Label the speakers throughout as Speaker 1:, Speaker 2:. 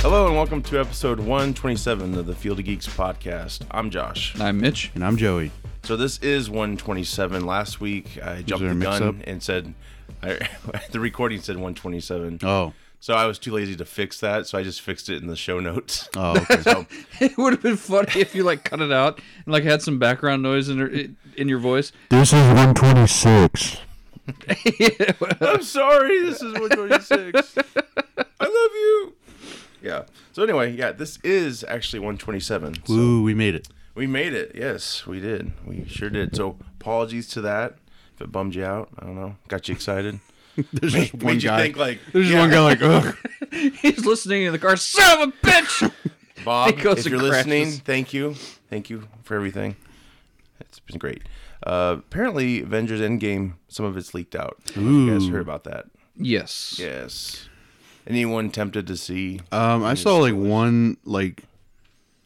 Speaker 1: Hello and welcome to episode 127 of the Field of Geeks podcast. I'm Josh.
Speaker 2: I'm Mitch.
Speaker 3: And I'm Joey.
Speaker 1: So this is 127. Last week I jumped
Speaker 3: there a
Speaker 1: the gun
Speaker 3: mix-up?
Speaker 1: and said I, the recording said 127.
Speaker 3: Oh.
Speaker 1: So I was too lazy to fix that, so I just fixed it in the show notes.
Speaker 3: Oh, okay.
Speaker 1: So
Speaker 2: It would have been funny if you like cut it out and like had some background noise in your- in your voice.
Speaker 4: This is 126.
Speaker 1: I'm sorry, this is 126. I love you. Yeah. So anyway, yeah, this is actually 127. So
Speaker 3: Woo, we made it.
Speaker 1: we made it. Yes, we did. We sure did. So apologies to that if it bummed you out. I don't know. Got you excited.
Speaker 3: There's just
Speaker 1: made
Speaker 3: one
Speaker 1: you
Speaker 3: guy.
Speaker 1: think like
Speaker 3: There's just
Speaker 1: yeah,
Speaker 3: one guy like, ugh.
Speaker 2: He's listening in the car. Son of a bitch!
Speaker 1: Bob,
Speaker 2: He goes
Speaker 1: if
Speaker 2: and
Speaker 1: you're
Speaker 2: crashes.
Speaker 1: listening, thank you. Thank you for everything. It's been great. Uh, apparently, Avengers Endgame, some of it's leaked out. I don't know if You guys heard about that?
Speaker 2: yes.
Speaker 1: Yes. Anyone tempted to see?
Speaker 3: Um, I saw like one like,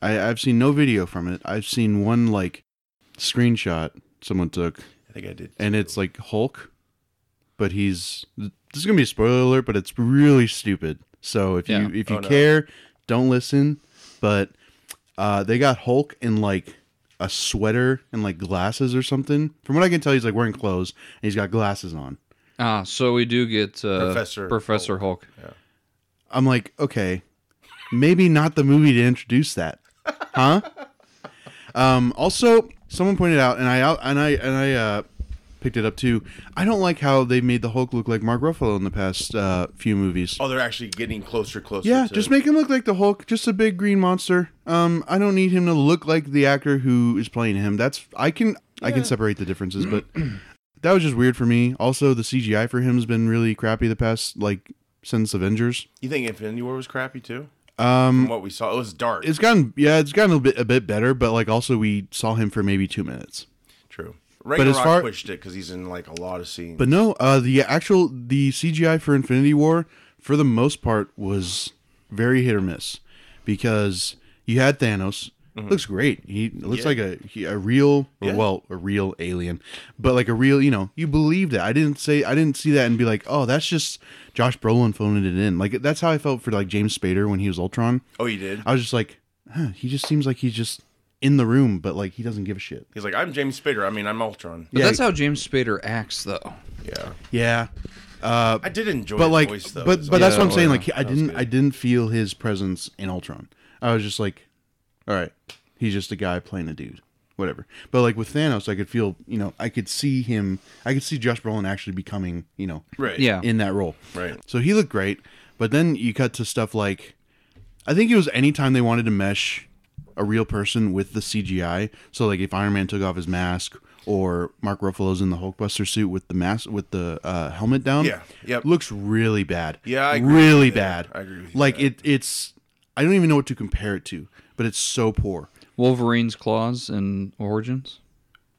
Speaker 3: I I've seen no video from it. I've seen one like screenshot someone took,
Speaker 1: I think I did.
Speaker 3: and it's like Hulk, but he's this is gonna be a spoiler alert, but it's really stupid. So if
Speaker 2: Yeah.
Speaker 3: you if you
Speaker 1: Oh, no.
Speaker 3: care, don't listen. But uh, they got Hulk in like a sweater and like glasses or something. From what I can tell, he's like wearing clothes and he's got glasses on.
Speaker 2: Ah, so we do get uh,
Speaker 1: Professor
Speaker 2: Professor Hulk.
Speaker 3: I'm like, okay, maybe not the movie to introduce that, huh? Um, also, someone pointed out, and I and I and I uh, picked it up too. I don't like how they made the Hulk look like Mark Ruffalo in the past uh, few movies.
Speaker 1: Oh, they're actually getting closer, closer.
Speaker 3: yeah,
Speaker 1: to-
Speaker 3: just make him look like the Hulk, just a big green monster. Um, I don't need him to look like the actor who is playing him. That's I can I can separate the differences, but that was just weird for me. Also, the CGI for him has been really crappy the past like since Avengers.
Speaker 1: You think Infinity War was crappy too?
Speaker 3: Um,
Speaker 1: From what we saw, it was dark.
Speaker 3: it's gotten yeah, it's gotten a bit a bit better, but like also we saw him for maybe two minutes.
Speaker 1: True.
Speaker 3: as
Speaker 1: Ragnarok
Speaker 3: far-
Speaker 1: pushed it because he's in like a lot of scenes.
Speaker 3: But no, uh, the actual the CGI for Infinity War, for the most part, was very hit or miss because you had Thanos. Looks great. He looks like a he, a real, or
Speaker 1: Yeah.
Speaker 3: well, a real alien, but like a real. You know, you believed it. I didn't say I didn't see that and be like, oh, that's just Josh Brolin phoning it in. Like that's how I felt for like James Spader when he was Ultron.
Speaker 1: oh, you did.
Speaker 3: I was just like, huh, he just seems like he's just in the room, but like he doesn't give a shit.
Speaker 1: He's like, I'm James Spader. I mean, I'm Ultron.
Speaker 2: But
Speaker 3: Yeah.
Speaker 2: that's how James Spader acts, though.
Speaker 1: Yeah.
Speaker 3: Yeah,
Speaker 1: I did enjoy
Speaker 3: but
Speaker 1: his
Speaker 3: like,
Speaker 1: voice though.
Speaker 3: but
Speaker 1: His
Speaker 3: but that's what I'm
Speaker 1: voice-
Speaker 3: saying. Like, he- I
Speaker 1: That was
Speaker 3: didn't
Speaker 1: good.
Speaker 3: I didn't feel his presence in Ultron. I was just like, all right, he's just a guy playing a dude, whatever. But like with Thanos, I could feel, you know, I could see him. I could see Josh Brolin actually becoming, you know,
Speaker 1: Right.
Speaker 2: Yeah.
Speaker 3: in that role.
Speaker 1: Right.
Speaker 3: So he looked great, but then you cut to stuff like I think it was anytime they wanted to mesh a real person with the CGI. So like if Iron Man took off his mask or Mark Ruffalo's in the Hulkbuster suit with the mask with the uh, helmet down.
Speaker 1: Yeah, yep.
Speaker 3: Looks really bad.
Speaker 1: Yeah, I agree
Speaker 3: really
Speaker 1: with you there.
Speaker 3: bad.
Speaker 1: I agree with you
Speaker 3: Like
Speaker 1: there.
Speaker 3: it it's I don't even know what to compare it to, but it's so poor.
Speaker 2: Wolverine's claws and origins.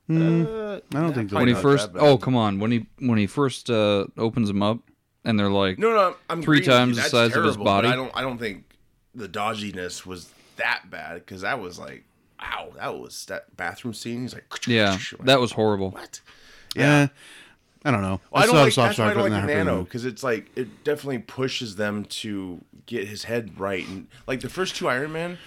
Speaker 3: I don't think
Speaker 2: When
Speaker 3: that,
Speaker 2: he
Speaker 1: not
Speaker 2: first,
Speaker 1: that bad.
Speaker 2: oh come on, when he when he first uh, opens them up, and they're like,
Speaker 1: No, no, I'm
Speaker 2: Three
Speaker 1: agreeing with you.
Speaker 2: times the
Speaker 1: That's
Speaker 2: size of his
Speaker 1: terrible, but
Speaker 2: body.
Speaker 1: I don't, I don't think the dodginess was that bad because that was like, ow, that was that bathroom scene. He's like,
Speaker 2: yeah,
Speaker 1: like,
Speaker 2: that was horrible.
Speaker 1: what?
Speaker 3: yeah. I don't know.
Speaker 1: Well, I
Speaker 3: still have a
Speaker 1: don't like that's why I
Speaker 3: spot
Speaker 1: don't
Speaker 3: for
Speaker 1: like the
Speaker 3: Iron Man
Speaker 1: nano
Speaker 3: movie.
Speaker 1: because it's like it definitely pushes them to get his head right and like the first two Iron Man,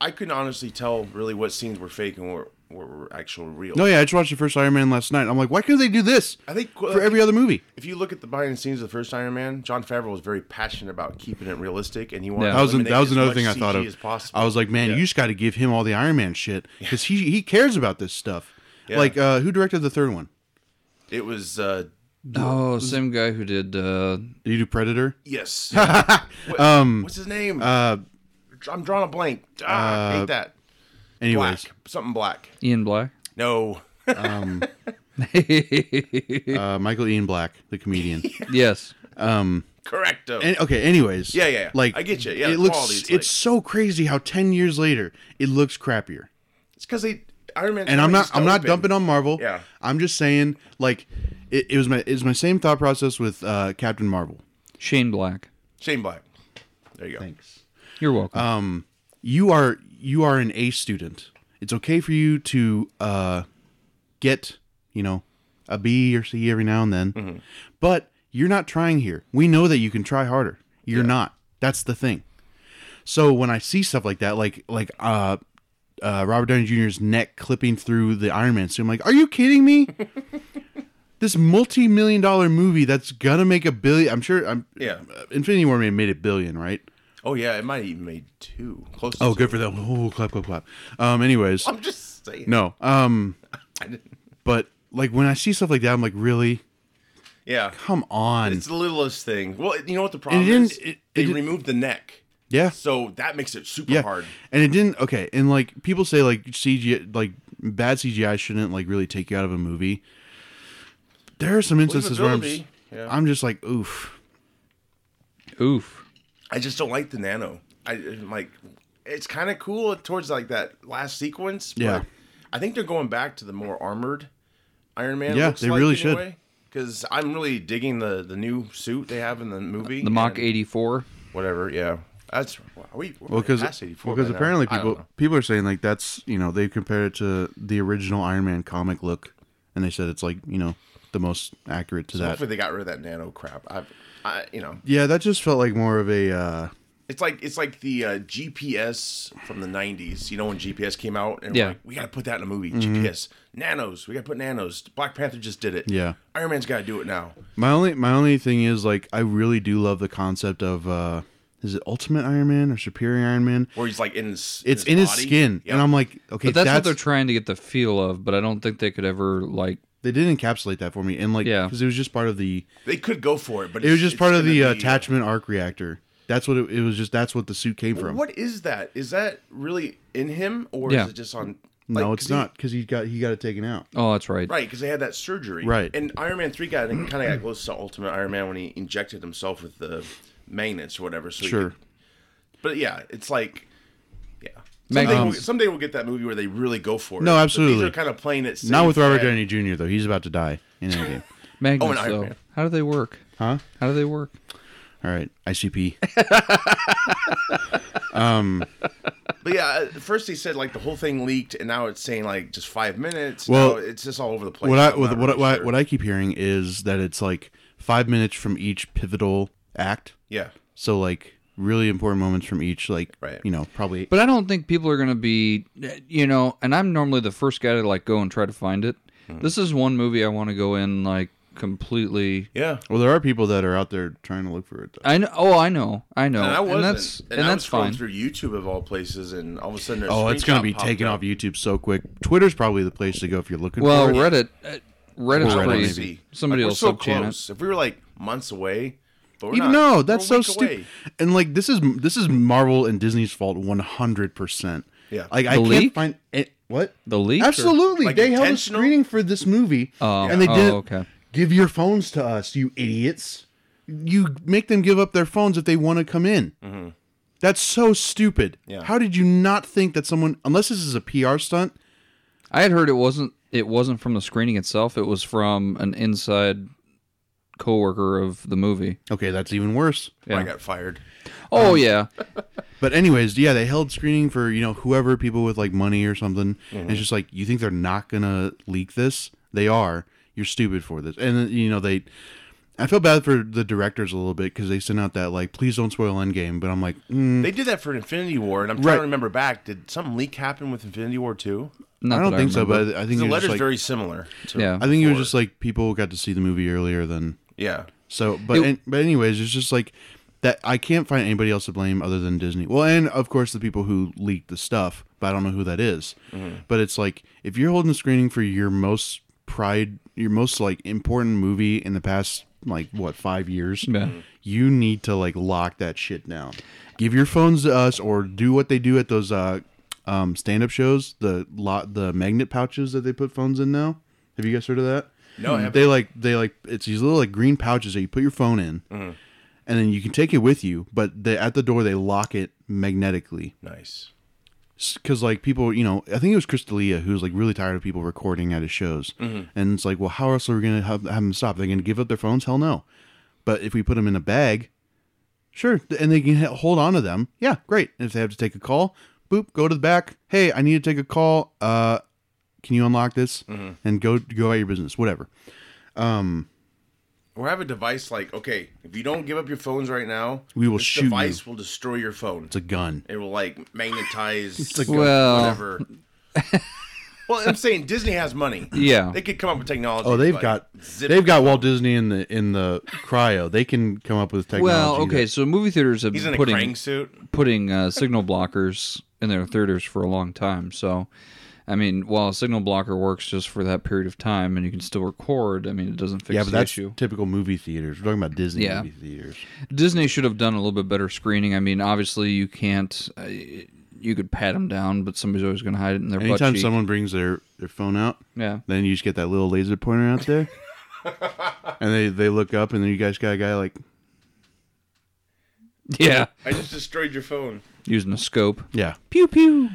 Speaker 1: I couldn't honestly tell really what scenes were fake and what what were actual real.
Speaker 3: No, Oh, yeah, I just watched the first Iron Man last night. I'm like, why couldn't they do this
Speaker 1: I think uh,
Speaker 3: for every other movie?
Speaker 1: If you look at the behind the scenes of the first Iron Man, John Favreau was very passionate about keeping it realistic, and he wanted
Speaker 2: Yeah.
Speaker 1: to
Speaker 3: That was,
Speaker 1: eliminate
Speaker 3: that was
Speaker 1: as
Speaker 3: another
Speaker 1: much
Speaker 3: thing I thought
Speaker 1: CG
Speaker 3: of.
Speaker 1: as possible.
Speaker 3: I was like, man,
Speaker 1: Yeah.
Speaker 3: you just got to give him all the Iron Man shit because he he cares about this stuff.
Speaker 1: Yeah.
Speaker 3: Like, uh, who directed the third one?
Speaker 1: It was uh
Speaker 2: Oh, same guy who did uh,
Speaker 3: Did he do Predator?
Speaker 1: yes.
Speaker 3: Um,
Speaker 1: What- um, what's his name? Uh, I'm drawing a blank. Ah, hate that. Black.
Speaker 3: uh, Anyways,
Speaker 1: Something black.
Speaker 2: Ian Black.
Speaker 1: No.
Speaker 2: yes.
Speaker 3: uh, Michael Ian Black, the comedian.
Speaker 1: Correcto.
Speaker 3: And, okay. Anyways.
Speaker 1: Yeah, yeah, yeah.
Speaker 3: Like
Speaker 1: I get you. Yeah,
Speaker 3: It
Speaker 1: the
Speaker 3: looks.
Speaker 1: quality,
Speaker 3: it's
Speaker 1: it's like-
Speaker 3: so crazy how ten years later it looks crappier.
Speaker 1: it's because they Iron Man.
Speaker 3: And I'm not. I'm not dumping on Marvel.
Speaker 1: Yeah.
Speaker 3: I'm just saying, like, it, it was my it was my same thought process with uh, Captain Marvel.
Speaker 2: Shane Black.
Speaker 1: Shane Black. There you go.
Speaker 3: Thanks.
Speaker 2: You're welcome.
Speaker 1: Uh,
Speaker 3: you are you are an A student. It's okay for you to uh, get you know a B or C every now and then, but you're not trying here. We know that you can try harder. You're not. That's the thing. So when I see stuff like that, like like uh, uh, Robert Downey Jr.'s neck clipping through the Iron Man suit, I'm like, are you kidding me? this multi-million dollar movie that's gonna make a billion. I'm sure. I'm uh,
Speaker 1: Yeah.
Speaker 3: Infinity War made made a billion, right?
Speaker 1: Oh yeah, it might even made two. Close. To
Speaker 3: Oh,
Speaker 1: two.
Speaker 3: good for them. Oh, clap, clap, clap. Um, anyways,
Speaker 1: I'm just saying.
Speaker 3: no. Um,
Speaker 1: I didn't-
Speaker 3: but like when I see stuff like that, I'm like, really?
Speaker 1: yeah.
Speaker 3: Come on.
Speaker 1: It's the littlest thing. Well, you know what the problem
Speaker 3: didn't-
Speaker 1: is?
Speaker 3: it- it
Speaker 1: they
Speaker 3: didn't-
Speaker 1: removed the neck,
Speaker 3: yeah,
Speaker 1: so that makes it super
Speaker 3: yeah.
Speaker 1: hard.
Speaker 3: And it didn't. Okay, and like people say, like CGI, like bad CGI shouldn't like really take you out of a movie. There are some instances where I'm, just,
Speaker 1: Believability, yeah.
Speaker 3: I'm just like, oof.
Speaker 2: Oof.
Speaker 1: I just don't like the nano. I I'm like. It's kind of cool towards like that last sequence. but
Speaker 3: Yeah.
Speaker 1: I think they're going back to the more armored Iron Man.
Speaker 3: Yeah,
Speaker 1: looks
Speaker 3: they
Speaker 1: like
Speaker 3: really should.
Speaker 1: anyway, Because I'm really digging the the new suit they have in the movie.
Speaker 2: The Mach
Speaker 1: and-
Speaker 2: 84.
Speaker 1: whatever. Yeah, that's wow, we
Speaker 3: Well, because
Speaker 1: because
Speaker 3: apparently people people are saying like that's you know they compare it to the original Iron Man comic look, and they said it's like you know the most accurate to that.
Speaker 1: Hopefully they got rid of that nano crap. I, I you know,
Speaker 3: Yeah, that just felt like more of a uh,
Speaker 1: it's like it's like the uh, GPS from the '90s. You know when GPS came out, and
Speaker 2: Yeah.
Speaker 1: we're like, we got to put that in a movie.
Speaker 3: Mm-hmm.
Speaker 1: GPS nanos. We got to put nanos. Black Panther just did it.
Speaker 3: Yeah.
Speaker 1: Iron Man's got to do it now.
Speaker 3: My only my only thing is like I really do love the concept of uh is it Ultimate Iron Man or Superior Iron Man?
Speaker 1: Where he's like in his
Speaker 3: It's in his
Speaker 1: body.
Speaker 3: skin,
Speaker 1: Yeah.
Speaker 3: and I'm like, okay, that's,
Speaker 2: But that's, what they're trying to get the feel of, but I don't think they could ever, like,
Speaker 3: they did encapsulate that for me, and like,
Speaker 2: Yeah.
Speaker 3: because it was just part of the
Speaker 1: they could go for it, but
Speaker 3: it was just part of the uh,
Speaker 1: attachment.
Speaker 3: attachment arc reactor. That's what it, it was. Just that's what the suit came from.
Speaker 1: What is that? Is that really in him, or
Speaker 2: Yeah.
Speaker 1: is it just on?
Speaker 3: no,
Speaker 1: like,
Speaker 3: it's
Speaker 1: 'cause he-
Speaker 3: not because he got he got it taken out.
Speaker 2: oh, that's right.
Speaker 1: Right, because they had that surgery.
Speaker 3: Right.
Speaker 1: And Iron Man 3 got kind of got close to Ultimate Iron Man when he injected himself with the magnets or whatever. So he
Speaker 3: Sure,
Speaker 1: could- but yeah, it's like, yeah.
Speaker 2: Mag-
Speaker 1: Someday,
Speaker 2: um,
Speaker 1: we'll, someday we'll get that movie where they really go for it.
Speaker 3: No,
Speaker 1: But
Speaker 3: absolutely.
Speaker 1: these are kind of playing it safe.
Speaker 3: not with Robert
Speaker 1: that-
Speaker 3: Downey Jr. though. He's about to die in Endgame.
Speaker 2: Magnets,
Speaker 1: Oh, and Iron
Speaker 2: though.
Speaker 1: Man.
Speaker 2: How do they work?
Speaker 3: huh?
Speaker 2: How do they work?
Speaker 3: All right, ICP.
Speaker 1: But yeah, at first they said like the whole thing leaked, and now it's saying like just five minutes.
Speaker 3: Well,
Speaker 1: Now it's just all over the place.
Speaker 3: what I
Speaker 1: I'm
Speaker 3: what,
Speaker 1: not
Speaker 3: what,
Speaker 1: really
Speaker 3: what, I-
Speaker 1: sure.
Speaker 3: what I keep hearing is that it's like five minutes from each pivotal act.
Speaker 1: yeah.
Speaker 3: So like really important moments from each, like
Speaker 1: Right.
Speaker 3: you know, probably
Speaker 2: But I don't think people are going to be, you know, and I'm normally the first guy to, like, go and try to find it.
Speaker 1: Mm-hmm.
Speaker 2: This is one movie I want to go in, like, completely.
Speaker 1: Yeah.
Speaker 3: well, there are people that are out there trying to look for it. Though.
Speaker 2: I know. Oh, I know. I know.
Speaker 1: And I wasn't.
Speaker 2: that's and,
Speaker 1: I
Speaker 2: that's
Speaker 1: was scrolling
Speaker 2: fine.
Speaker 1: through YouTube of all places, and all of a sudden, a
Speaker 3: Oh, it's gonna
Speaker 1: screenshot
Speaker 3: be
Speaker 1: popped
Speaker 3: taken
Speaker 1: up.
Speaker 3: off YouTube so quick. Twitter's probably the place to go if you're looking
Speaker 2: Well,
Speaker 3: for it.
Speaker 2: Reddit. uh,
Speaker 3: Reddit,
Speaker 2: Reddit's pretty.
Speaker 3: maybe.
Speaker 1: crazy.
Speaker 2: Somebody
Speaker 1: like,
Speaker 2: will
Speaker 1: we're so
Speaker 2: sub-chan it.
Speaker 1: close. If we were like months away, but we're
Speaker 3: Even
Speaker 1: not.
Speaker 3: no, that's
Speaker 1: We're a
Speaker 3: so
Speaker 1: week
Speaker 3: stupid.
Speaker 1: away.
Speaker 3: And like this is this is Marvel and Disney's fault 100. percent
Speaker 1: Yeah.
Speaker 3: like I
Speaker 2: The
Speaker 3: can't
Speaker 2: leak?
Speaker 3: find it. What
Speaker 2: The leak. or-
Speaker 3: Absolutely,
Speaker 1: Like
Speaker 3: they held a
Speaker 1: intentional?
Speaker 3: screening for this movie,
Speaker 2: Oh,
Speaker 3: and they
Speaker 2: oh,
Speaker 3: didn't
Speaker 2: okay.
Speaker 3: give your phones to us, you idiots. You make them give up their phones if they want to come in. That's so stupid.
Speaker 1: Yeah.
Speaker 3: How did you not think that someone, unless this is a PR stunt,
Speaker 2: I had heard it wasn't. It wasn't from the screening itself. It was from an inside coworker of the movie.
Speaker 3: okay, that's even worse.
Speaker 1: I
Speaker 2: Yeah.
Speaker 1: got fired.
Speaker 2: Oh
Speaker 3: Um,
Speaker 2: yeah.
Speaker 3: But anyways, yeah, they held screening for you know whoever people with like money or something. And it's just like you think they're not gonna leak this? They are. You're stupid for this. And then, you know they. I feel bad for the directors a little bit because they sent out that like, please don't spoil Endgame. But I'm like, mm,
Speaker 1: They did that for Infinity War, and I'm
Speaker 3: Right.
Speaker 1: trying to remember back. Did some leak happen with Infinity War too?
Speaker 2: Not
Speaker 3: I don't
Speaker 2: that
Speaker 3: think so.
Speaker 2: remember.
Speaker 3: But I think
Speaker 1: The
Speaker 3: it was
Speaker 1: letter's
Speaker 3: just, like,
Speaker 1: very similar. To,
Speaker 2: yeah.
Speaker 3: I think it was just like people got to see the movie earlier than
Speaker 1: yeah.
Speaker 3: so. But
Speaker 2: It-
Speaker 3: an- but anyways, it's just like that. I can't find anybody else to blame other than Disney. Well, and of course the people who leaked the stuff, but I don't know who that is.
Speaker 2: Mm-hmm.
Speaker 3: But it's like if you're holding a screening for your most pride, your most like important movie in the past like what five years,
Speaker 2: Yeah.
Speaker 3: you need to like lock that shit down. Give your phones to us, or do what they do at those uh, um, stand-up shows. The lot, the magnet pouches that they put phones in now. Have you guys heard of that? Mm.
Speaker 1: No, I haven't. Mm-hmm.
Speaker 3: they like they like it's these little like green pouches that you put your phone in, and then you can take it with you. But they, at the door, they lock it magnetically
Speaker 1: Nice.
Speaker 3: because like people, you know, I think it was Chris D'Elia who was like really tired of people recording at his shows, and it's like, well, how else are we gonna have, have them stop? They're gonna give up their phones? Hell no. But if we put them in a bag, sure, and they can h- hold on to them. Yeah, great. And if they have to take a call, boop, go to the back. Hey, I need to take a call. Uh, can you unlock this and go go about your business? Whatever.
Speaker 1: Or have a device like, okay, if you don't give up your phones right now,
Speaker 3: We will
Speaker 1: this
Speaker 3: shoot
Speaker 1: device will destroy your phone.
Speaker 3: It's a gun.
Speaker 1: It will like magnetize
Speaker 3: like
Speaker 2: Well-
Speaker 1: whatever. well, I'm saying Disney has money.
Speaker 2: Yeah.
Speaker 1: They could come up with technology.
Speaker 3: Oh, they've
Speaker 1: but
Speaker 3: got
Speaker 1: zip
Speaker 3: they've got Walt Disney in the in the cryo. They can come up with technology.
Speaker 2: Well, okay,
Speaker 3: that-
Speaker 2: so movie theaters have
Speaker 1: He's
Speaker 2: been
Speaker 1: in a
Speaker 2: putting
Speaker 1: Krang suit.
Speaker 2: putting uh, signal blockers in their theaters for a long time. So, I mean, while a signal blocker works just for that period of time and you can still record, I mean, it doesn't fix
Speaker 3: yeah,
Speaker 2: the
Speaker 3: but that's
Speaker 2: issue.
Speaker 3: typical movie theaters. We're talking about Disney
Speaker 2: Yeah.
Speaker 3: movie theaters.
Speaker 2: Disney should have done a little bit better screening. I mean, obviously you can't. Uh, you could pat them down, but somebody's always going to hide it in their butt
Speaker 3: Anytime
Speaker 2: cheek.
Speaker 3: someone brings their, their phone out,
Speaker 2: yeah.
Speaker 3: then you just get that little laser pointer out there. and they, they look up, and then you guys got a guy like,
Speaker 2: Yeah.
Speaker 1: I just destroyed your phone.
Speaker 2: Using a scope.
Speaker 3: yeah.
Speaker 2: Pew pew.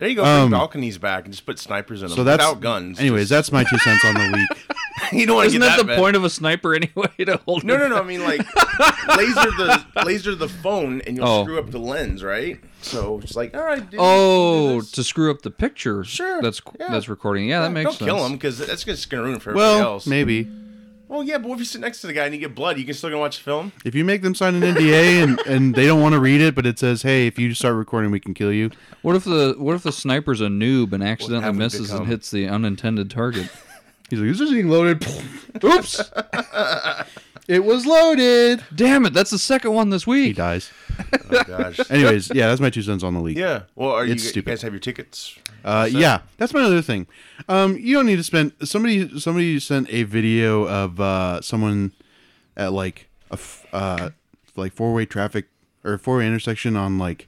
Speaker 1: There you go. Bring balconies back and just put snipers in them
Speaker 3: Um, So that's
Speaker 1: without guns.
Speaker 3: Anyways, that's my two cents on the week.
Speaker 1: you don't want to
Speaker 2: Isn't
Speaker 1: get
Speaker 2: that,
Speaker 1: that
Speaker 2: the
Speaker 1: bad.
Speaker 2: point of a sniper anyway? To hold
Speaker 1: No,
Speaker 2: it
Speaker 1: no, no. I mean, like laser the laser the phone, and you'll
Speaker 2: Oh.
Speaker 1: screw up the lens, right? So it's like, all right, dude, do
Speaker 2: Oh,
Speaker 1: this.
Speaker 2: to screw up the picture.
Speaker 1: Sure,
Speaker 2: That's
Speaker 1: yeah.
Speaker 2: that's recording. Yeah, that makes
Speaker 1: don't
Speaker 2: sense.
Speaker 1: kill him because that's just gonna ruin it for everybody
Speaker 3: Well,
Speaker 1: else.
Speaker 3: maybe.
Speaker 1: Well, yeah, but if you sit next to the guy and you get blood, you can still gonna watch the film.
Speaker 3: If you make them sign an NDA and, and they don't want to read it, but it says, hey, if you start recording, we can kill you.
Speaker 2: What if the what if the sniper's a noob and accidentally
Speaker 1: have him
Speaker 2: misses and
Speaker 1: become?
Speaker 2: hits the unintended target?
Speaker 3: He's like, this is being loaded. Oops. it was loaded.
Speaker 2: Damn it! That's the second one this
Speaker 3: He
Speaker 2: week.
Speaker 3: dies.
Speaker 1: Oh gosh.
Speaker 3: Anyways, yeah, that's my two cents on the leak.
Speaker 1: yeah. Well, are you,
Speaker 3: It's
Speaker 1: you
Speaker 3: stupid.
Speaker 1: guys have your tickets?
Speaker 3: Uh, yeah, that's my other thing. Um, you don't need to spend. Somebody somebody sent a video of uh, someone at like a f- uh, like four way traffic or four way intersection on like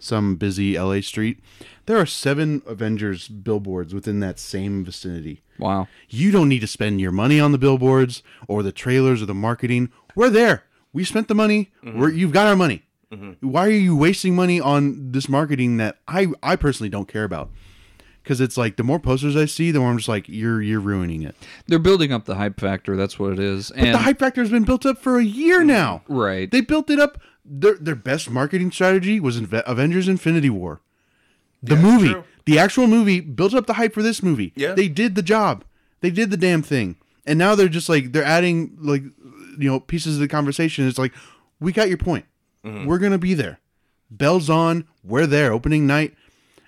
Speaker 3: some busy LA street. There are seven Avengers billboards within that same vicinity.
Speaker 2: Wow.
Speaker 3: You don't need to spend your money on the billboards or the trailers or the marketing. We're there. We spent the money. We're, you've got our money. Why are you wasting money on this marketing that I, I personally don't care about? Because it's like the more posters I see, the more I'm just like, you're you're ruining it.
Speaker 2: They're building up the hype factor. That's what it is.
Speaker 3: But
Speaker 2: and
Speaker 3: the hype factor has been built up for a year now.
Speaker 2: right.
Speaker 3: They built it up. Their their best marketing strategy was Inve- Avengers: Infinity War, the movie,
Speaker 1: true.
Speaker 3: the actual movie, built up the hype for this movie.
Speaker 1: Yeah.
Speaker 3: they did the job. They did the damn thing, and now they're just like they're adding like you know pieces of the conversation. It's like we got your point.
Speaker 1: Mm-hmm.
Speaker 3: We're gonna be there. Bells on. We're there. Opening night,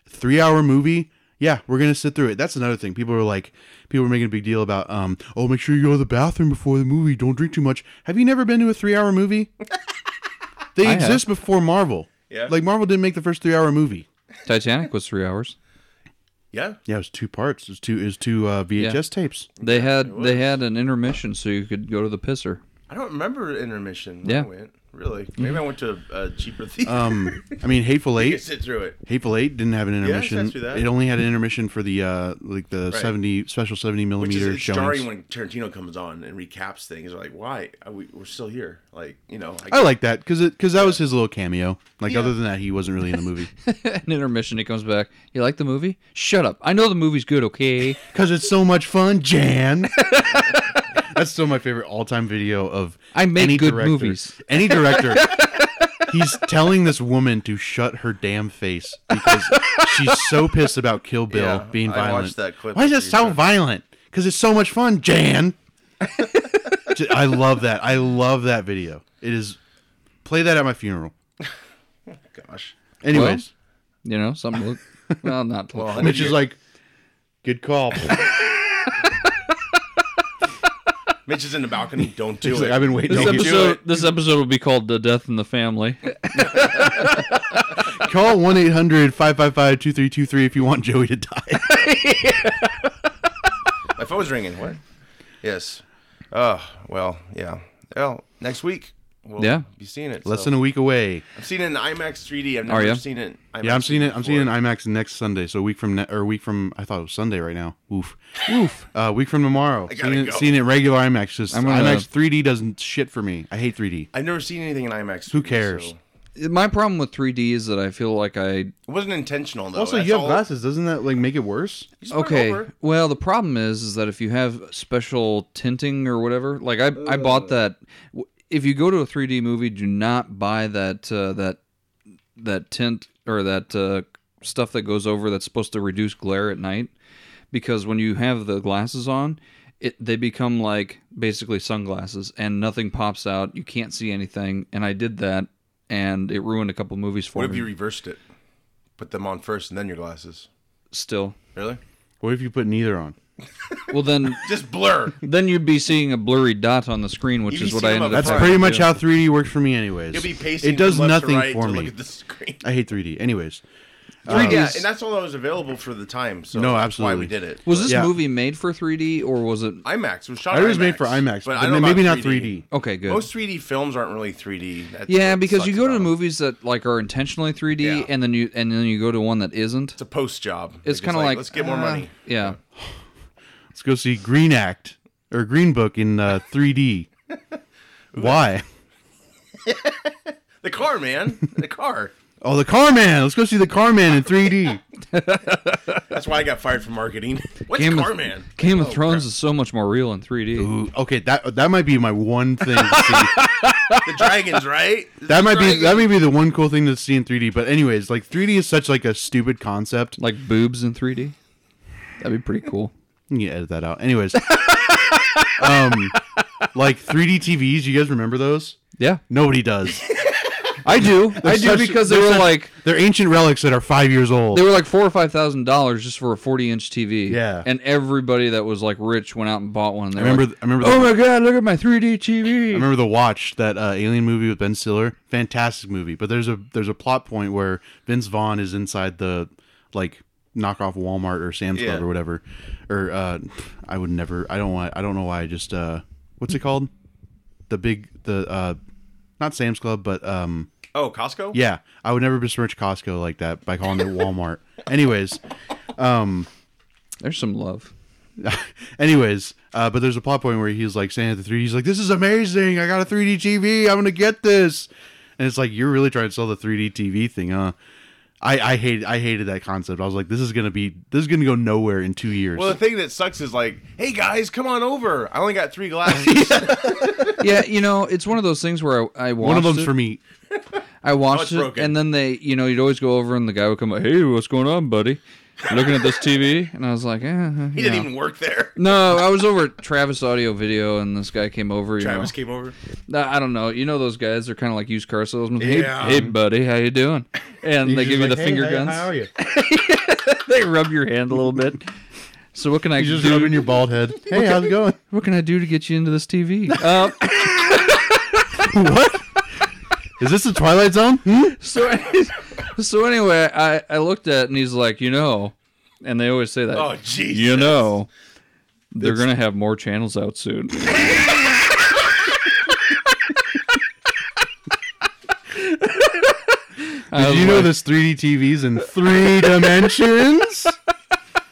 Speaker 3: three hour movie. Yeah, we're gonna sit through it. That's another thing. People are like, people are making a big deal about, um, oh, make sure you go to the bathroom before the movie. Don't drink too much. Have you never been to a three hour movie? They
Speaker 2: I have.
Speaker 3: exist before Marvel.
Speaker 1: Yeah.
Speaker 3: Like Marvel didn't make the first three hour movie.
Speaker 2: Titanic was three hours.
Speaker 1: Yeah.
Speaker 3: Yeah, it was two parts. It was two. It was two uh, VHS tapes.
Speaker 2: They had they had an intermission so you could go to the pisser.
Speaker 1: I don't remember intermission. When
Speaker 2: Yeah.
Speaker 1: I went really. Maybe I went to a, a cheaper theater.
Speaker 3: Um, I mean, Hateful
Speaker 1: you could
Speaker 3: Eight.
Speaker 1: sit through it.
Speaker 3: Hateful Eight didn't have an
Speaker 1: I sat
Speaker 3: intermission.
Speaker 1: through that.
Speaker 3: it only had an intermission for the uh, like the seventy special seventy
Speaker 1: Which is
Speaker 3: millimeter
Speaker 1: it's jarring
Speaker 3: showings.
Speaker 1: when Tarantino comes on and recaps things. You're like, why? Are we, we're still here. Like, you know, I,
Speaker 3: I like that because it because that was his little cameo. Like other than that, he wasn't really in the movie
Speaker 2: an intermission. He comes back. You like the movie? Shut up. I know the movie's good. Okay.
Speaker 3: because it's so much fun, Jan. That's still my favorite all time video of
Speaker 2: I make
Speaker 3: any
Speaker 2: good
Speaker 3: director-
Speaker 2: movies.
Speaker 3: Any director. He's telling this woman to shut her damn face because she's so pissed about Kill Bill
Speaker 1: Yeah,
Speaker 3: being
Speaker 1: I watched
Speaker 3: violent.
Speaker 1: that clip
Speaker 3: Why does
Speaker 1: a
Speaker 3: that
Speaker 1: few
Speaker 3: sound
Speaker 1: times.
Speaker 3: violent? Because it's so much fun, Jan. J- I love that. I love that video. It is. Play that at my funeral.
Speaker 1: gosh.
Speaker 3: Anyways.
Speaker 2: you know something. Look, well, not. to look
Speaker 1: Well,
Speaker 2: for.
Speaker 1: I mean,
Speaker 3: Mitch is like, good call. He's
Speaker 1: Mitch is in the balcony. Don't do it.
Speaker 3: like, I've been waiting.
Speaker 2: this
Speaker 3: on you.
Speaker 2: episode. This episode will be called "The Death in the Family."
Speaker 3: Call 1 800 555 2323 if you want Joey to die.
Speaker 1: My phone's ringing. What? Yes. Oh, well, yeah. Well, next week, We'll
Speaker 2: Yeah.
Speaker 1: be seeing it.
Speaker 3: Less
Speaker 1: so.
Speaker 3: than a week away.
Speaker 1: I've seen it in IMAX 3D. I've
Speaker 2: Are
Speaker 1: never
Speaker 2: ya?
Speaker 1: seen it. IMAX
Speaker 3: Yeah, I'm seeing it. I'm seeing it in
Speaker 1: before.
Speaker 3: IMAX next Sunday. So a week from ne- or a week from I thought it was Sunday right now. Oof, oof. A uh, week from tomorrow.
Speaker 1: I gotta
Speaker 3: Seeing it,
Speaker 1: go.
Speaker 3: seeing it regular IMAX. Just
Speaker 2: I'm gonna-
Speaker 3: IMAX 3D doesn't shit for me. I hate 3D.
Speaker 1: I've never seen anything in IMAX.
Speaker 3: Who
Speaker 1: 3D,
Speaker 3: cares?
Speaker 1: so-
Speaker 2: My problem with 3D is that I feel like I
Speaker 1: It wasn't intentional though.
Speaker 3: also,
Speaker 1: That's
Speaker 3: you have
Speaker 1: all-
Speaker 3: glasses. Doesn't that like make it worse?
Speaker 1: you just put it
Speaker 2: okay.
Speaker 1: over.
Speaker 2: Well, the problem is is that if you have special tinting or whatever, like I I bought that. w- If you go to a 3D movie, do not buy that uh, that that tint or that uh, stuff that goes over that's supposed to reduce glare at night, because when you have the glasses on. It, they become like basically sunglasses and nothing pops out you can't see anything and i did that and it ruined a couple movies for
Speaker 1: What if
Speaker 2: me
Speaker 1: you reversed it? Put them on first and then your glasses.
Speaker 2: still
Speaker 1: Really?
Speaker 3: What if you put neither on?
Speaker 2: well then
Speaker 1: Just blur.
Speaker 2: then you'd be seeing a blurry dot on the screen, which
Speaker 1: You'd be
Speaker 2: is what I
Speaker 1: seeing
Speaker 2: ended up.
Speaker 1: them up
Speaker 3: That's
Speaker 1: Fine.
Speaker 3: pretty much how 3D works for me, anyways.
Speaker 1: You'll be pacing.
Speaker 3: It does
Speaker 1: from left
Speaker 3: nothing
Speaker 1: to right
Speaker 3: for
Speaker 1: to
Speaker 3: me.
Speaker 1: Look at the screen.
Speaker 3: I hate 3D. Anyways,
Speaker 1: yeah, and that's all that was available for the time. So
Speaker 3: No,
Speaker 1: that's Why
Speaker 3: absolutely.
Speaker 1: we did it.
Speaker 2: Was this
Speaker 3: Yeah.
Speaker 2: movie made for 3D or was it?
Speaker 1: IMAX was shot.
Speaker 3: I
Speaker 1: in
Speaker 3: was made for IMAX, but,
Speaker 1: don't know
Speaker 3: maybe
Speaker 1: about
Speaker 3: not 3D.
Speaker 2: Okay, good.
Speaker 1: Most 3D films aren't really 3D. That's
Speaker 2: yeah,
Speaker 1: what
Speaker 2: because
Speaker 1: sucks
Speaker 2: you go to
Speaker 1: about 'em.
Speaker 2: movies that like are intentionally 3D,
Speaker 1: Yeah.
Speaker 2: and then you and then you go to one that isn't.
Speaker 1: It's a post job.
Speaker 2: It's kind of like,
Speaker 1: let's get more
Speaker 2: uh,
Speaker 1: money.
Speaker 2: Yeah,
Speaker 3: Let's go see Green Act or Green Book in uh, 3D. Why?
Speaker 1: The car, man. The car.
Speaker 3: Oh, the Car Man. Let's go see the Car Man in 3D.
Speaker 1: That's why I got fired from marketing. What's
Speaker 2: Game of-
Speaker 1: car, man?
Speaker 2: Game of Thrones is so much more real in 3D.
Speaker 3: Ooh, okay, that that might be my one thing. To see.
Speaker 1: The dragons, right?
Speaker 3: that might be that might be the one cool thing to see in 3D. But anyways, like 3D is such like a stupid concept.
Speaker 2: Like boobs in 3D. That'd be pretty cool.
Speaker 3: You can edit that out. Anyways, um, like 3D TVs. You guys remember those?
Speaker 2: Yeah,
Speaker 3: Nobody does.
Speaker 2: I do. I do
Speaker 3: Such-
Speaker 2: because they
Speaker 3: they're
Speaker 2: were
Speaker 3: such-
Speaker 2: like
Speaker 3: they're ancient relics that are five years old.
Speaker 2: They were like four or five thousand dollars just for a forty inch TV.
Speaker 3: Yeah.
Speaker 2: and everybody that was like rich went out and bought one. And they
Speaker 3: I
Speaker 2: were
Speaker 3: remember.
Speaker 2: like,
Speaker 3: th- I remember. The,
Speaker 2: oh my god, look at my three D TV.
Speaker 3: I remember the Watch, that uh, alien movie with Ben Stiller. Fantastic movie. But there's a there's a plot point where Vince Vaughn is inside the like knockoff Walmart or Sam's
Speaker 1: Yeah.
Speaker 3: Club or whatever. Or uh, I would never. I don't want. I don't know why. I just uh, what's it called? The big the uh, not Sam's Club, but um.
Speaker 1: Oh, Costco.
Speaker 3: Yeah, I would never besmirch Costco like that by calling it Walmart. anyways,
Speaker 2: There's some love.
Speaker 3: anyways, uh, but there's a plot point where he's like saying at the 3D, he's like, "This is amazing! I got a 3D TV. I'm gonna get this." And it's like you're really trying to sell the 3D TV thing, huh? I I hate I hated that concept. I was like, this is gonna be this is gonna go nowhere in two years.
Speaker 1: Well, the thing that sucks is like, hey guys, come on over. I only got three glasses.
Speaker 2: yeah, you know, it's one of those things where I, I watched
Speaker 3: One of them's
Speaker 2: it.
Speaker 3: for me.
Speaker 2: I
Speaker 1: Oh,
Speaker 2: watched
Speaker 1: it's
Speaker 2: it,
Speaker 1: broken.
Speaker 2: and then they, you know, you'd always go over, and the guy would come, up, "Hey, what's going on, buddy?" Looking at this TV, and I was like, eh, eh,
Speaker 1: He
Speaker 2: yeah.
Speaker 1: didn't even work there.
Speaker 2: No, I was over at Travis Audio Video, and this guy came over. You
Speaker 1: Travis
Speaker 2: know,
Speaker 1: came over.
Speaker 2: Nah, I don't know. You know those guys? They're kind of like used car salesmen. Hey,
Speaker 1: Yeah.
Speaker 2: hey, buddy, how you doing? And they give you the finger guns.
Speaker 3: you?
Speaker 2: they rub your hand a little bit. So what can I
Speaker 3: Just
Speaker 2: do?
Speaker 3: rubbing your bald head. Hey, how's it going?
Speaker 2: what can I do to get you into this TV? Uh,
Speaker 3: what? Is this the Twilight Zone? Hmm?
Speaker 2: so, so anyway, I I looked at it and he's like, you know, and they always say that.
Speaker 1: Oh, jeez.
Speaker 2: you know, they're gonna have more channels out soon. I
Speaker 3: Did
Speaker 2: was
Speaker 3: you know
Speaker 2: like-
Speaker 3: this 3D TVs in three dimensions?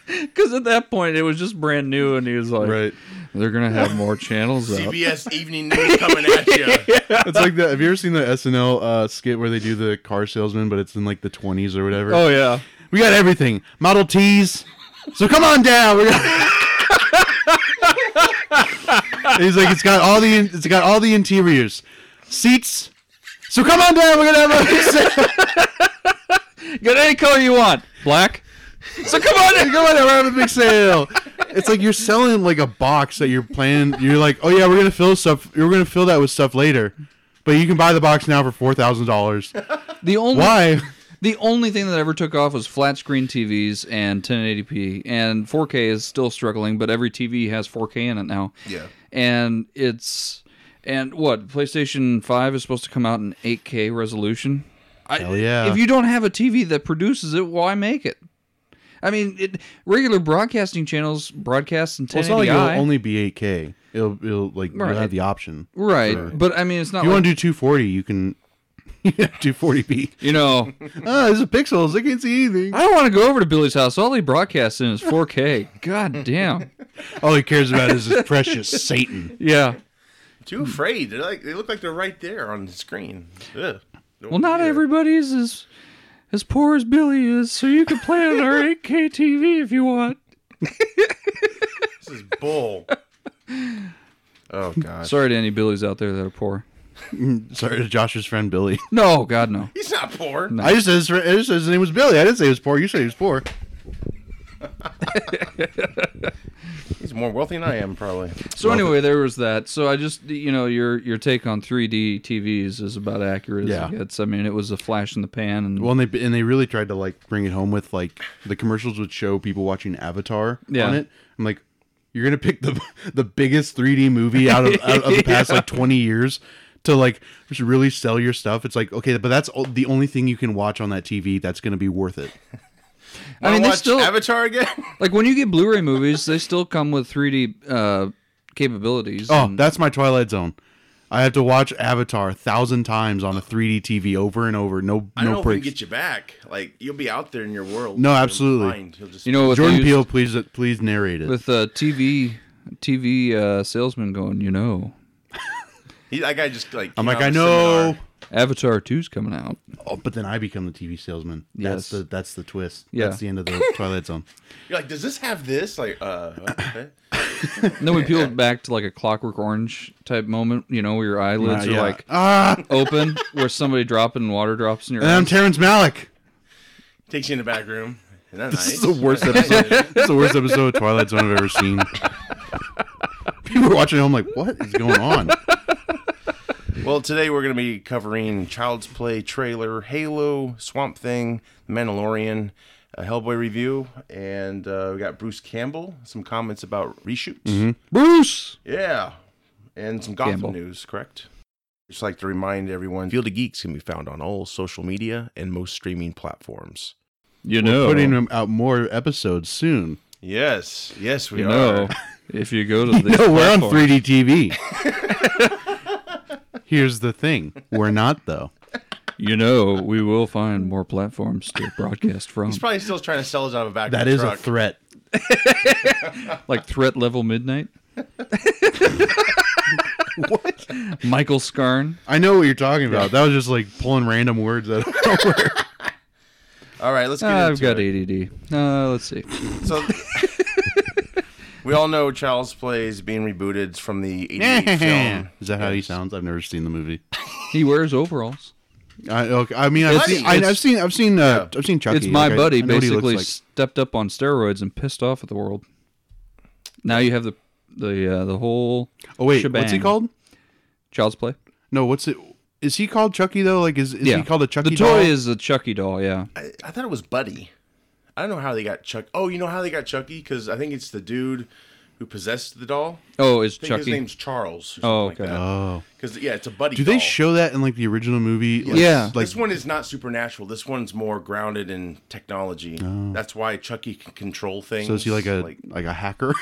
Speaker 2: Because at that point it was just brand new, and he was like, "They're gonna have more channels out."
Speaker 1: CBS Evening News coming at you.
Speaker 3: It's like that. Have you ever seen the SNL uh, skit where they do the car salesman, but it's in like the twenties or whatever?
Speaker 2: Oh yeah,
Speaker 3: we got everything. Model Ts. So come on down. We got. And he's like, it's got all the it's got all the interiors, seats. So come on down. We're gonna have a
Speaker 2: get any color you want, black.
Speaker 3: so come on down. Come on down. We're having a big sale. It's like you're selling like a box that you're planning. You're like, oh yeah, we're gonna fill stuff. We're gonna fill that with stuff later, but you can buy the box now for four thousand dollars.
Speaker 2: The only
Speaker 3: Why?
Speaker 2: The only thing that ever took off was flat screen TVs and 1080p, and 4K is still struggling, but every TV has 4K in it now.
Speaker 1: Yeah.
Speaker 2: and it's and what PlayStation 5 is supposed to come out in 8K resolution. I,
Speaker 3: Hell yeah.
Speaker 2: If you don't have a TV that produces it, why make it? I mean, it, regular broadcasting channels broadcast in 1080i.
Speaker 3: Well, it's not like it'll only be 8K. It'll it'll like
Speaker 2: Right.
Speaker 3: you'll have the option.
Speaker 2: right, but I mean, it's not.
Speaker 3: If you
Speaker 2: like,
Speaker 3: want to do 240, you can. You can have 240p.
Speaker 2: you know,
Speaker 3: Ah, there's a pixels. I can't see anything.
Speaker 2: I don't want to go over to Billy's house. All he broadcasts in is 4K. God damn.
Speaker 3: All he cares about is his precious Satan.
Speaker 2: Yeah.
Speaker 3: Hmm.
Speaker 1: Too afraid. They're like they look like they're right there on the screen. Ugh. Don't
Speaker 2: Well, not
Speaker 1: do that.
Speaker 2: everybody's as as poor as Billy is, so you can play on our 8K TV if you want.
Speaker 1: This is bull. oh god.
Speaker 2: Sorry to any Billys out there that are poor.
Speaker 3: Sorry to Josh's friend Billy.
Speaker 2: No, God, no.
Speaker 1: He's not poor.
Speaker 3: I just said his, fr- I just said his name was Billy. I didn't say he was poor. You said he was poor.
Speaker 1: He's more wealthy than I am, probably.
Speaker 2: So anyway, there was that. So I just, you know, your your take on 3D TVs is about accurate as
Speaker 3: Yeah.
Speaker 2: it gets. I mean, it was a flash in the pan, and
Speaker 3: Well, and they and they really tried to like bring it home with like the commercials would show people watching Avatar
Speaker 2: Yeah.
Speaker 3: on it. I'm like, you're gonna pick the the biggest 3D movie out of, out of the past like 20 years to like just really sell your stuff. It's like okay, but that's all, the only thing you can watch on that TV that's gonna be worth it.
Speaker 1: I
Speaker 2: I mean,
Speaker 1: mean,
Speaker 2: they
Speaker 1: watch
Speaker 2: still
Speaker 1: Avatar again.
Speaker 2: like when you get Blu-ray movies, they still come with 3D uh, capabilities.
Speaker 3: Oh,
Speaker 2: and-
Speaker 3: that's my Twilight Zone. I have to watch Avatar a thousand times on a 3D TV over and over. No,
Speaker 1: I
Speaker 3: no
Speaker 1: don't know if we
Speaker 3: breaks.
Speaker 1: can get you back. Like you'll be out there in your world.
Speaker 3: No,
Speaker 1: Your
Speaker 3: absolutely.
Speaker 1: mind, You'll just
Speaker 2: you know, what they
Speaker 3: Jordan
Speaker 2: used
Speaker 3: Peele, please, please narrate it.
Speaker 2: with uh, TV TV uh, salesman going, you know,
Speaker 1: he, that guy just like.
Speaker 3: I'm
Speaker 1: came
Speaker 3: like,
Speaker 1: out
Speaker 3: I
Speaker 1: of a
Speaker 3: know.
Speaker 1: seminar.
Speaker 2: Avatar 2's coming out.
Speaker 3: Oh, but then I become the TV salesman.
Speaker 2: Yes.
Speaker 3: That's the that's the twist.
Speaker 2: Yeah.
Speaker 3: That's the end of the Twilight Zone.
Speaker 1: You're like, does this have this? Like, uh, what? Okay.
Speaker 2: And then we peel it back to like a Clockwork Orange type moment, you know, where your eyelids
Speaker 3: Yeah.
Speaker 2: are like
Speaker 3: ah, and
Speaker 2: open, where somebody dropping water drops in your
Speaker 3: I'm
Speaker 2: eyes.
Speaker 3: Terrence Malick.
Speaker 1: takes you in the back room. Isn't that
Speaker 3: This is
Speaker 1: nice?
Speaker 3: the worst episode. this is the worst episode of Twilight Zone I've ever seen. People are watching at home like, what is going on?
Speaker 1: Well, today we're going to be covering Child's Play trailer, Halo, Swamp Thing, The Mandalorian, a Hellboy review, and uh, we got Bruce Campbell, some comments about reshoots.
Speaker 2: Bruce.
Speaker 1: Yeah. And some Gotham
Speaker 2: Mm-hmm. Campbell.
Speaker 1: news, correct? Just like to remind everyone Field of Geeks can be found on all social media and most streaming platforms.
Speaker 2: You
Speaker 3: We're putting out more episodes soon.
Speaker 1: Yes. Yes, we
Speaker 2: you
Speaker 1: are.
Speaker 2: know, if you go to the
Speaker 3: No, we're on 3D TV. Here's the thing: we're not though.
Speaker 2: you know, we will find more platforms to broadcast from,
Speaker 1: He's probably still trying to sell us out of a back.
Speaker 3: That
Speaker 1: of
Speaker 3: is
Speaker 1: the
Speaker 3: a
Speaker 1: truck.
Speaker 3: threat.
Speaker 2: like Threat Level Midnight.
Speaker 3: What?
Speaker 2: Michael Scarn.
Speaker 3: I know what you're talking about. That was just like pulling random words out of nowhere.
Speaker 1: All right, let's get
Speaker 2: Ah,
Speaker 1: into
Speaker 2: I've got
Speaker 1: it.
Speaker 2: ADD. Uh, let's see.
Speaker 1: So we all know Child's Play is being rebooted from the 88 film.
Speaker 3: Is that how he sounds? I've never seen the movie.
Speaker 2: He wears overalls.
Speaker 3: I, okay, I mean, I've
Speaker 1: It's-
Speaker 3: seen, I,
Speaker 2: it's-
Speaker 3: I've seen, I've seen, uh, I've seen Chucky.
Speaker 2: it's my
Speaker 3: like, I-
Speaker 2: buddy
Speaker 3: I know what he looks
Speaker 2: basically
Speaker 3: like.
Speaker 2: stepped up on steroids and pissed off at the world. Now you have the the uh, the whole
Speaker 3: Oh wait, what's he
Speaker 2: shebang.
Speaker 3: called?
Speaker 2: Child's Play.
Speaker 3: No, what's it? Is he called Chucky though? Like, is, is he called a Chucky?
Speaker 2: The toy
Speaker 3: doll?
Speaker 2: is a Chucky doll. Yeah,
Speaker 1: I, I thought it was Buddy. I don't know how they got Chuck. Oh, you know how they got Chucky? Because I think it's the dude who possessed the doll.
Speaker 2: Oh, is
Speaker 1: I think his
Speaker 2: Chucky?
Speaker 1: name's Charles. Or
Speaker 2: Oh,
Speaker 1: something
Speaker 2: okay.
Speaker 3: Oh,
Speaker 1: Because yeah, it's a buddy.
Speaker 3: do they
Speaker 1: doll.
Speaker 3: show that in like the original movie? Like,
Speaker 2: Yeah.
Speaker 3: like
Speaker 1: this one is not supernatural. This one's more grounded in technology. That's why Chucky can control things.
Speaker 3: Oh. so is he like a like, a hacker?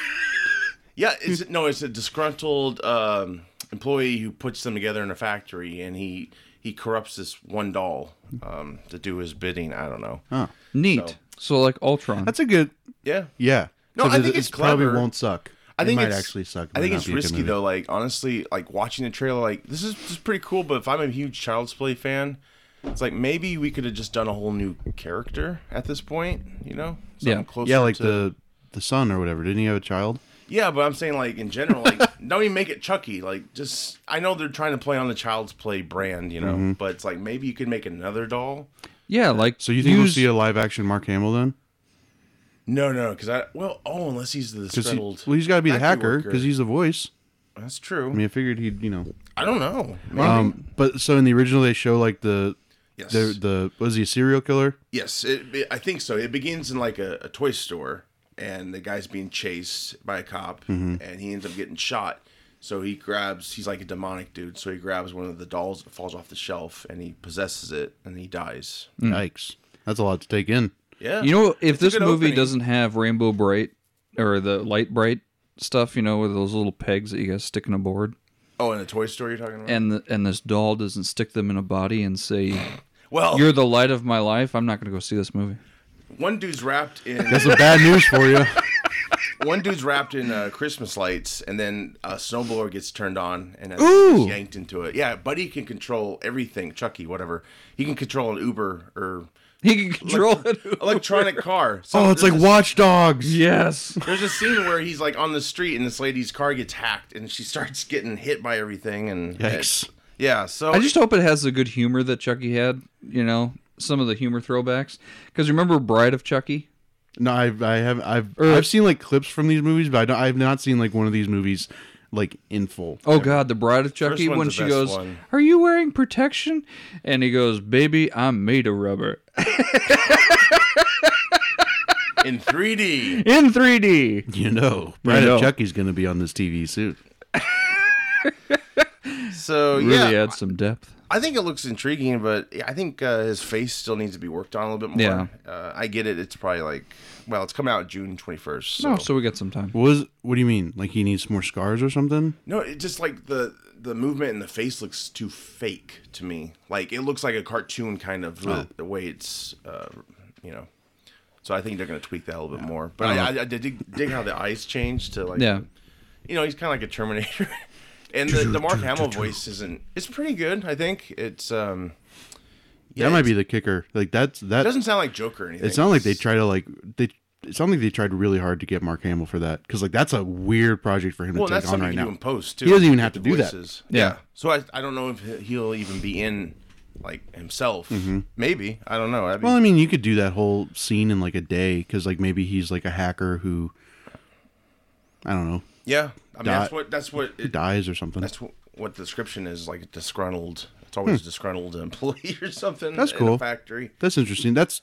Speaker 1: yeah? It's, no, it's a disgruntled um, employee who puts them together in a factory, and he he corrupts this one doll um, to do his bidding. I don't know.
Speaker 2: Neat. So, like Ultron.
Speaker 3: That's a good.
Speaker 1: Yeah,
Speaker 3: Yeah.
Speaker 1: No,
Speaker 3: 'Cause
Speaker 1: I
Speaker 3: it-
Speaker 1: think it's
Speaker 3: it probably
Speaker 1: clever.
Speaker 3: won't suck.
Speaker 1: I think
Speaker 3: it might
Speaker 1: it's,
Speaker 3: actually suck. It
Speaker 1: I
Speaker 3: might
Speaker 1: think
Speaker 3: not
Speaker 1: it's
Speaker 3: be a good
Speaker 1: risky
Speaker 3: movie.
Speaker 1: though. Like honestly, like watching the trailer, like this is this is pretty cool. But if I'm a huge Child's Play fan, it's like maybe we could have just done a whole new character at this point. You know, Something
Speaker 2: Yeah.
Speaker 1: closer
Speaker 3: Yeah, like
Speaker 1: to-
Speaker 3: the the son or whatever. Didn't he have a child?
Speaker 1: yeah. But I'm saying like in general, like don't even make it Chucky. Like just I know they're trying to play on the Child's Play brand, you know,
Speaker 3: Mm-hmm.
Speaker 1: but it's like maybe you could make another doll.
Speaker 2: yeah, like
Speaker 3: So you think we'll
Speaker 2: use-
Speaker 3: see a live action Mark Hamill then?
Speaker 1: No, no, because I well, oh, unless he's the
Speaker 3: Because he, well,
Speaker 1: disgruntled.
Speaker 3: he's got to be the
Speaker 1: factory
Speaker 3: hacker
Speaker 1: worker.
Speaker 3: because he's the voice.
Speaker 1: that's
Speaker 3: I
Speaker 1: true.
Speaker 3: mean, I figured he'd you know.
Speaker 1: I don't know. Maybe.
Speaker 3: Um, but so in the original they show like the
Speaker 1: yes.
Speaker 3: the the was he a serial killer?
Speaker 1: Yes, it, it- I think so. It begins in like a, a toy store, and the guy's being chased by a cop,
Speaker 3: Mm-hmm.
Speaker 1: and he ends up getting shot. So he grabs, he's like a demonic dude. So he grabs one of the dolls
Speaker 3: Mm.
Speaker 1: that falls off the shelf, and he possesses it, and he dies.
Speaker 3: Yikes, that's a lot to take in.
Speaker 1: Yeah.
Speaker 2: You know, if
Speaker 1: It's a
Speaker 2: this
Speaker 1: good
Speaker 2: movie
Speaker 1: opening.
Speaker 2: doesn't have rainbow bright or the light bright stuff, you know, with those little pegs that you guys stick in a board,
Speaker 1: Oh, in the Toy Story you're talking about.
Speaker 2: and the, and this doll doesn't stick them in a body and say,
Speaker 3: Oh.
Speaker 1: well,
Speaker 2: "You're the light of my life," I'm not going to go see this movie.
Speaker 1: one dude's wrapped in
Speaker 3: That's some bad news for you.
Speaker 1: one dude's wrapped in uh, Christmas lights, and then a snowblower gets turned on and is
Speaker 2: Ooh.
Speaker 1: yanked into it. Yeah, Buddy can control everything. Chucky, whatever, he can control an Uber or
Speaker 2: He can control it.
Speaker 1: electronic car. So
Speaker 3: Oh, it's
Speaker 1: there's
Speaker 3: like
Speaker 1: a-
Speaker 3: Watch Dogs.
Speaker 2: Yes.
Speaker 1: There's a scene where he's like on the street, and this lady's car gets hacked, and she starts getting hit by everything. And
Speaker 3: Yikes.
Speaker 1: yeah, so
Speaker 2: I just hope it has the good humor that Chucky had. You know, some of the humor throwbacks. Because remember Bride of Chucky?
Speaker 3: No, I've I have I've I've seen like clips from these movies, but I don't, I've not seen like one of these movies like in full.
Speaker 2: Oh God, the Bride of Chucky
Speaker 1: one's
Speaker 2: when
Speaker 1: the
Speaker 2: she
Speaker 1: best
Speaker 2: goes,
Speaker 1: one.
Speaker 2: "Are you wearing protection?" and he goes, "Baby, I'm made of rubber
Speaker 1: in 3D.
Speaker 2: in 3D."
Speaker 3: You know, Bride
Speaker 2: know.
Speaker 3: of Chucky's going to be on this TV soon.
Speaker 1: So yeah,
Speaker 2: Really adds some depth.
Speaker 1: I think it looks intriguing, but I think uh, his face still needs to be worked on a little bit more. Uh, I get it. It's probably like, well, it's coming out June 21st. So.
Speaker 2: Oh, so we got some time.
Speaker 3: What was what do you mean? Like he needs more scars or something?
Speaker 1: No, it just like the the movement in the face looks too fake to me. Like it looks like a cartoon kind of uh, the way it's, uh, you know. So I think they're gonna tweak that a little bit more. But I, I, I dig, dig how the eyes change to like,
Speaker 2: Yeah.
Speaker 1: you know, he's kind of like a Terminator. and the, the Mark Hamill voice isn't. It's pretty good. I think it's. um
Speaker 3: that might
Speaker 1: it's-
Speaker 3: be the kicker. Like that's
Speaker 1: It
Speaker 3: that.
Speaker 1: doesn't sound like Joker or anything.
Speaker 3: It sounds like they try to like they. It sounds like they tried really hard to get Mark Hamill for that because like that's a weird project for him
Speaker 1: Well,
Speaker 3: to
Speaker 1: that's
Speaker 3: take on
Speaker 1: something
Speaker 3: right
Speaker 1: you
Speaker 3: now.
Speaker 1: do in post too.
Speaker 3: He doesn't even
Speaker 1: with
Speaker 3: have to
Speaker 1: the
Speaker 3: do that.
Speaker 1: voices.
Speaker 2: Yeah.
Speaker 1: So I, I don't know if he- he'll even be in like himself. Maybe I don't know. I mean,
Speaker 3: Mm-hmm. Well, I mean, you could do that whole scene in like a day because like maybe he's like a hacker who I don't know
Speaker 1: yeah. I
Speaker 3: Dot-
Speaker 1: mean that's what that's what it,
Speaker 3: dies or something.
Speaker 1: that's what, what the description is like. a Disgruntled. It's always a disgruntled employee or something.
Speaker 3: Hmm. That's
Speaker 1: in a
Speaker 3: cool.
Speaker 1: factory.
Speaker 3: That's interesting. That's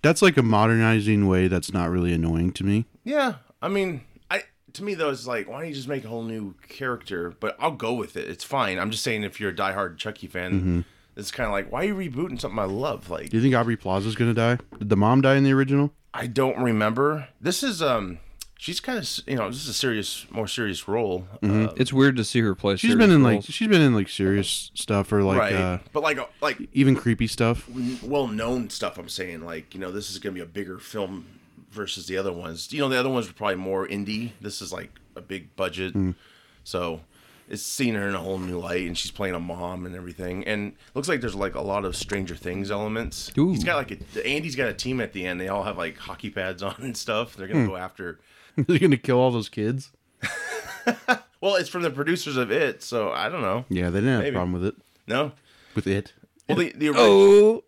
Speaker 3: that's like a modernizing way that's not really annoying to me.
Speaker 1: Yeah. I mean, I to me though it's like why don't you just make a whole new character? But I'll go with it. It's fine. I'm just saying if you're a diehard Chucky fan.
Speaker 3: Mm-hmm.
Speaker 1: It's kind of like why are you rebooting something I love? Like
Speaker 3: Do you think Aubrey Plaza's gonna die? Did the mom die in the original?
Speaker 1: I don't remember. This is um, she's kind of you know this is a serious, more serious role,
Speaker 3: Mm-hmm.
Speaker 1: uh,
Speaker 2: It's weird to see her play.
Speaker 3: She's been in like she's been in like serious stuff or like
Speaker 1: right?
Speaker 3: uh,
Speaker 1: but like a- like
Speaker 3: even creepy stuff.
Speaker 1: well known stuff. I'm saying like you know this is gonna be a bigger film versus the other ones. You know the other ones were probably more indie. This is like a big budget,
Speaker 3: Hmm.
Speaker 1: so it's seeing her in a whole new light, and she's playing a mom and everything. And looks like there's like a lot of Stranger Things elements.
Speaker 2: Ooh.
Speaker 1: He's got like a Andy's got a team at the end. They all have like hockey pads on and stuff. They're
Speaker 3: Hmm.
Speaker 1: gonna go after.
Speaker 3: They're gonna kill all those kids.
Speaker 1: Well, it's from the producers of it, so I don't know.
Speaker 3: Yeah, they didn't have
Speaker 1: Maybe.
Speaker 3: a problem with it.
Speaker 1: No.
Speaker 3: With it.
Speaker 1: Well, the the, ori-
Speaker 2: oh,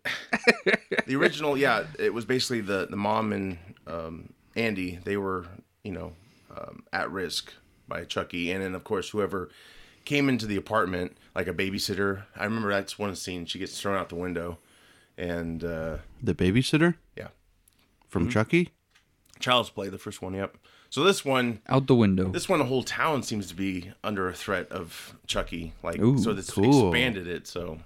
Speaker 1: the original, yeah, it was basically the the mom and um, Andy. They were you know um, at risk by Chucky, and then of course whoever came into the apartment like a babysitter. I remember that's one scene. She gets thrown out the window, and uh,
Speaker 3: The babysitter
Speaker 1: yeah, Mm-hmm.
Speaker 3: from Chucky.
Speaker 1: Child's Play, the first one. Yep. So this one,
Speaker 2: out the window.
Speaker 1: this one, the whole town seems to be under a threat of Chucky. Like
Speaker 2: Ooh,
Speaker 1: so, this
Speaker 3: cool.
Speaker 1: expanded it. So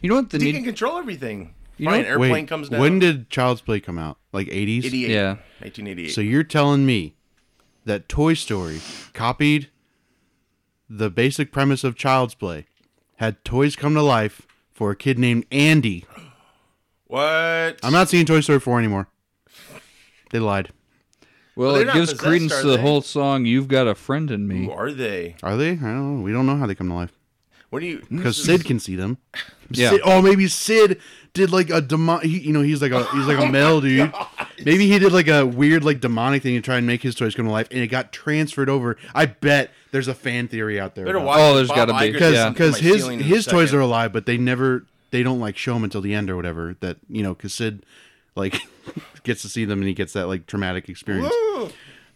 Speaker 2: You know what? The
Speaker 1: he can
Speaker 2: need-
Speaker 1: control everything.
Speaker 2: You
Speaker 1: Fine,
Speaker 2: know-
Speaker 1: airplane
Speaker 3: Wait,
Speaker 1: comes down.
Speaker 3: when did Child's Play come out? Like 80s?
Speaker 1: 88,
Speaker 2: Yeah.
Speaker 1: 1988.
Speaker 3: So you're telling me that Toy Story copied the basic premise of Child's Play, had toys come to life for a kid named Andy.
Speaker 1: What?
Speaker 3: I'm not seeing Toy Story 4 anymore. They lied.
Speaker 2: well,
Speaker 1: they're
Speaker 2: it
Speaker 1: not
Speaker 2: gives
Speaker 1: possessed,
Speaker 2: credence
Speaker 1: are
Speaker 2: to the
Speaker 1: they?
Speaker 2: whole song. You've got a friend in
Speaker 1: Who
Speaker 2: me.
Speaker 1: are they?
Speaker 3: Are they? I don't know. We don't know how they come to life
Speaker 1: What do you?
Speaker 3: because Sid can see them.
Speaker 2: Yeah.
Speaker 3: Sid- oh, maybe Sid did like a demon. He, you know, he's like a he's
Speaker 1: Oh
Speaker 3: like a male dude. Maybe he did like a weird like demonic thing to try and make his toys come to life, and it got transferred over. I bet there's a fan theory out there.
Speaker 1: Better
Speaker 3: about
Speaker 1: watch
Speaker 2: Oh,
Speaker 1: the
Speaker 2: there's
Speaker 1: Bob
Speaker 2: gotta
Speaker 1: Iger
Speaker 2: be.
Speaker 3: because
Speaker 1: system
Speaker 2: Yeah.
Speaker 3: because
Speaker 1: by
Speaker 3: his
Speaker 1: stealing in a
Speaker 3: his toys
Speaker 1: second.
Speaker 3: are alive, but they never they don't like show them until the end or whatever. That you know, because Sid like gets to see them and he gets that like traumatic experience.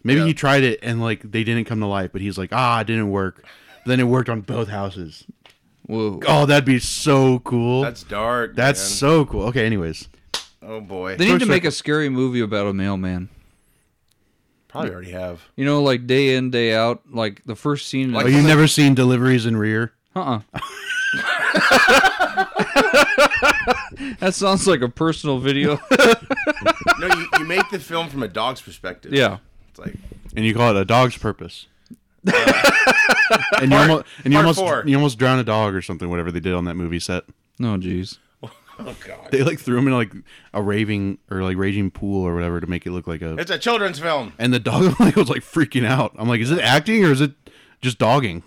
Speaker 3: Maybe he tried it and like they didn't come to life, but he's like, ah, it didn't work. Then it worked on both houses.
Speaker 2: Whoa.
Speaker 3: Oh, that'd be so cool. That's,
Speaker 1: That's dark. man.
Speaker 3: so cool. Okay, anyways,
Speaker 1: Oh boy.
Speaker 2: They
Speaker 3: Toy
Speaker 2: need to
Speaker 3: Story-
Speaker 2: make a scary movie about a mailman.
Speaker 1: probably already have.
Speaker 2: You know, like day in, day out, like uh-uh. the first scene.
Speaker 3: oh, you've never seen deliveries in rear?
Speaker 2: uh uh That sounds like a personal video.
Speaker 1: No, you, you make the film from a dog's perspective.
Speaker 2: yeah.
Speaker 1: It's like
Speaker 3: and you call it a dog's purpose. and you almost and you
Speaker 1: Uh, part
Speaker 3: almost
Speaker 1: four.
Speaker 3: you almost drown a dog or something. Whatever they did on that movie set,
Speaker 2: No, jeez.
Speaker 1: oh god.
Speaker 3: they like threw him in like a raving or like raging pool or whatever to make it look like a.
Speaker 1: It's a children's film.
Speaker 3: And the dog like, was like freaking out. I'm like, is it acting or is it just dogging?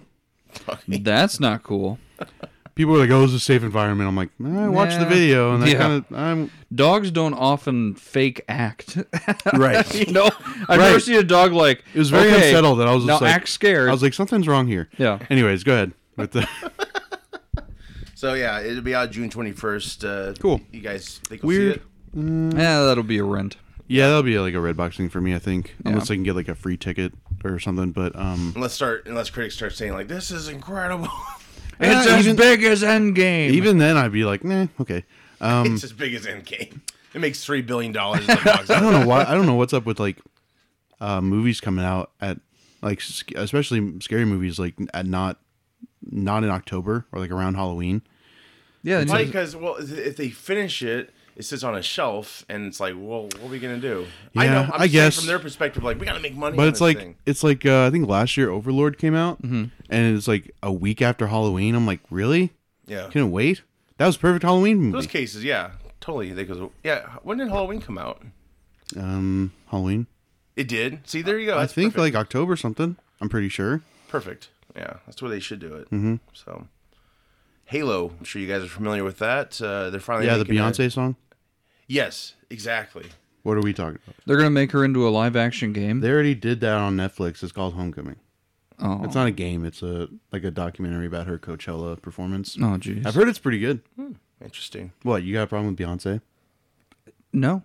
Speaker 2: That's not cool.
Speaker 3: People were like, "Oh, it's a safe environment." I'm like, "Nah, I watched the
Speaker 2: Nah.
Speaker 3: video and that
Speaker 2: Yeah.
Speaker 3: kind of I'm
Speaker 2: Dogs don't often fake act.
Speaker 3: right.
Speaker 2: you know, I've never
Speaker 3: Right.
Speaker 2: seen a dog like.
Speaker 3: It was very
Speaker 2: okay,
Speaker 3: unsettled that I was just
Speaker 2: now
Speaker 3: like,
Speaker 2: act scared.
Speaker 3: I was like, something's wrong here.
Speaker 2: Yeah.
Speaker 3: Anyways, go ahead with the
Speaker 1: So yeah, it'll be out June twenty first. Uh,
Speaker 3: Cool.
Speaker 1: You guys think we'll
Speaker 3: weird.
Speaker 1: see it?
Speaker 2: yeah, that'll be a rent.
Speaker 3: Yeah, that'll be like a red box thing for me, I think.
Speaker 2: Yeah.
Speaker 3: Unless I can get like a free ticket or something. But um
Speaker 1: Unless start unless critics start saying like this is incredible.
Speaker 3: Yeah,
Speaker 2: it's as
Speaker 3: even-
Speaker 2: big as Endgame.
Speaker 3: even then I'd be like, nah, okay. Um
Speaker 1: it's as big as Endgame. It makes three billion dollars. at the box
Speaker 3: I
Speaker 1: office.
Speaker 3: don't know why I don't know what's up with like uh movies coming out at like sc- especially scary movies like at not not in October or like around Halloween.
Speaker 2: yeah,
Speaker 1: Probably
Speaker 2: it's,
Speaker 1: because well, if they finish it, it sits on a shelf, and it's like, well, what are we gonna do? I
Speaker 3: Yeah,
Speaker 1: know. I'm
Speaker 3: I
Speaker 1: just saying
Speaker 3: guess.
Speaker 1: from their perspective, like we gotta make money.
Speaker 3: But
Speaker 1: on
Speaker 3: it's
Speaker 1: this
Speaker 3: like
Speaker 1: thing.
Speaker 3: it's like uh, I think last year Overlord came out
Speaker 2: Mm-hmm.
Speaker 3: and it's like a week after Halloween. I'm like, really?
Speaker 1: yeah,
Speaker 3: Can it wait? That was a perfect Halloween movie.
Speaker 1: those cases, yeah, totally. They goes, yeah. When did Halloween come out?
Speaker 3: um Halloween.
Speaker 1: It did. See, there you go.
Speaker 3: I
Speaker 1: That's
Speaker 3: think
Speaker 1: perfect.
Speaker 3: like October something. I'm pretty sure.
Speaker 1: Perfect. Yeah, that's where they should do it. Mm-hmm. So, Halo. I'm sure you guys are familiar with that. Uh, they're finally
Speaker 3: Yeah, the
Speaker 1: making a-
Speaker 3: Beyonce song.
Speaker 1: yes, exactly.
Speaker 3: What are we talking about?
Speaker 2: they're gonna make her into a live action game.
Speaker 3: They already did that on Netflix. It's called Homecoming.
Speaker 2: oh,
Speaker 3: It's not a game. It's a like a documentary about her Coachella performance.
Speaker 2: oh, jeez.
Speaker 3: I've heard it's pretty good.
Speaker 1: Interesting.
Speaker 3: What you got a problem with Beyonce?
Speaker 2: no.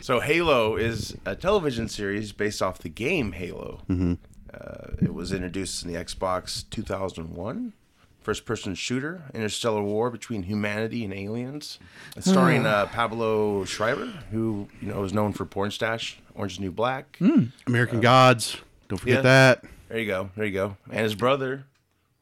Speaker 1: So, Halo is a television series based off the game Halo. Mm-hmm. Uh, it was introduced in the Xbox 2001. First person shooter, interstellar war between humanity and aliens. It's
Speaker 3: Hmm.
Speaker 1: starring uh, Pablo Schreiber, who you know is known for Porn Stash, Orange is the New Black.
Speaker 3: Hmm. American Gods. Don't forget
Speaker 1: yeah.
Speaker 3: that.
Speaker 1: There you go. There you go. And his brother.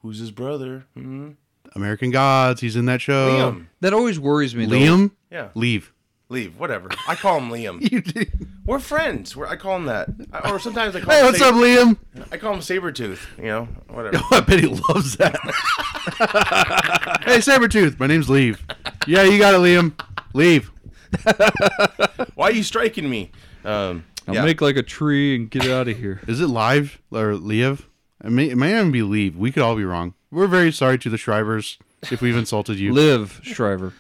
Speaker 1: Who's his brother?
Speaker 3: Uh.
Speaker 1: Hmm.
Speaker 3: American Gods. He's in that show.
Speaker 1: Liam.
Speaker 2: That always worries me. though.
Speaker 3: Liam.
Speaker 1: Yeah.
Speaker 3: Leave.
Speaker 1: Leave. Whatever. I call him Liam.
Speaker 3: You did.
Speaker 1: We're friends. We're, I call him that. I, or sometimes I call
Speaker 3: Hey,
Speaker 1: him
Speaker 3: what's up, Liam?
Speaker 1: I call him Sabretooth. You know, whatever.
Speaker 3: I bet he loves that. hey, Sabretooth. My name's Leave. Yeah, you got it, Liam. Leave.
Speaker 1: Why are you striking me? Um,
Speaker 2: I'll
Speaker 1: yeah.
Speaker 2: make like a tree and get out of here.
Speaker 3: Is it live or live? It may, it may even be leave. We could all be wrong. We're very sorry to the Shrivers if we've insulted you.
Speaker 2: Live Shriver.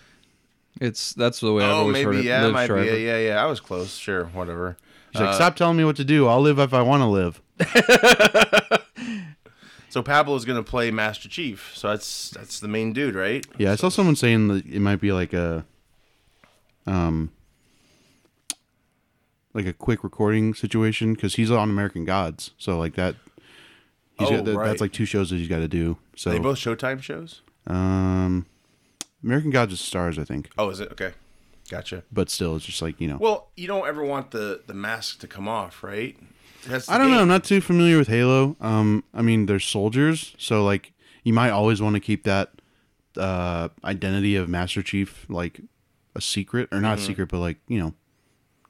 Speaker 2: It's that's the way I've
Speaker 1: oh,
Speaker 2: always heard
Speaker 1: maybe
Speaker 2: it.
Speaker 1: yeah,
Speaker 2: Liv
Speaker 1: might
Speaker 2: Shriver.
Speaker 1: be. Yeah, yeah. I was close. Sure, whatever.
Speaker 3: He's
Speaker 1: Uh,
Speaker 3: like, stop telling me what to do. I'll live if I want to live.
Speaker 1: So Pablo's gonna play Master Chief. So that's that's the main dude, right?
Speaker 3: Yeah, I saw someone saying that it might be like a, um, like a quick recording situation because he's on American Gods, so like that. he's
Speaker 1: Oh,
Speaker 3: got, that,
Speaker 1: right.
Speaker 3: That's like two shows that he's got to do. So
Speaker 1: They both Showtime shows.
Speaker 3: um, American Gods is stars, I think,
Speaker 1: Oh, is it okay? Gotcha.
Speaker 3: but still, it's just like you know.
Speaker 1: Well, you don't ever want the the mask to come off, right? That's the
Speaker 3: I don't know.
Speaker 1: game.
Speaker 3: I'm not too familiar with Halo. Um, I mean, they're soldiers, so like you might always want to keep that uh, identity of Master Chief like a secret, or
Speaker 2: Mm-hmm.
Speaker 3: not a secret, but like you know,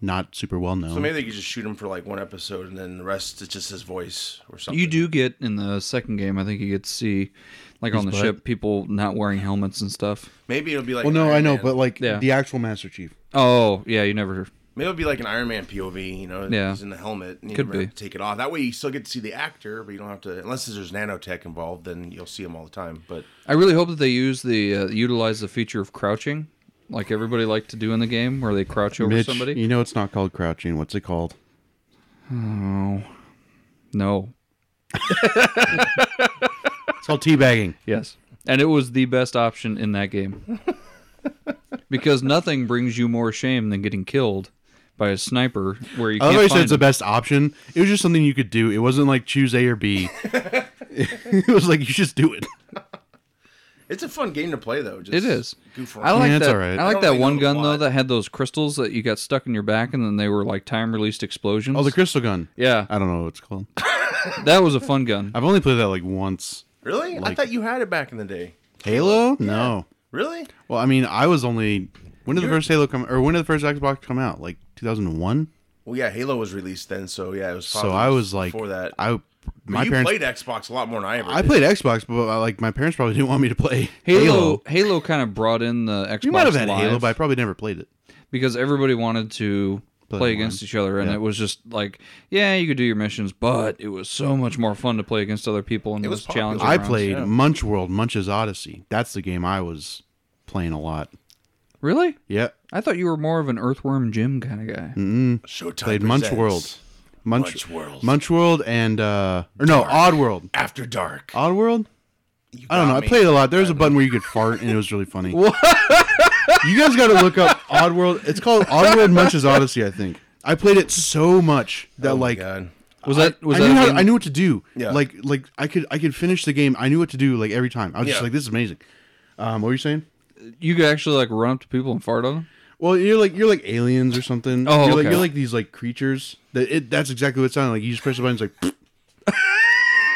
Speaker 3: not super well known.
Speaker 1: So maybe they could just shoot him for like one episode, and then the rest it's just his voice or something.
Speaker 2: You do get in the second game. I think you get to see, like on the
Speaker 3: butt?
Speaker 2: ship, people not wearing helmets and stuff.
Speaker 1: Maybe it'll be like.
Speaker 3: well,
Speaker 1: an
Speaker 3: no,
Speaker 1: Iron
Speaker 3: I know,
Speaker 1: Man.
Speaker 3: but like
Speaker 2: Yeah.
Speaker 3: the actual Master Chief.
Speaker 2: Oh yeah, you never.
Speaker 1: maybe it'll be like an Iron Man POV. You know,
Speaker 2: Yeah.
Speaker 1: he's in the helmet. And you
Speaker 2: Could
Speaker 1: never have
Speaker 2: be.
Speaker 1: to take it off. That way, you still get to see the actor, but you don't have to. Unless there's nanotech involved, then you'll see him all the time. But
Speaker 2: I really hope that they use the uh, utilize the feature of crouching, like everybody liked to do in the game, where they crouch over
Speaker 3: Mitch,
Speaker 2: somebody.
Speaker 3: you know, it's not called crouching. What's it called?
Speaker 2: No.
Speaker 3: It's called teabagging.
Speaker 2: Yes. And it was the best option in that game. because nothing brings you more shame than getting killed by a sniper where you
Speaker 3: I
Speaker 2: can't
Speaker 3: always
Speaker 2: find
Speaker 3: said it's the
Speaker 2: him.
Speaker 3: best option. It was just something you could do. It wasn't like choose A or B. it was like you just do it.
Speaker 1: it's a fun game to play, though. Just
Speaker 2: It is.
Speaker 1: Goof around.
Speaker 2: I like
Speaker 3: Yeah, it's
Speaker 2: that.
Speaker 3: alright.
Speaker 2: I
Speaker 1: I
Speaker 2: like
Speaker 1: don't
Speaker 2: that
Speaker 1: really
Speaker 2: one
Speaker 1: know
Speaker 2: gun
Speaker 1: why.
Speaker 2: though that had those crystals that you got stuck in your back, and then they were like time released explosions.
Speaker 3: Oh, the crystal gun.
Speaker 2: yeah,
Speaker 3: I don't know what it's called.
Speaker 2: that was a fun gun.
Speaker 3: I've only played that like once.
Speaker 1: really. I
Speaker 3: Like-
Speaker 1: thought you had it back in the day.
Speaker 3: Halo? No.
Speaker 1: Really?
Speaker 3: Well, I mean, I was only when did the
Speaker 1: You're-
Speaker 3: first Halo come or when did the first Xbox come out? Like 2001.
Speaker 1: Well, yeah, Halo was released then, so yeah, it was.
Speaker 3: So
Speaker 1: probably
Speaker 3: I was like,
Speaker 1: before that.
Speaker 3: I
Speaker 1: But
Speaker 3: my
Speaker 1: you
Speaker 3: parents.
Speaker 1: played Xbox a lot more than I ever.
Speaker 3: I
Speaker 1: did.
Speaker 3: played Xbox, but uh, like my parents probably didn't want me to play
Speaker 2: Halo,
Speaker 3: Halo.
Speaker 2: Halo, kind of brought in the Xbox
Speaker 3: We might have had
Speaker 2: Live
Speaker 3: Halo, but I probably never played it.
Speaker 2: because everybody wanted to play,
Speaker 3: online.
Speaker 2: against each other, and
Speaker 3: Yeah.
Speaker 2: it was just like, yeah, you could do your missions, but it was so much more fun to play against other people and
Speaker 1: It
Speaker 2: it
Speaker 1: was
Speaker 2: was
Speaker 1: popular.
Speaker 2: challenging.
Speaker 3: I
Speaker 2: rounds.
Speaker 3: played
Speaker 1: yeah.
Speaker 3: Munch World, Munch's Odyssey. That's the game I was playing a lot.
Speaker 2: Really?
Speaker 3: Yeah,
Speaker 2: I thought you were more of an Earthworm Jim kind of guy.
Speaker 3: Mm.
Speaker 1: Showtime
Speaker 3: played Munch
Speaker 1: presents
Speaker 3: World, Munch,
Speaker 1: Munch World.
Speaker 3: Munch World, and uh, or no, Odd World,
Speaker 1: After Dark.
Speaker 3: Odd World.
Speaker 1: You
Speaker 3: I don't
Speaker 1: got
Speaker 3: know. I
Speaker 1: me.
Speaker 3: played a lot. There was a button where you could fart, and it was really funny. you guys got to look up Oddworld. It's called Oddworld Munch's Odyssey, I think. I played it so much that
Speaker 1: Oh my
Speaker 3: like
Speaker 1: God.
Speaker 2: Was that
Speaker 3: I
Speaker 2: was that?
Speaker 3: knew
Speaker 2: a
Speaker 3: how,
Speaker 2: game-
Speaker 3: I knew what to do.
Speaker 1: Yeah.
Speaker 3: Like like I could I could finish the game. I knew what to do like every time. I was
Speaker 1: Yeah.
Speaker 3: just like, this is amazing. Um, what were you saying?
Speaker 2: you could actually like run up to people and fart on them.
Speaker 3: Well, you're like you're like aliens or something.
Speaker 2: Oh,
Speaker 3: you're, like,
Speaker 2: okay.
Speaker 3: you're like these like creatures. That it that's exactly what it sounded like. You just press the button, it's like.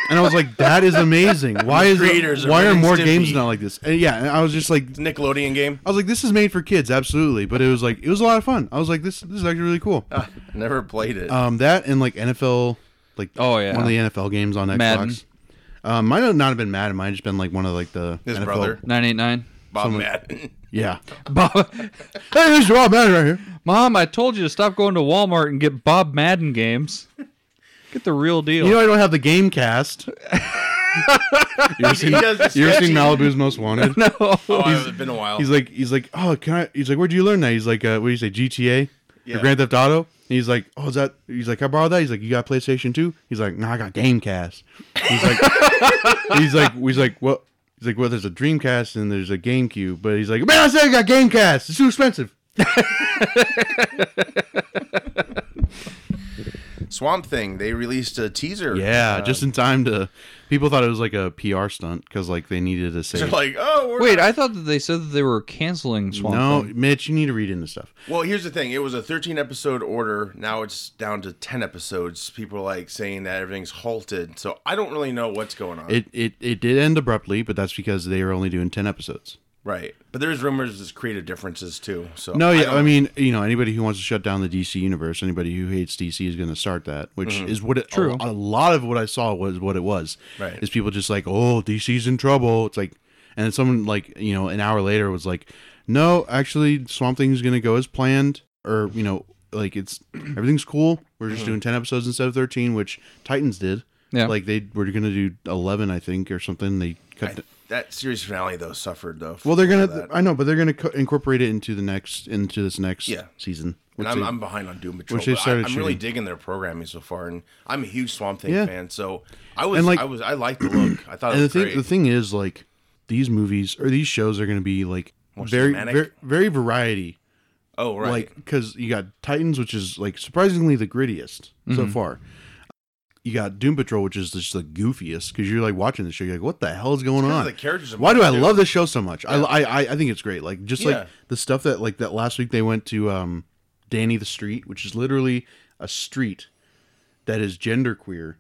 Speaker 3: And I was like, "That is amazing! Why is
Speaker 1: creators
Speaker 3: it,
Speaker 1: are
Speaker 3: why are
Speaker 1: really
Speaker 3: more games
Speaker 1: stimpy.
Speaker 3: not like this?" And yeah, and I was just like,
Speaker 1: It's a Nickelodeon game.
Speaker 3: I was like, this is made for kids, absolutely. But it was like, it was a lot of fun. I was like, this this is actually really cool.
Speaker 2: Ah.
Speaker 1: Never played it.
Speaker 3: Um, that and like NFL, like
Speaker 2: Oh, yeah.
Speaker 3: one of the NFL games on Xbox.
Speaker 2: Madden.
Speaker 3: Um, might not have been Madden. Might have just been like one of like the
Speaker 1: His
Speaker 3: NFL.
Speaker 1: brother.
Speaker 2: Nine eight nine.
Speaker 1: Bob Madden.
Speaker 3: Yeah.
Speaker 2: Bob,
Speaker 3: hey, this is Rob Madden right here.
Speaker 2: Mom, I told you to stop going to Walmart and get Bob Madden games. Get the real deal.
Speaker 3: You know I don't have the game cast. you ever
Speaker 1: He
Speaker 3: seen,
Speaker 1: does the
Speaker 3: you ever seen
Speaker 1: stretching.
Speaker 3: Malibu's Most Wanted?
Speaker 1: Oh, I haven't been a while.
Speaker 3: He's like, he's like, oh, can I? He's like, where'd you learn that? He's like, uh, what do you say, GTA
Speaker 1: Yeah.
Speaker 3: or Grand Theft Auto? And he's like, oh, is that? He's like, I borrowed that. He's like, you got PlayStation 2? He's like, no, I got GameCast. He's like, he's like, he's like, well, he's like, well, there's a Dreamcast and there's a GameCube, but he's like, man, I said I got GameCast. It's too expensive.
Speaker 1: Swamp Thing. They released a teaser.
Speaker 3: Yeah,
Speaker 1: Uh,
Speaker 3: just in time to. People thought it was like a PR stunt because like they needed to
Speaker 1: they're
Speaker 3: say.
Speaker 1: like, oh, we're
Speaker 2: Wait, I thought that they said that they were canceling Swamp
Speaker 3: No,
Speaker 2: Thing.
Speaker 3: Mitch, you need to read into stuff.
Speaker 1: Well, here's the thing. It was a 13 episode order. Now it's down to 10 episodes. People are like saying that everything's halted. So I don't really know what's going on.
Speaker 3: It it it did end abruptly, but that's because they were only doing ten episodes.
Speaker 1: right. But there's rumors there's creative differences too. So
Speaker 3: No, yeah,
Speaker 1: don't-
Speaker 3: I, mean, you know, anybody who wants to shut down the DC universe, anybody who hates DC is going to start that, which
Speaker 1: Mm-hmm.
Speaker 3: is what it,
Speaker 2: True.
Speaker 3: A, a lot of what I saw was what it was.
Speaker 1: Right.
Speaker 3: is people just like, oh, DC's in trouble. It's like, and then someone like you know, an hour later was like, no, actually, Swamp Thing's going to go as planned, or you know, like it's everything's cool. We're
Speaker 1: Mm-hmm.
Speaker 3: just doing ten episodes instead of thirteen, which Titans did.
Speaker 2: Yeah.
Speaker 3: like they were going to do eleven, I think, or something. They cut.
Speaker 1: I-
Speaker 3: it-
Speaker 1: that series finale though suffered though.
Speaker 3: well, they're gonna.
Speaker 1: for that.
Speaker 3: I know, but they're gonna co- incorporate it into the next into this next
Speaker 1: Yeah.
Speaker 3: season.
Speaker 1: And
Speaker 3: which
Speaker 1: I'm,
Speaker 3: they-
Speaker 1: I'm behind on Doom Patrol.
Speaker 3: which they
Speaker 1: but I,
Speaker 3: started
Speaker 1: I'm really
Speaker 3: shooting.
Speaker 1: digging their programming so far, and I'm a huge Swamp Thing
Speaker 3: Yeah.
Speaker 1: fan. So I was,
Speaker 3: And, like-
Speaker 1: I was, I liked the look. I thought it
Speaker 3: and the
Speaker 1: was
Speaker 3: thing
Speaker 1: great.
Speaker 3: the thing is like these movies or these shows are going to be like very,
Speaker 1: thematic?
Speaker 3: very very variety
Speaker 1: oh right,
Speaker 3: like because you got titans which is like surprisingly the grittiest
Speaker 1: Mm-hmm.
Speaker 3: so far you got doom patrol which is just the goofiest because you're like watching the show you're like what the hell is going
Speaker 1: 'cause
Speaker 3: on
Speaker 1: the characters are
Speaker 3: why do
Speaker 1: more
Speaker 3: i
Speaker 1: too.
Speaker 3: love this show so much I I, I i think it's great like just
Speaker 1: Yeah.
Speaker 3: like the stuff that like that last week they went to um danny the street which is literally a street that is genderqueer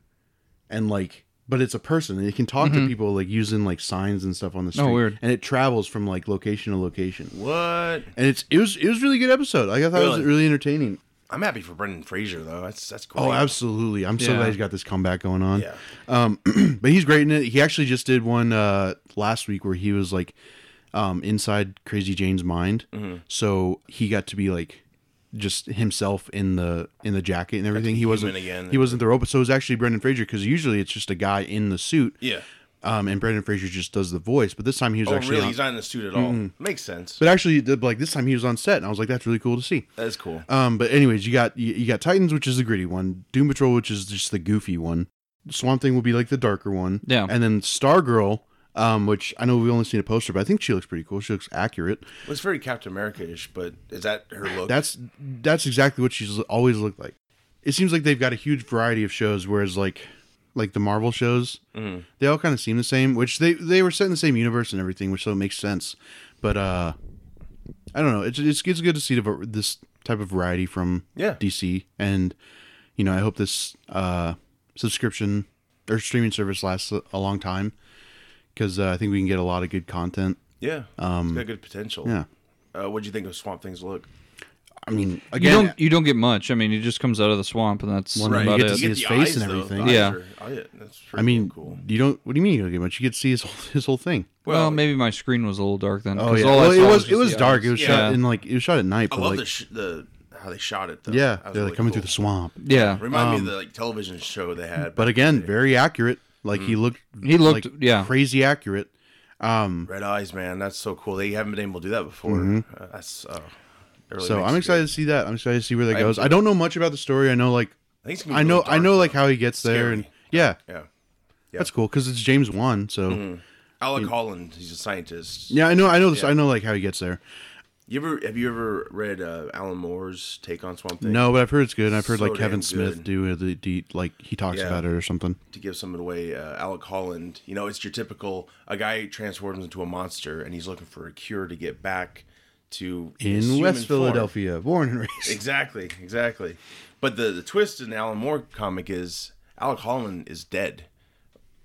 Speaker 3: and like but it's a person and it can talk
Speaker 1: Mm-hmm.
Speaker 3: to people like using like signs and stuff on the
Speaker 1: Oh,
Speaker 3: street
Speaker 2: weird.
Speaker 3: and it travels from like location to location
Speaker 1: what?
Speaker 3: and it's it was it was a really good episode like i thought it was
Speaker 1: Really?
Speaker 3: really entertaining
Speaker 1: I'm happy for Brendan Fraser though. That's that's cool.
Speaker 3: oh absolutely i'm so
Speaker 2: Yeah.
Speaker 3: glad he's got this comeback going on
Speaker 1: Yeah.
Speaker 3: um but he's great in it he actually just did one uh last week where he was like um inside crazy jane's mind
Speaker 1: Mm-hmm.
Speaker 3: so he got to be like just himself in the in the jacket and everything he wasn't
Speaker 1: human again.
Speaker 3: he wasn't the robot so it was actually brendan fraser because usually it's just a guy in the suit
Speaker 1: Yeah.
Speaker 3: um, and Brendan Fraser just does the voice. But this time he was
Speaker 1: Oh
Speaker 3: actually,
Speaker 1: really?
Speaker 3: on- Mm-hmm.
Speaker 1: He's not in the suit at all. Makes sense.
Speaker 3: but actually, the- like this time he was on set, and I was like, that's really cool to see.
Speaker 1: That's cool.
Speaker 3: Um, but anyways, you got you, you got Titans, which is the gritty one, Doom Patrol, which is just the goofy one, Swamp Thing will be like the darker one,
Speaker 2: Yeah.
Speaker 3: and then Stargirl, um, which I know we've only seen a poster, but I think she looks pretty cool. She looks accurate.
Speaker 1: It was very Captain America-ish, but is that her look?
Speaker 3: That's that's exactly what she's always looked like. It seems like they've got a huge variety of shows, whereas like like the Marvel shows, they all kind of seem the same. Which they they were set in the same universe and everything, which so it makes sense. But uh, I don't know. It's it's, it's good to see the, this type of variety from
Speaker 1: Yeah.
Speaker 3: DC, and you know I hope this uh subscription or streaming service lasts a, a long time because uh, I think we can get a lot of good content.
Speaker 1: Yeah. Um, it's got good potential.
Speaker 3: yeah.
Speaker 1: Uh, what do you think of Swamp Thing's look?
Speaker 3: I mean,
Speaker 2: You
Speaker 3: again,
Speaker 2: don't you don't get much. I mean, he just comes out of the swamp, and that's
Speaker 3: Well, no, you
Speaker 2: about
Speaker 3: get to
Speaker 2: it.
Speaker 3: see- his face and everything.
Speaker 2: Yeah.
Speaker 1: oh,
Speaker 3: I mean, you don't. What do you mean you don't get much? You get to see his whole- his whole thing.
Speaker 2: well,
Speaker 1: well,
Speaker 2: maybe my screen was a little dark then.
Speaker 3: Oh
Speaker 2: 'cause
Speaker 3: yeah,
Speaker 2: all I
Speaker 3: well, it
Speaker 2: saw
Speaker 3: was
Speaker 2: just
Speaker 3: it was
Speaker 2: the
Speaker 3: dark.
Speaker 2: eyes.
Speaker 3: It was
Speaker 1: Yeah.
Speaker 3: shot in like it was shot at night.
Speaker 1: I
Speaker 3: But
Speaker 1: love
Speaker 3: like,
Speaker 1: the, sh- the how they shot it. Though.
Speaker 3: yeah,
Speaker 1: That
Speaker 3: they're
Speaker 1: was
Speaker 3: like
Speaker 1: really
Speaker 3: coming through
Speaker 1: cool.
Speaker 3: the swamp.
Speaker 2: Yeah,
Speaker 1: Remind me of the like television show they had.
Speaker 3: But again, very accurate. Like
Speaker 1: Mm.
Speaker 3: he looked,
Speaker 2: He looked-
Speaker 3: like,
Speaker 2: yeah.
Speaker 3: crazy accurate.
Speaker 1: Red Eyes, man, that's so cool. They haven't been able to do that before. Uh, that's uh, it really
Speaker 3: Mm-hmm. so
Speaker 1: makes
Speaker 3: I'm
Speaker 1: it
Speaker 3: excited
Speaker 1: good.
Speaker 3: to see that. I'm excited to see where that
Speaker 1: I-
Speaker 3: goes. I don't know much about the story. I know like
Speaker 1: I, think it's gonna be
Speaker 3: I know
Speaker 1: really
Speaker 3: I
Speaker 1: dark,
Speaker 3: know like
Speaker 1: though.
Speaker 3: how he gets there and yeah,
Speaker 1: yeah. Mm-hmm.
Speaker 3: that's cool because it's James Wan. So
Speaker 1: Alec Holland, he's a scientist.
Speaker 3: yeah, I know I know this. I know like how he gets there.
Speaker 1: You ever have you ever read uh, Alan Moore's take on Swamp Thing?
Speaker 3: No, but I've heard it's good. and I've heard
Speaker 1: So
Speaker 3: like Kevin
Speaker 1: damn
Speaker 3: Smith
Speaker 1: good.
Speaker 3: do the, the like he talks
Speaker 1: Yeah.
Speaker 3: about it or something.
Speaker 1: To give some of the way, uh, Alec Holland, you know, it's your typical a guy transforms into a monster and he's looking for a cure to get back to his
Speaker 3: In
Speaker 1: human
Speaker 3: West
Speaker 1: form.
Speaker 3: Philadelphia, born and raised.
Speaker 1: Exactly, exactly. But the the twist in the Alan Moore comic is Alec Holland is dead.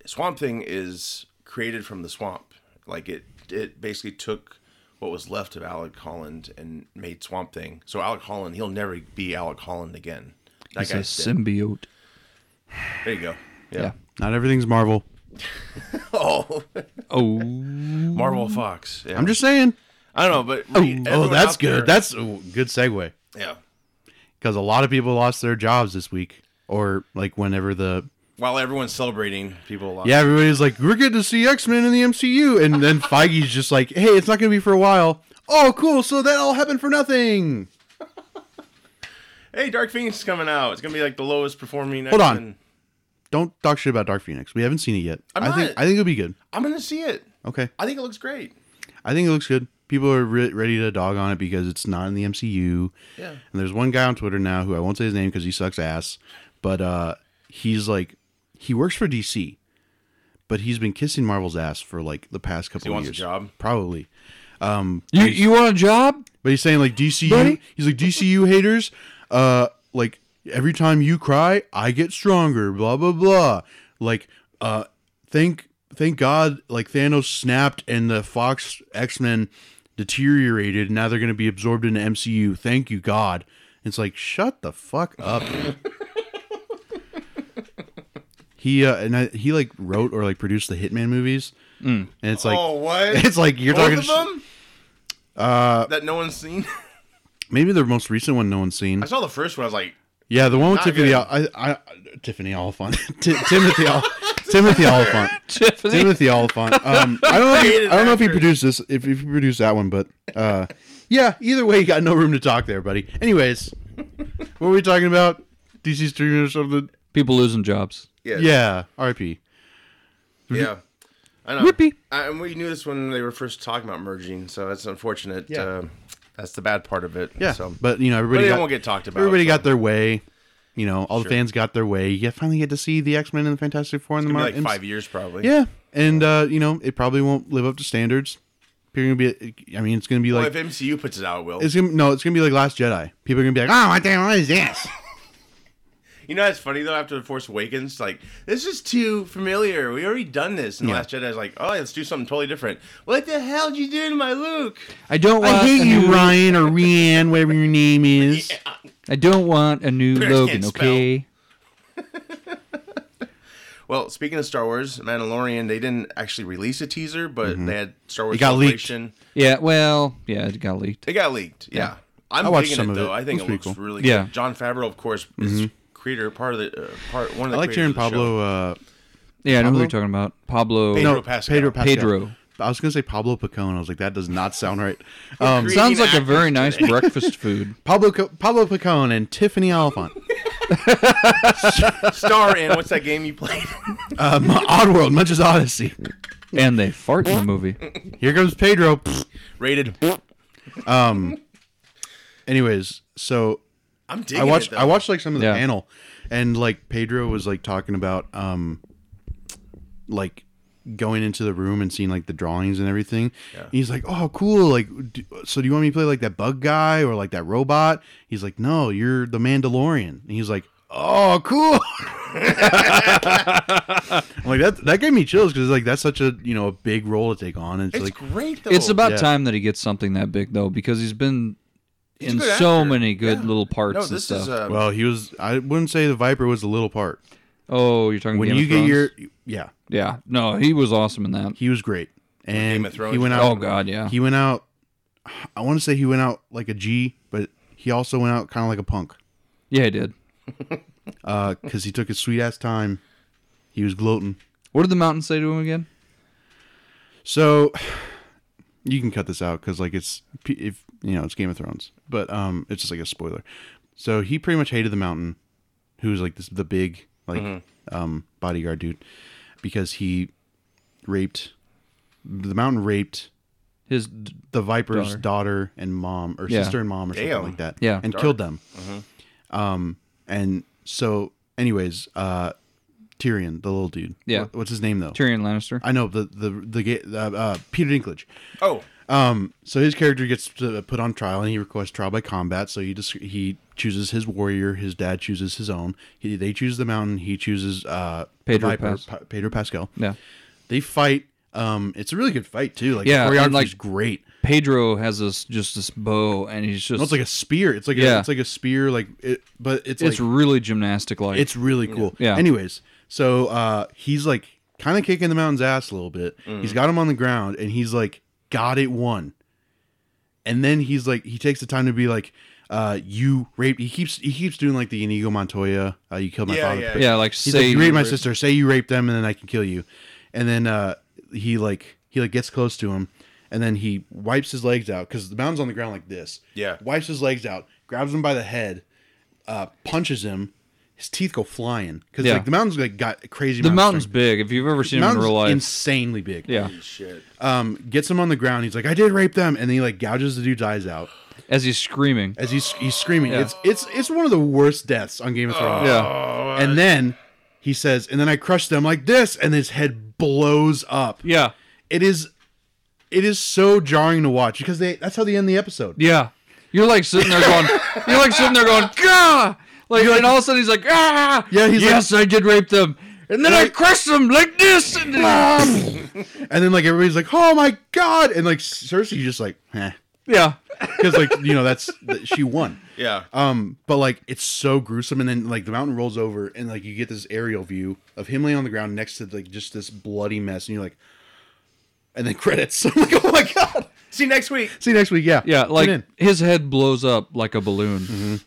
Speaker 1: Swamp Thing is created from the swamp. Like it it basically took what was left of Alec Holland and made Swamp Thing. So Alec Holland, he'll never be Alec Holland again. That
Speaker 2: he's a
Speaker 1: guy's dead.
Speaker 2: symbiote.
Speaker 1: There you go. Yeah.
Speaker 2: Yeah.
Speaker 3: Not everything's Marvel.
Speaker 1: Oh,
Speaker 2: Oh,
Speaker 1: Marvel Fox. Yeah.
Speaker 3: I'm just saying.
Speaker 1: I don't know, but re-
Speaker 3: Oh,
Speaker 1: everyone
Speaker 3: that's
Speaker 1: out there-
Speaker 3: good. That's a good segue
Speaker 1: yeah.
Speaker 3: because a lot of people lost their jobs this week or like whenever the
Speaker 1: While everyone's celebrating, people lost.
Speaker 3: yeah everybody's like we're getting to see X Men in the MCU and then Feige's just like hey it's not gonna be for a while. Oh, cool. So that all happened for nothing.
Speaker 1: Hey, Dark Phoenix is coming out. It's gonna be like the lowest performing.
Speaker 3: Hold on.
Speaker 1: X-Men.
Speaker 3: Don't talk shit about Dark Phoenix. We haven't seen it yet.
Speaker 1: I'm
Speaker 3: I think
Speaker 1: not.
Speaker 3: I think it'll be good.
Speaker 1: I'm gonna see it.
Speaker 3: Okay.
Speaker 1: I think it looks great.
Speaker 3: I think it looks good. People are re- ready to dog on it because it's not in the MCU.
Speaker 1: Yeah.
Speaker 3: And there's one guy on Twitter now who I won't say his name because he sucks ass, but uh, he's like, he works for DC, but he's been kissing Marvel's ass for like the past couple
Speaker 1: he wants a
Speaker 3: years.
Speaker 1: job?
Speaker 3: probably.
Speaker 2: you you want a job?
Speaker 3: But he's saying like DCU.
Speaker 2: Buddy?
Speaker 3: He's like DCU haters. Uh, like every time you cry, I get stronger. Blah blah blah. Like uh, thank thank God. Like Thanos snapped and the Fox X Men deteriorated. And now they're gonna be absorbed into MCU. Thank you God. It's like shut the fuck up. dude. he uh, and I, he like wrote or like produced the Hitman movies. And it's like
Speaker 1: oh, what?
Speaker 3: it's like you're
Speaker 1: Both
Speaker 3: talking
Speaker 1: of
Speaker 3: sh- Uh,
Speaker 1: them? that no one's seen.
Speaker 3: maybe the most recent one no one's seen.
Speaker 1: I saw the first one. I was like,
Speaker 3: Yeah, the one with
Speaker 1: Not
Speaker 3: Tiffany.
Speaker 1: good.
Speaker 3: Al- I, I, Tiffany Oliphant. Ti Timothy. Ol- Timothy Oliphant.
Speaker 2: Tiffany.
Speaker 3: Timothy Oliphant. Um, I don't know. If
Speaker 1: I
Speaker 3: he,
Speaker 1: hated
Speaker 3: I don't know if he
Speaker 1: that
Speaker 3: produced this. If, if he produced that one, but uh, yeah. Either way, you got no room to talk there, buddy. Anyways, what were we talking about? DC streaming or something?
Speaker 2: People losing jobs.
Speaker 1: yeah,
Speaker 3: Yeah. R.I.P.
Speaker 1: yeah. I know.
Speaker 2: Rippy.
Speaker 1: I, and we knew this when they were first talking about merging, so that's unfortunate.
Speaker 3: Yeah.
Speaker 1: Uh, that's the bad part of it.
Speaker 3: Yeah.
Speaker 1: So, but
Speaker 3: but you know, everybody.
Speaker 1: it
Speaker 3: got,
Speaker 1: won't get talked about.
Speaker 3: everybody
Speaker 1: so.
Speaker 3: got their way. You know, all
Speaker 1: Sure.
Speaker 3: the fans got their way. You finally get to see the X Men and the Fantastic Four and the
Speaker 1: It'll be
Speaker 3: Mar-
Speaker 1: like five years probably.
Speaker 3: Yeah, and uh, you know it probably won't live up to standards. People are gonna be. I mean, it's gonna be
Speaker 1: Well,
Speaker 3: like
Speaker 1: if MCU puts it out, it will.
Speaker 3: it's gonna no, it's gonna be like Last Jedi. People are gonna be like, oh, what the hell is this?
Speaker 1: You know that's funny though. After the Force Awakens, like this is too familiar. We already done this. And the
Speaker 3: Yeah.
Speaker 1: Last Jedi's like, oh, let's do something totally different. What the hell did you do to my Luke?
Speaker 2: I don't want.
Speaker 3: I hate
Speaker 2: a
Speaker 3: you,
Speaker 2: new,
Speaker 3: Ryan or Rianne, whatever your name is.
Speaker 2: I don't want a new
Speaker 1: Parents
Speaker 2: Logan.
Speaker 1: can't spell.
Speaker 2: Okay.
Speaker 1: Well, speaking of Star Wars, Mandalorian, they didn't actually release a teaser, but they had Star Wars
Speaker 3: Mm-hmm. It got leaked.
Speaker 1: Celebration.
Speaker 2: Yeah. Well. Yeah. It got leaked.
Speaker 1: It got leaked. Yeah, I'm
Speaker 3: I watched
Speaker 1: digging
Speaker 3: some
Speaker 1: it
Speaker 3: of
Speaker 1: though.
Speaker 3: it.
Speaker 1: I think
Speaker 3: Looks
Speaker 1: it
Speaker 3: pretty
Speaker 1: looks
Speaker 3: cool. Mm-hmm.
Speaker 1: really
Speaker 2: Yeah.
Speaker 1: good. John Favreau, of course, is creator, part of the uh, part one of the.
Speaker 3: I like
Speaker 1: creators
Speaker 3: Jaren
Speaker 1: of the
Speaker 3: Pablo.
Speaker 1: show.
Speaker 3: Uh,
Speaker 2: Yeah. I know who you're
Speaker 3: Pablo?
Speaker 2: talking about. Pablo.
Speaker 1: Pedro
Speaker 3: no,
Speaker 1: Pascal.
Speaker 3: Pedro Pascal.
Speaker 2: Pedro.
Speaker 3: I was gonna say Pablo Picon. I was like, that does not sound right. Um,
Speaker 1: Creating
Speaker 2: Sounds like a
Speaker 1: actors
Speaker 2: very nice
Speaker 1: today.
Speaker 2: breakfast food.
Speaker 3: Pablo Co- Pablo Picon and Tiffany Oliphant.
Speaker 1: Star in what's that game you played?
Speaker 3: Um, Oddworld, much as Odyssey.
Speaker 2: And they fart in the movie.
Speaker 3: Here comes Pedro.
Speaker 1: Rated.
Speaker 3: Anyways, so
Speaker 1: I'm
Speaker 3: I
Speaker 1: digging
Speaker 3: watched
Speaker 1: it. Though.
Speaker 3: I watched like some of the
Speaker 2: Yeah.
Speaker 3: panel and like Pedro was like talking about um like going into the room and seeing like the drawings and everything. And he's like, "Oh, cool. Like do, so do you want me to play like that bug guy or like that robot?" He's like, "No, you're the Mandalorian." And he's like, "Oh, cool." I'm like that that gave me chills because like that's such a you know a big role to take on. And it's,
Speaker 1: It's
Speaker 3: like
Speaker 1: great though.
Speaker 2: It's about
Speaker 3: Oh, yeah.
Speaker 2: time that he gets something that big though, because he's been
Speaker 1: He's a
Speaker 2: in
Speaker 1: good
Speaker 2: so
Speaker 1: actor.
Speaker 2: many good
Speaker 1: Yeah.
Speaker 2: little parts
Speaker 1: no.
Speaker 2: and
Speaker 1: This
Speaker 3: uh,
Speaker 2: stuff.
Speaker 1: is um,
Speaker 3: well, he was. I wouldn't say the Viper was a little part.
Speaker 2: oh, you're talking
Speaker 3: When
Speaker 2: Game
Speaker 3: you
Speaker 2: of
Speaker 3: get
Speaker 2: Thrones?
Speaker 3: your yeah,
Speaker 2: yeah, no, he was awesome in that.
Speaker 3: he was great. And
Speaker 1: Game of Thrones
Speaker 3: he went out.
Speaker 2: Oh god, yeah.
Speaker 3: He went out. I want to say he went out like a G, but he also went out kind of like a punk
Speaker 2: yeah, he did.
Speaker 3: because he took his sweet ass time. He was gloating.
Speaker 2: What did the mountain say to him again?
Speaker 3: So you can cut this out because like it's if you know it's Game of Thrones, but um, it's just like a spoiler. So he pretty much hated the Mountain, who's like this the big like
Speaker 1: Mm-hmm.
Speaker 3: um bodyguard dude, because he raped the Mountain raped
Speaker 2: His
Speaker 3: the Viper's
Speaker 2: Daughter.
Speaker 3: daughter, and mom or
Speaker 2: Yeah.
Speaker 3: sister and mom or
Speaker 1: Damn.
Speaker 3: something like that.
Speaker 2: Yeah.
Speaker 3: and killed them. Um, and so anyways, uh, Tyrion, the little dude.
Speaker 2: Yeah.
Speaker 3: What- what's his name though?
Speaker 2: Tyrion Lannister.
Speaker 3: I know the the the ga- uh, uh, Peter Dinklage.
Speaker 1: oh
Speaker 3: Um, so his character gets uh, put on trial, and he requests trial by combat. So he just he chooses his warrior. His dad chooses his own. He, they choose the mountain. He chooses uh, the
Speaker 2: Pedro
Speaker 3: Viper,
Speaker 2: Pas-
Speaker 3: Pa- Pedro Pascal.
Speaker 2: yeah.
Speaker 3: They fight. Um, it's a really good fight too. Like
Speaker 2: Yeah,
Speaker 3: yeah,
Speaker 2: and,
Speaker 3: choreography
Speaker 2: like-
Speaker 3: is great.
Speaker 2: Pedro has this just this bow and he's just
Speaker 3: No, it's like a spear. It's like
Speaker 2: Yeah.
Speaker 3: a, it's like a spear. Like it, but it's
Speaker 2: it's
Speaker 3: like,
Speaker 2: really gymnastic like.
Speaker 3: It's really cool.
Speaker 2: Yeah.
Speaker 3: Anyways, so uh, he's like kind of kicking the mountain's ass a little bit.
Speaker 2: Mm-hmm.
Speaker 3: He's got him on the ground, and he's like, "Got it, one." And then he's like, he takes the time to be like, uh, "You raped." He keeps he keeps doing like the Inigo Montoya. Uh, you killed my
Speaker 1: Yeah,
Speaker 3: father.
Speaker 1: yeah.
Speaker 2: yeah, like
Speaker 3: He's
Speaker 2: say
Speaker 3: like, "You raped my sister. Say you raped them, and then I can kill you." And then uh, he like he like gets close to him, and then he wipes his legs out because the mountain's on the ground like this.
Speaker 1: Yeah.
Speaker 3: wipes his legs out, grabs him by the head, uh, punches him. His teeth go flying because
Speaker 2: Yeah.
Speaker 3: like the mountain's like got crazy.
Speaker 2: the
Speaker 3: amount of
Speaker 2: mountain's
Speaker 3: strength.
Speaker 2: big. If you've ever seen him in
Speaker 3: mountain's
Speaker 2: real life,
Speaker 3: insanely big.
Speaker 2: yeah.
Speaker 1: shit.
Speaker 3: um, gets him on the ground. He's like, "I did rape them," and then he like gouges the dude's eyes out
Speaker 2: As he's screaming,
Speaker 3: as he's he's screaming. It's it's it's one of the worst deaths on Game of
Speaker 2: Oh,
Speaker 3: Thrones.
Speaker 2: yeah,
Speaker 3: And then he says, and then I crushed them like this, and his head blows up.
Speaker 2: yeah,
Speaker 3: It is it is so jarring to watch because they that's how they end the episode.
Speaker 2: yeah. You're like sitting there going, you're like sitting there going, gah! Like, and all of a sudden he's like, ah!
Speaker 3: Yeah, he's like-
Speaker 2: yes, I did rape them, and then I crushed them like this. And then,
Speaker 3: And then like everybody's like, oh my god, and like Cersei's just like, eh.
Speaker 2: yeah,
Speaker 3: Because like, you know, that's that she won.
Speaker 1: Yeah.
Speaker 3: Um, but like it's so gruesome, and then like the mountain rolls over, and like you get this aerial view of him laying on the ground next to like just this bloody mess, and you're like, and then credits. I'm like, oh my god.
Speaker 1: See you next week.
Speaker 3: See you next week. Yeah.
Speaker 2: yeah.
Speaker 3: Tune
Speaker 2: Like
Speaker 3: in.
Speaker 2: his head blows up like a balloon.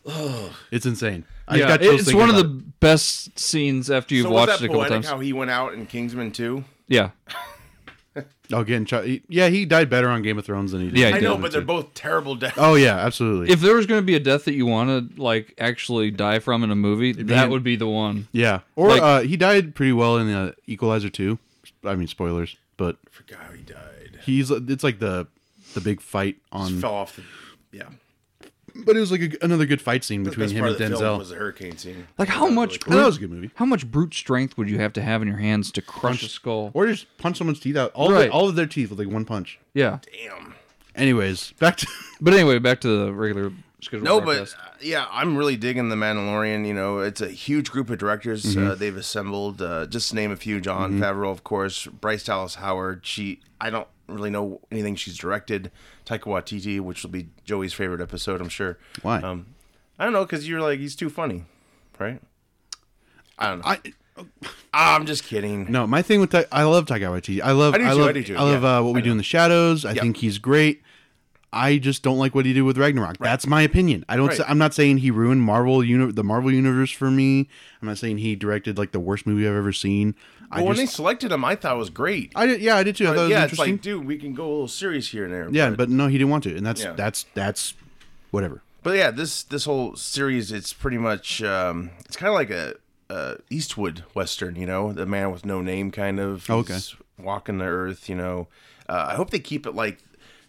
Speaker 3: it's insane.
Speaker 2: Yeah,
Speaker 3: got chills
Speaker 2: it's
Speaker 3: thinking
Speaker 2: one of
Speaker 3: about
Speaker 2: the
Speaker 3: it.
Speaker 2: best scenes after you've
Speaker 1: So was
Speaker 2: watched
Speaker 1: that
Speaker 2: it a couple
Speaker 1: poetic
Speaker 2: times.
Speaker 1: how he went out in Kingsman 2?
Speaker 2: yeah,
Speaker 3: Oh, getting ch- yeah, he died better on Game of Thrones than he did.
Speaker 2: Yeah, he
Speaker 3: on
Speaker 1: I
Speaker 2: did.
Speaker 3: Game
Speaker 1: know,
Speaker 3: of
Speaker 1: but they're
Speaker 3: Thrones.
Speaker 1: both terrible deaths.
Speaker 3: Oh yeah, absolutely.
Speaker 2: if there was going to be a death that you want to like actually die from in a movie, that
Speaker 3: an-
Speaker 2: would be the one.
Speaker 3: yeah, or
Speaker 2: like-
Speaker 3: uh, he died pretty well in uh, Equalizer two. I mean, spoilers, but
Speaker 1: I forgot how he died.
Speaker 3: he's uh, it's like the the big fight on,
Speaker 1: Fell off the. Yeah.
Speaker 3: but it was like a, another good fight scene between
Speaker 1: Best
Speaker 3: him
Speaker 1: part
Speaker 3: and
Speaker 1: of the film was
Speaker 3: Denzel.
Speaker 1: the hurricane scene.
Speaker 2: Like how much
Speaker 3: Well, that was a good movie.
Speaker 2: How much brute strength would you have to have in your hands to crush a skull?
Speaker 3: Or just punch someone's teeth out, all
Speaker 2: Right.
Speaker 3: the, all of their teeth with like one punch.
Speaker 2: Yeah.
Speaker 1: Damn.
Speaker 3: Anyways, back to
Speaker 2: But anyway, back to the regular schedule.
Speaker 1: No, but uh, yeah, I'm really digging the Mandalorian. You know, it's a huge group of directors uh,
Speaker 3: Mm-hmm.
Speaker 1: they've assembled. Uh, just to name a few: John Favreau, of course, Bryce Dallas Howard. She, I don't really know anything she's directed. Taika Waititi, which will be Joey's favorite episode, I'm sure.
Speaker 3: why
Speaker 1: Um, I don't know because you're like he's too funny, right? I don't know. I,
Speaker 3: I
Speaker 1: am just kidding.
Speaker 3: no my thing with Ta- I love Taika Waititi. I love
Speaker 1: I do too,
Speaker 3: love
Speaker 1: I do too,
Speaker 3: love
Speaker 1: yeah.
Speaker 3: uh, what we do in the shadows. I think he's great. I just don't like what he did with Ragnarok. That's my opinion. I don't.
Speaker 1: Right.
Speaker 3: Say, I'm not saying he ruined Marvel uni- the Marvel universe for me. I'm not saying he directed like the worst movie I've ever seen.
Speaker 1: But
Speaker 3: I
Speaker 1: when
Speaker 3: just,
Speaker 1: they selected him, I thought it was great.
Speaker 3: I did, yeah, I did too. I thought it was
Speaker 1: yeah, it's
Speaker 3: interesting.
Speaker 1: like, dude, we can go a little serious here and there.
Speaker 3: yeah, but, no, he didn't want to, and that's
Speaker 1: Yeah.
Speaker 3: that's that's whatever.
Speaker 1: But yeah, this this whole series, it's pretty much um, it's kind of like a, a Eastwood Western, you know, the man with no name kind of
Speaker 3: Oh, okay.
Speaker 1: He's walking the earth, you know. Uh, I hope they keep it like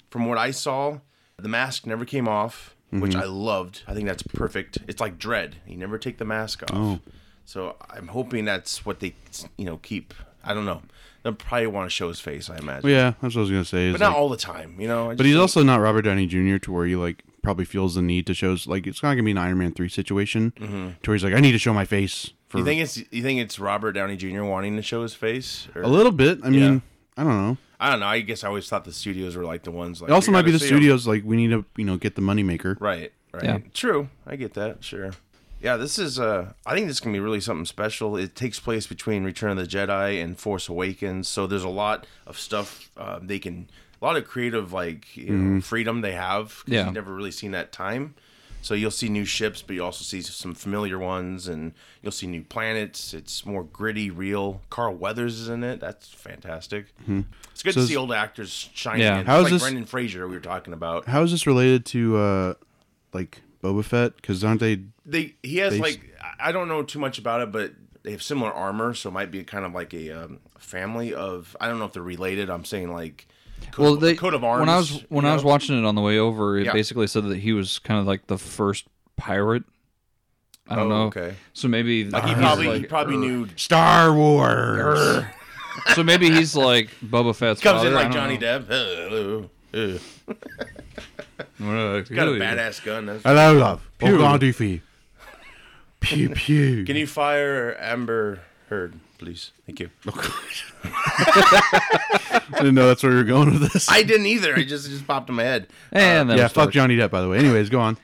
Speaker 1: from what I saw, the mask never came off, which
Speaker 3: Mm-hmm.
Speaker 1: I loved. I think that's perfect. It's like Dread; you never take the mask off.
Speaker 3: Oh.
Speaker 1: So I'm hoping that's what they you know keep. I don't know. They'll probably want to show his face, I imagine,
Speaker 3: yeah, that's what I was gonna say.
Speaker 1: but not all the time, you know. I
Speaker 3: but
Speaker 1: just
Speaker 3: he's
Speaker 1: think-
Speaker 3: also not Robert Downey Jr. to where you like probably feels the need to shows like it's not gonna be an Iron Man three situation.
Speaker 1: Mm-hmm.
Speaker 3: To where he's like, I need to show my face for
Speaker 1: You think it's you think it's Robert Downey Jr. wanting to show his face? Or,
Speaker 3: a little bit. I mean, I
Speaker 1: Yeah.
Speaker 3: don't know.
Speaker 1: I don't know. I guess I always thought the studios were like the ones. Like,
Speaker 3: It also
Speaker 1: we
Speaker 3: might be
Speaker 1: gotta
Speaker 3: the
Speaker 1: see 'em.
Speaker 3: studios like we need to you know get the moneymaker.
Speaker 1: Right. Right.
Speaker 2: Yeah.
Speaker 1: True. I get that. Sure. Yeah, this is. Uh, I think this can be really something special. It takes place between Return of the Jedi and Force Awakens, so there's a lot of stuff uh, they can, a lot of creative like you
Speaker 3: Mm-hmm.
Speaker 1: know, freedom they have. 'cause
Speaker 2: Yeah.
Speaker 1: you've never really seen that time, so you'll see new ships, but you also see some familiar ones, and you'll see new planets. It's more gritty, real. Carl Weathers is in it. That's fantastic. It's good
Speaker 3: Mm-hmm. So
Speaker 1: to
Speaker 3: is-
Speaker 1: see old actors shining.
Speaker 2: Yeah.
Speaker 1: in.
Speaker 3: How is
Speaker 1: like
Speaker 3: this-
Speaker 1: Brendan Fraser we were talking about.
Speaker 3: How is this related to uh like Boba Fett? Because aren't they?
Speaker 1: they he has
Speaker 3: They-
Speaker 1: like I- I don't know too much about it, but they have similar armor, so it might be kind of like a um, family of I don't know if they're related. I'm saying like coat,
Speaker 2: well, they,
Speaker 1: coat of arms.
Speaker 2: When I was
Speaker 1: you
Speaker 2: when I was
Speaker 1: know?
Speaker 2: watching it on the way over, it
Speaker 1: Yeah.
Speaker 2: basically said that he was kind of like the first pirate. I don't
Speaker 1: Oh,
Speaker 2: know.
Speaker 1: okay.
Speaker 2: So maybe
Speaker 1: like he
Speaker 2: he's
Speaker 1: probably he
Speaker 2: like-
Speaker 1: probably
Speaker 2: er.
Speaker 1: knew
Speaker 3: Star Wars.
Speaker 2: So maybe he's like Boba Fett's
Speaker 1: comes
Speaker 2: father.
Speaker 1: in
Speaker 2: I
Speaker 1: like Johnny
Speaker 2: don't know.
Speaker 1: Depp. Hello. Ugh.
Speaker 2: Well,
Speaker 1: Got a
Speaker 2: really.
Speaker 1: badass gun. That's-
Speaker 3: Hello, love. Pew. Pew pew.
Speaker 1: Can you fire Amber Heard, please? Thank you.
Speaker 3: I didn't know that's where you were going with this.
Speaker 1: I didn't either. It just it just popped in my head.
Speaker 2: And that
Speaker 3: yeah,
Speaker 2: was
Speaker 3: fuck
Speaker 2: dark.
Speaker 3: Johnny Depp. By the way, anyways, go on.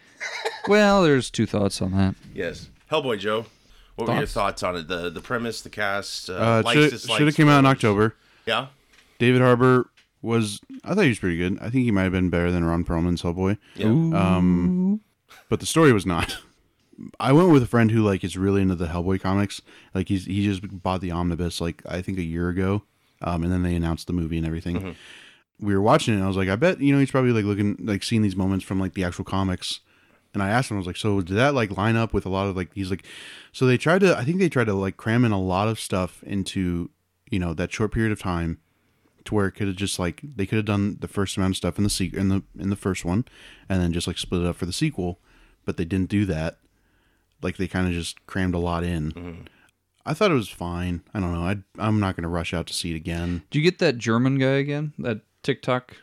Speaker 2: Well, there's two thoughts on that.
Speaker 1: Yes, Hellboy Joe. What were your thoughts on it? The the premise, the cast, uh,
Speaker 3: Uh,
Speaker 1: likes,
Speaker 3: should
Speaker 1: dislikes,
Speaker 3: have came out in
Speaker 1: pros?
Speaker 3: October.
Speaker 1: Yeah.
Speaker 3: David Harbour was. I thought he was pretty good. I think he might have been better than Ron Perlman's Hellboy.
Speaker 1: Yeah.
Speaker 3: but the story was not. I went with a friend who like is really into the Hellboy comics. Like he's he just bought the omnibus like I think a year ago, um, and then they announced the movie and everything. We were watching it, and I was like, I bet you know he's probably like looking like seeing these moments from like the actual comics. And I asked him, I was like, so did that like line up with a lot of like he's like, so they tried to I think they tried to like cram in a lot of stuff into you know that short period of time to where it could have just like they could have done the first amount of stuff in the se- in the in the first one and then just like split it up for the sequel but they didn't do that like they kind of just crammed a lot in i thought it was fine i don't know I, i'm not going to rush out to see it again
Speaker 2: Do you get that German guy again? That TikTok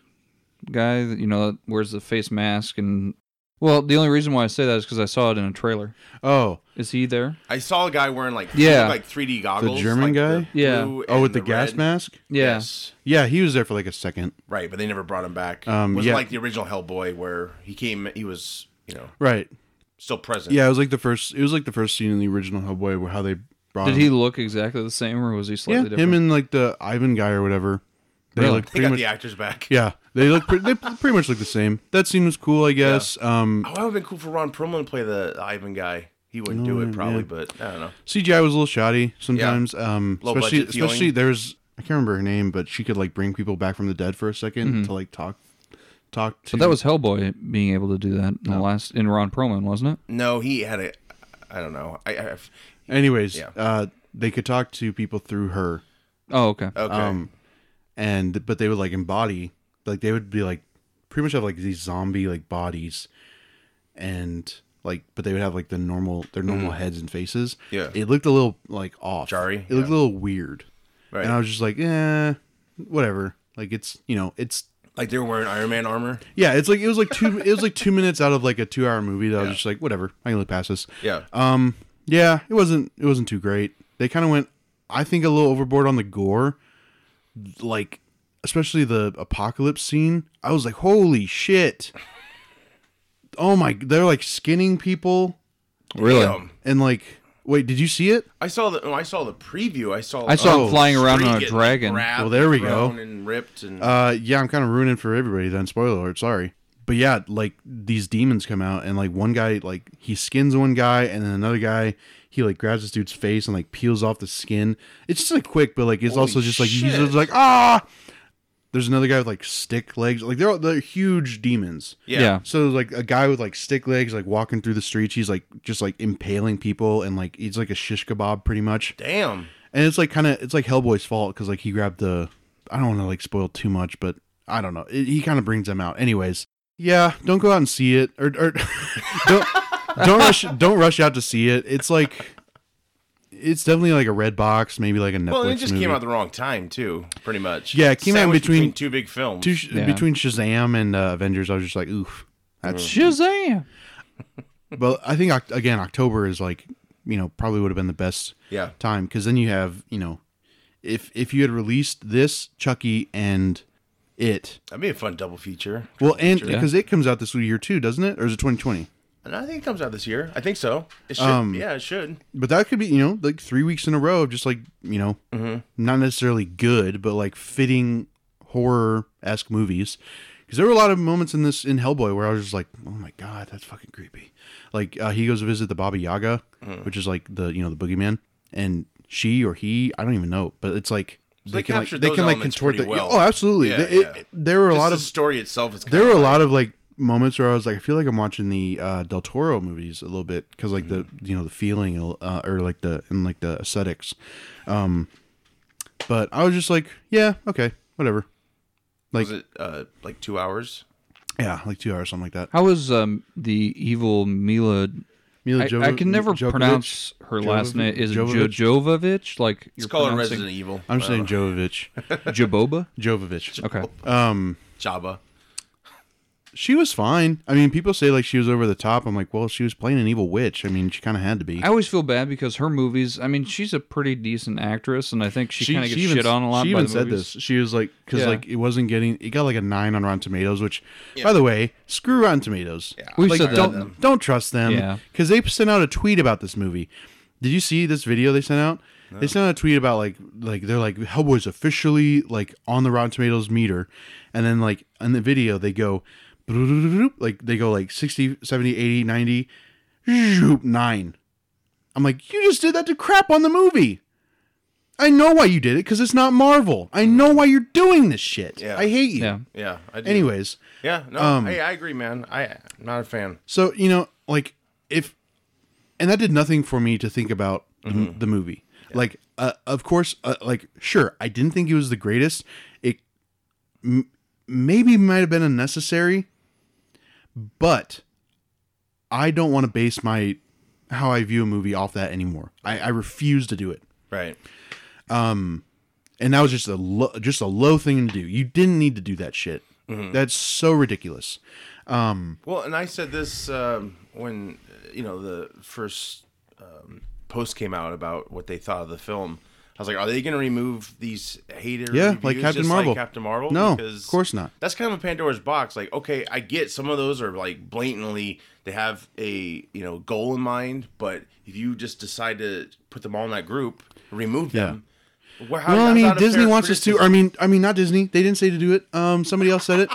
Speaker 2: guy that you know that wears the face mask and well, the only reason why I say that is because I saw it in a trailer.
Speaker 3: oh
Speaker 2: Is he there?
Speaker 1: I saw a guy wearing like
Speaker 2: Yeah.
Speaker 1: like 3D goggles.
Speaker 3: German
Speaker 1: like
Speaker 3: guy?
Speaker 1: the
Speaker 2: Yeah.
Speaker 1: blue
Speaker 3: oh with
Speaker 1: and
Speaker 3: the, gas
Speaker 1: red.
Speaker 3: mask
Speaker 2: Yeah.
Speaker 1: Yes.
Speaker 3: yeah he was there for like a second
Speaker 1: Right, but they never brought him back.
Speaker 3: Um,
Speaker 1: Wasn't
Speaker 3: yeah.
Speaker 1: like the original Hellboy where he came he was, you know,
Speaker 3: right
Speaker 1: still present.
Speaker 3: yeah it was like the first it was like the first scene in the original hellboy where how they brought
Speaker 2: Did
Speaker 3: him.
Speaker 2: he look exactly the same or was he
Speaker 3: Um, yeah
Speaker 2: slightly different?
Speaker 3: him and like the ivan guy or whatever they
Speaker 2: Really?
Speaker 3: look
Speaker 1: They
Speaker 3: pretty
Speaker 1: got
Speaker 3: much
Speaker 1: the actors back.
Speaker 3: yeah they look pre- they pretty much look the same that scene was cool i guess um
Speaker 1: Oh, that would have been cool for Ron Perlman to play the Ivan guy. He wouldn't do
Speaker 3: Oh,
Speaker 1: it probably, but I don't know.
Speaker 3: CGI was a little shoddy sometimes. Um,
Speaker 1: Low
Speaker 3: especially
Speaker 1: budget feeling.
Speaker 3: especially there's I can't remember her name, but she could like bring people back from the dead for a 2nd to like talk talk to.
Speaker 2: Mm-hmm. But that was Hellboy being able to do that in the last in Ron Perlman, wasn't it?
Speaker 1: No, he had a I don't know. I, I I've-
Speaker 3: anyways.
Speaker 1: Yeah.
Speaker 3: Uh, they could talk to people through her,
Speaker 2: Oh, okay.
Speaker 1: okay.
Speaker 3: um, and but they would like embody like they would be like pretty much have like these zombie like bodies, and like but they would have like the normal their normal heads and faces.
Speaker 1: Mm. Yeah.
Speaker 3: it looked a little like off.
Speaker 1: Jarry,
Speaker 3: It looked a little weird.
Speaker 1: right.
Speaker 3: And I was just like, eh, whatever. Like it's you know it's
Speaker 1: like they were wearing Iron Man armor.
Speaker 3: yeah it's like it was like two it was like two minutes out of like a two hour movie that I was just like whatever I can look past this.
Speaker 1: Yeah.
Speaker 3: Um. Yeah. It wasn't it wasn't too great. They kind of went I think a little overboard on the gore, like especially the apocalypse scene. I was like, holy shit. Oh my! They're like skinning people
Speaker 2: Really?
Speaker 1: Damn.
Speaker 3: and like. Wait, did you see it?
Speaker 1: Um, I saw the oh, I saw the preview. I saw
Speaker 2: I saw
Speaker 3: Oh,
Speaker 2: him flying around
Speaker 1: Three
Speaker 2: on a
Speaker 1: getting
Speaker 2: dragon.
Speaker 1: grabbed,
Speaker 3: Well, there we go.
Speaker 1: thrown And ripped and
Speaker 3: Uh, yeah, I'm kind of ruining for everybody then. Spoiler alert, sorry. But yeah, like these demons come out and like one guy like he skins one guy and then another guy he like grabs this dude's face and like peels off the skin. It's just like quick, but like it's also just like he's
Speaker 1: shit.
Speaker 3: just like ah. There's another guy with like stick legs. Like they're they're huge demons.
Speaker 2: Yeah.
Speaker 3: So like a guy with like stick legs like walking through the streets. He's like just like impaling people and like he's like a shish kebab pretty much.
Speaker 1: Damn.
Speaker 3: And it's like kind of it's like Hellboy's fault because like he grabbed the I don't want to like spoil too much, but I don't know. It, he kind of brings them out, anyways. Yeah, don't go out and see it, or, or don't don't rush don't rush out to see it. It's like it's definitely like a red box, maybe like a Netflix.
Speaker 1: Well, and it just
Speaker 3: movie.
Speaker 1: came out the wrong time too, pretty much.
Speaker 3: Yeah, it came out
Speaker 1: Sandwiched
Speaker 3: between-
Speaker 1: two big films.
Speaker 3: Two sh-
Speaker 2: Yeah.
Speaker 3: between Shazam and uh, Avengers. I was just like, oof,
Speaker 1: Mm.
Speaker 3: That's
Speaker 2: Shazam!
Speaker 3: but I think Oct- again October is like you know probably would have been the best
Speaker 1: Yeah.
Speaker 3: time because then you have you know if if you had released this Chucky and it
Speaker 1: That'd be a fun double feature.
Speaker 3: well and
Speaker 1: Feature.
Speaker 3: because it comes out this year too doesn't it or is it 2020
Speaker 1: And I think it comes out this year. I think so. It should.
Speaker 3: Um,
Speaker 1: yeah, it should.
Speaker 3: but that could be you know like three weeks in a row of just like you know
Speaker 1: Mm-hmm.
Speaker 3: not necessarily good but like fitting horror esque movies because there were a lot of moments in this in Hellboy where I was just like oh my god that's fucking creepy like uh, he goes to visit the Baba Yaga
Speaker 1: Mm-hmm.
Speaker 3: which is like the you know the boogeyman and she or he I don't even know but it's like
Speaker 1: they captured those elements pretty well.
Speaker 3: oh absolutely
Speaker 1: Yeah,
Speaker 3: They- it-
Speaker 1: yeah.
Speaker 3: it- there were a
Speaker 1: Just
Speaker 3: lot
Speaker 1: the
Speaker 3: of
Speaker 1: story itself is.
Speaker 3: there
Speaker 1: kinda
Speaker 3: were a
Speaker 1: like-
Speaker 3: lot of like moments where I was like, I feel like I'm watching the uh, Del Toro movies a little bit because like
Speaker 2: Mm-hmm.
Speaker 3: the you know the feeling uh, or like the and like the aesthetics, um, but I was just like, yeah, okay, whatever.
Speaker 1: was it uh, like two hours?
Speaker 3: Yeah, like two hours, something like that.
Speaker 2: How is um, the evil Mila?
Speaker 3: Mila
Speaker 2: I,
Speaker 3: Jo-
Speaker 2: I can never
Speaker 3: Jovovic?
Speaker 2: pronounce her last
Speaker 3: Jovovic?
Speaker 2: name. Is it jo-
Speaker 3: Jovovich?
Speaker 2: Jovovich? Like you're
Speaker 1: It's called
Speaker 2: pronouncing
Speaker 1: Resident Evil. uh,
Speaker 3: I'm saying Jovovich.
Speaker 2: Jaboba?
Speaker 3: Jovovich.
Speaker 2: Okay.
Speaker 3: Um,
Speaker 1: Jabba.
Speaker 3: she was fine. I mean, people say like she was over the top. I'm like, well, she was playing an evil witch. I mean, she kind of had to be.
Speaker 2: I always feel bad because her movies. I mean, she's a pretty decent actress, and I think she, kind of gets
Speaker 3: even-
Speaker 2: shit on a lot.
Speaker 3: She
Speaker 2: by
Speaker 3: even
Speaker 2: the
Speaker 3: said
Speaker 2: movies.
Speaker 3: this. She was like, because
Speaker 2: Yeah.
Speaker 3: like it wasn't getting. It got like a nine on Rotten Tomatoes, which, by the way, screw Rotten Tomatoes. Yeah.
Speaker 2: We've
Speaker 3: like,
Speaker 2: said that.
Speaker 3: don't don't trust
Speaker 2: Yeah.
Speaker 3: them because they sent out a tweet about this movie. Did you see this video they sent out? They sent out a tweet about like like they're like Hellboy's officially like on the Rotten Tomatoes meter, and then like in the video they go like they go like 60 70 80 90 zoop, 9 i'm like you just did that to crap on the movie I know why you did it because it's not Marvel. I know why you're doing this shit.
Speaker 1: Mm. Yeah.
Speaker 3: I hate you.
Speaker 2: Yeah.
Speaker 1: Yeah. I do.
Speaker 3: Anyways,
Speaker 1: Yeah. No.
Speaker 3: um,
Speaker 1: hey, I agree, man. I I'm not a fan.
Speaker 3: so you know, like if, and that did nothing for me to think about the-
Speaker 1: Mm-hmm.
Speaker 3: the movie. Like, uh, of course, uh, like sure, I didn't think it was the greatest. It m- maybe might have been unnecessary, but I don't want to base my how I view a movie off that anymore. I, I refuse to do it.
Speaker 1: Right.
Speaker 3: and that was just a lo- just a low thing to do. You didn't need to do that shit.
Speaker 1: Mm-hmm.
Speaker 3: That's so ridiculous.
Speaker 1: Well, and I said this um, when uh, you know the first um, post came out about what they thought of the film. I was like, are they going to remove these hater?
Speaker 3: Yeah,
Speaker 1: reviews
Speaker 3: like Captain
Speaker 1: just
Speaker 3: Marvel.
Speaker 1: Captain Marvel.
Speaker 3: No,
Speaker 1: Because
Speaker 3: of course not.
Speaker 1: That's kind of a Pandora's box. Like, okay, I get some of those are like blatantly they have a you know goal in mind, but if you just decide to put them all in that group, remove them. Well, how-
Speaker 3: well, I
Speaker 1: that's
Speaker 3: mean,
Speaker 1: not a
Speaker 3: Disney
Speaker 1: fair
Speaker 3: wants us to.
Speaker 1: criticism.
Speaker 3: I mean, I mean, not Disney. They didn't say to do it. Um, somebody else said it.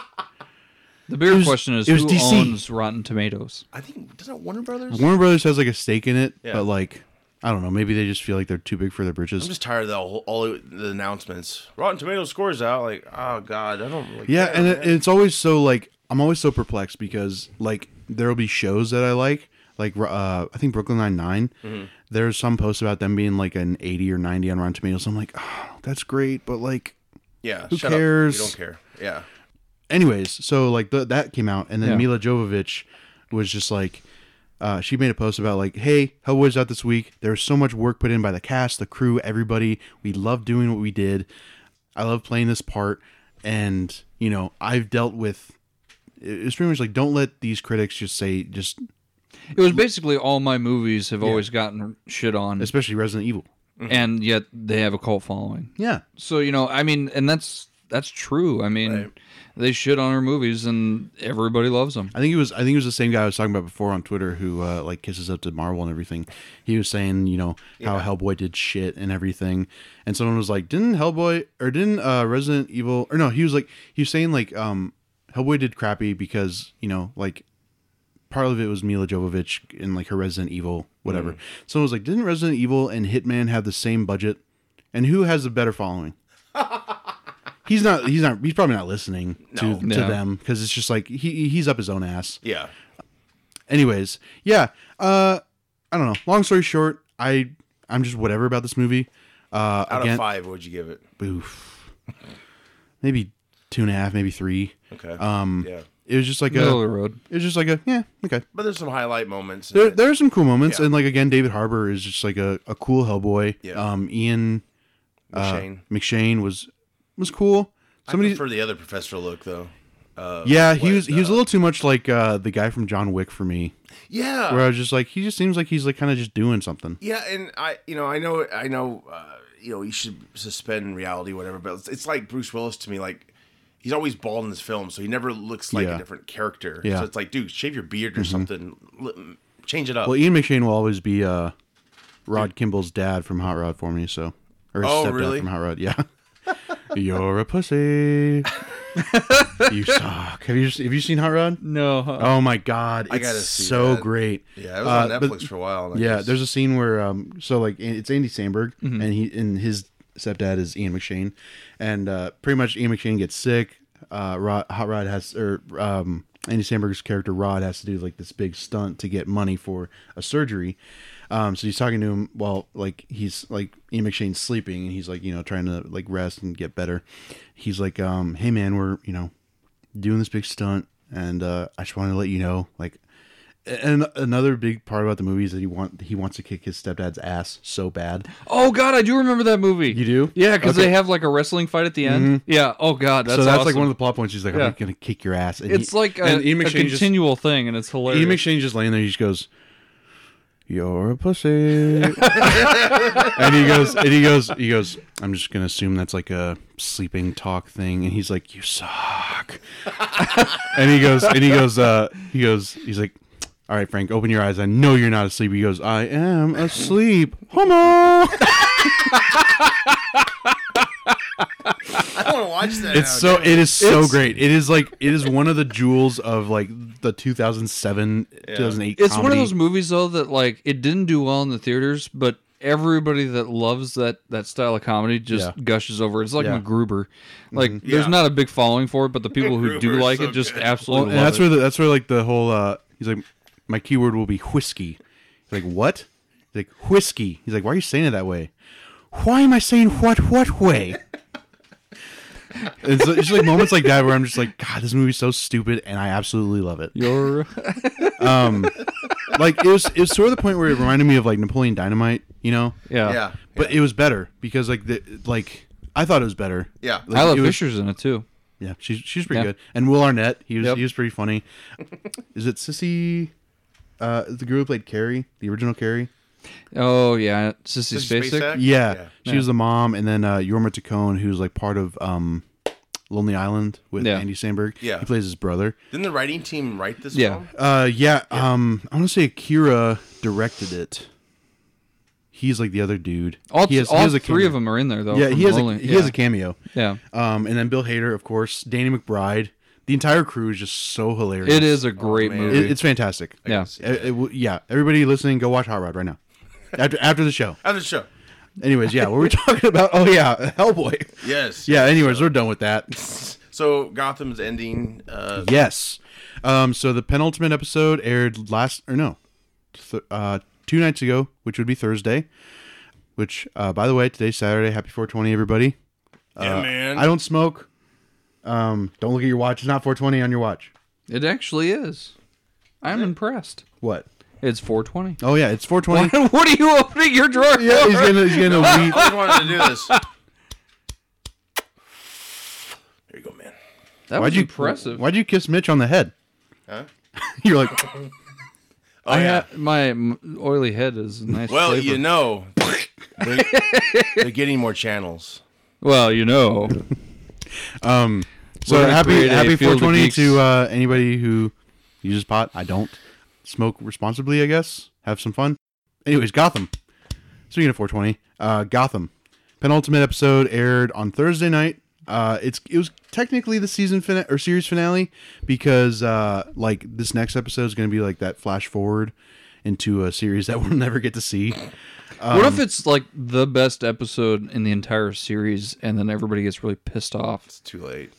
Speaker 2: The bigger
Speaker 3: was-
Speaker 2: question is
Speaker 3: it was
Speaker 2: who
Speaker 3: DC.
Speaker 2: owns Rotten Tomatoes.
Speaker 1: I think doesn't Warner Brothers.
Speaker 3: Warner Brothers has like a stake in it,
Speaker 1: Yeah.
Speaker 3: but like, I don't know. Maybe they just feel like they're too big for their britches.
Speaker 1: I'm just tired of the whole, all the announcements. Rotten Tomatoes scores out like, oh god, I don't. Like
Speaker 3: yeah,
Speaker 1: that,
Speaker 3: and it,
Speaker 1: man.
Speaker 3: it's always so like I'm always so perplexed because like there'll be shows that I like, like uh, I think Brooklyn Nine
Speaker 1: Mm-hmm.
Speaker 3: There's some posts about them being like an 80 or 90 on Rotten Tomatoes. I'm like, oh, that's great, but like
Speaker 1: yeah.
Speaker 3: who
Speaker 1: shut
Speaker 3: cares?
Speaker 1: Up. We don't care. Yeah,
Speaker 3: anyways, so like th- that came out, and then
Speaker 2: Yeah.
Speaker 3: Mila Jovovich was just like, uh, she made a post about like, "Hey, Hellboy's out this week. There was so much work put in by the cast, the crew, everybody. We love doing what we did. I love playing this part, and you know, I've dealt with." it- It's pretty much like don't let these critics just say just
Speaker 2: It was basically all my movies have always gotten shit on,
Speaker 3: especially Resident Evil.
Speaker 2: and yet they have a cult following.
Speaker 3: Yeah,
Speaker 2: So you know, I mean, and that's that's true. I mean, they shit on her movies, and everybody loves them.
Speaker 3: I think it was I think it was the same guy I was talking about before on Twitter who uh, like kisses up to Marvel and everything. He was saying you know how Hellboy did shit and everything, and someone was like, didn't Hellboy or didn't uh, Resident Evil or no? He was like he was saying like um Hellboy did crappy because you know like part of it was Mila Jovovich and like her Resident Evil whatever. Someone was like, didn't Resident Evil and Hitman have the same budget? And who has a better following? He's not. He's not. He's probably not listening to, to
Speaker 2: No.
Speaker 3: them because it's just like he he's up his own ass
Speaker 1: yeah.
Speaker 3: anyways yeah uh i don't know long story short i i'm just whatever about this movie uh
Speaker 1: Out
Speaker 3: again
Speaker 1: of five, what'd you give it?
Speaker 3: oof. maybe two and a half maybe three
Speaker 1: Okay.
Speaker 3: um
Speaker 1: yeah,
Speaker 3: it was just like
Speaker 2: Middle
Speaker 3: a
Speaker 2: of the road.
Speaker 3: it was just like a yeah okay
Speaker 1: but there's some highlight moments. in
Speaker 3: there,
Speaker 1: it.
Speaker 3: there are some cool moments
Speaker 1: Yeah.
Speaker 3: and like again david harbour is just like a, a cool hellboy
Speaker 1: Yeah.
Speaker 3: um ian uh,
Speaker 1: Shane.
Speaker 3: mcshane was was cool
Speaker 1: Somebody
Speaker 3: uh, somebody
Speaker 1: for the other professor look though. Uh,
Speaker 3: yeah, he
Speaker 1: what,
Speaker 3: was he was a
Speaker 1: uh,
Speaker 3: little too much like uh, the guy from John Wick for me,
Speaker 1: yeah.
Speaker 3: where I was just like, he just seems like he's like kind of just doing something.
Speaker 1: Yeah, and I, you know, I know, I know, uh, you know, you should suspend reality, whatever. But it's, it's like Bruce Willis to me. Like he's always bald in his films, so he never looks like
Speaker 3: Yeah.
Speaker 1: a different character.
Speaker 3: Yeah. Mm-hmm.
Speaker 1: So it's like, dude, shave your beard or something, L- change it up.
Speaker 3: Well, Ian McShane will always be uh, Rod Kimball's dad from Hot Rod for me, so or his
Speaker 1: Oh,
Speaker 3: stepdad
Speaker 1: really?
Speaker 3: from Hot Rod. Yeah, you're a pussy. you suck. Have you have you seen Hot Rod?
Speaker 2: No. huh?
Speaker 3: Oh my god, it's
Speaker 1: I gotta see
Speaker 3: so
Speaker 1: that.
Speaker 3: great.
Speaker 1: yeah, it was
Speaker 3: Uh,
Speaker 1: on
Speaker 3: but-
Speaker 1: Netflix for a while. and I
Speaker 3: yeah,
Speaker 1: just-
Speaker 3: there's a scene where um, so like and it's Andy Samberg and he and his stepdad is Ian McShane, and uh, pretty much Ian McShane gets sick. Uh, Rod, Hot Rod has or um, Andy Samberg's character Rod has to do like this big stunt to get money for a surgery. Um, so he's talking to him while like he's like Ian McShane's sleeping and he's like you know trying to like rest and get better. He's like, um, hey man, we're you know doing this big stunt and uh, i just wanted to let you know like and another big part about the movie is that he want he wants to kick his stepdad's ass so bad
Speaker 2: Oh God, I do remember that movie.
Speaker 3: You do?
Speaker 2: Yeah, because
Speaker 3: Okay. Mm-hmm.
Speaker 2: they have like a wrestling fight at the end. Yeah. Oh God, that's
Speaker 3: so that's like
Speaker 2: awesome.
Speaker 3: one of the plot points he's like
Speaker 2: Yeah.
Speaker 3: i'm gonna kick your ass and
Speaker 2: It's
Speaker 3: he-
Speaker 2: like a,
Speaker 3: and Ian
Speaker 2: a
Speaker 3: McShane just- E
Speaker 2: continual thing, and it's hilarious.
Speaker 3: Ian McShane's just laying there. He just goes, "You're a pussy," and he goes, and he goes, he goes. I'm just gonna assume that's like a sleeping talk thing. And he's like, "You suck," and he goes, and he goes, uh, he goes, he's like, "All right, Frank, open your eyes. I know you're not asleep." He goes, "I am asleep, homo."
Speaker 1: I want to watch that.
Speaker 3: It's
Speaker 1: now,
Speaker 3: so it is so great. It is like it is one of the jewels of like the 2007 2008.
Speaker 2: It's one of
Speaker 3: comedy.
Speaker 2: those movies though that like it didn't do well in the theaters, but everybody that loves that that style of comedy just
Speaker 3: Yeah.
Speaker 2: gushes over. it. It's like
Speaker 3: Yeah. Mm-hmm.
Speaker 2: MacGruber. Like there's
Speaker 1: Yeah.
Speaker 2: not a big following for it, but the people who do
Speaker 1: MacGruber is
Speaker 2: like
Speaker 1: so
Speaker 2: it just
Speaker 1: good.
Speaker 2: absolutely
Speaker 3: and
Speaker 2: love
Speaker 3: that's
Speaker 2: it.
Speaker 3: where the, that's where like the whole uh he's like my keyword will be whiskey he's like what he's like whiskey he's like why are you saying it that way why am i saying what what way and so it's just like moments like that where i'm just like god this movie's so stupid and i absolutely love it
Speaker 2: Your
Speaker 3: like it was it was sort of the point where it reminded me of like napoleon dynamite you know
Speaker 2: yeah.
Speaker 1: yeah,
Speaker 3: but it was better because like the like i thought it was better
Speaker 1: yeah.
Speaker 3: Like,
Speaker 2: I love
Speaker 3: it was-
Speaker 2: Fisher's in it too.
Speaker 3: yeah she's she's pretty
Speaker 2: Yeah.
Speaker 3: good and will arnett he was
Speaker 2: Yep.
Speaker 3: he was pretty funny is it sissy uh the girl who played carrie the original carrie
Speaker 2: Oh yeah, Sissy
Speaker 1: Sissy
Speaker 2: Spacek.
Speaker 1: Spacek?
Speaker 3: yeah,
Speaker 1: Yeah.
Speaker 3: she was the mom and then uh yorma Tacone, who's like part of um lonely island with
Speaker 2: Yeah.
Speaker 3: andy samberg
Speaker 1: Yeah.
Speaker 3: he plays his brother
Speaker 1: Didn't the writing team write this?
Speaker 2: Yeah.
Speaker 1: film?
Speaker 3: uh yeah, um i want to say akira directed it he's like the other dude
Speaker 2: All,
Speaker 3: he has, he
Speaker 2: all
Speaker 3: has a
Speaker 2: three of
Speaker 3: cameo.
Speaker 2: them are in there though.
Speaker 3: yeah
Speaker 2: from
Speaker 3: he has
Speaker 2: Lonely.
Speaker 3: a, he
Speaker 2: yeah.
Speaker 3: has a cameo
Speaker 2: yeah.
Speaker 3: um and then bill hader of course danny mcbride the entire crew is just so hilarious
Speaker 2: It is a great
Speaker 1: Oh, man.
Speaker 2: movie.
Speaker 3: It- it's fantastic
Speaker 2: yeah.
Speaker 3: Uh, it w- yeah, everybody listening, go watch Hot Rod right now. After after the show.
Speaker 1: After the show.
Speaker 3: Anyways, yeah, what were we talking about? Oh yeah, Hellboy.
Speaker 1: Yes.
Speaker 3: Yeah. Anyways, we're done with that.
Speaker 1: So Gotham's ending. Uh,
Speaker 3: Yes. Um. So the penultimate episode aired last or no, th- uh, two nights ago, which would be Thursday. Which, uh, by the way, today's Saturday. Happy 420, everybody.
Speaker 1: yeah, man.
Speaker 3: I don't smoke. Um. Don't look at your watch. It's not 420 on your watch.
Speaker 2: It actually is. I'm impressed.
Speaker 3: What?
Speaker 2: It's 420.
Speaker 3: Oh yeah, it's 420.
Speaker 2: what are you opening your drawer?
Speaker 3: yeah, he's gonna he's gonna wheat.
Speaker 1: I just wanted to do this. There you go, man.
Speaker 2: That
Speaker 3: Why'd
Speaker 2: was
Speaker 3: you
Speaker 2: impressive.
Speaker 3: Why'd you kiss Mitch on the head?
Speaker 1: Huh?
Speaker 3: You're like.
Speaker 1: Oh yeah.
Speaker 2: Uh, my m- oily head is a nice.
Speaker 1: Well,
Speaker 2: flavor.
Speaker 1: you know, they're, they're getting more channels.
Speaker 2: Well, you know.
Speaker 3: Um, so
Speaker 2: We're gonna
Speaker 3: happy
Speaker 2: create a uh,
Speaker 3: happy
Speaker 2: Field of
Speaker 3: 420
Speaker 2: Geeks.
Speaker 3: to uh, anybody who uses pot. I don't smoke responsibly. I guess have some fun. Anyways, Gotham. Speaking of 420, uh, Gotham penultimate episode aired on Thursday night. Uh, it's it was technically the season fina- or series finale because uh, like this next episode is going to be like that flash forward into a series that we'll never get to see. Um,
Speaker 2: what if it's like the best episode in the entire series, and then everybody gets really pissed off?
Speaker 1: It's too late.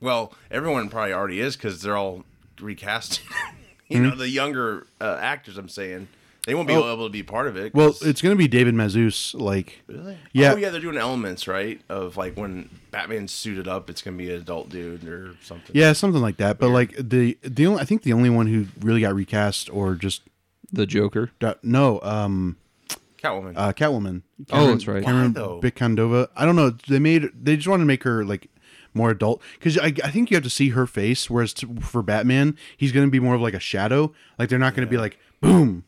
Speaker 1: Well, everyone probably already is because they're all recast. you
Speaker 3: Hmm?
Speaker 1: know, the younger uh, actors. I'm saying they won't be able to be part of it. 'cause-
Speaker 3: Oh. Well, it's going to be David Mazouz like
Speaker 1: Really?
Speaker 3: Yeah.
Speaker 1: Oh, yeah, they're doing elements, right? Of like when Batman's suited up, it's gonna be an adult dude or something.
Speaker 3: Yeah, something like that. But like the the only I think the only one who really got recast or just
Speaker 2: The Joker.
Speaker 3: got, no um
Speaker 1: Catwoman.
Speaker 3: uh Catwoman.
Speaker 2: Oh, that's right.
Speaker 3: Cameron
Speaker 1: Why, though?
Speaker 3: Bicandova. I don't know. They made they just wanted to make her like more adult because I, I think you have to see her face. Whereas t- for Batman, he's going to be more of like a shadow. Like they're not going to be like boom.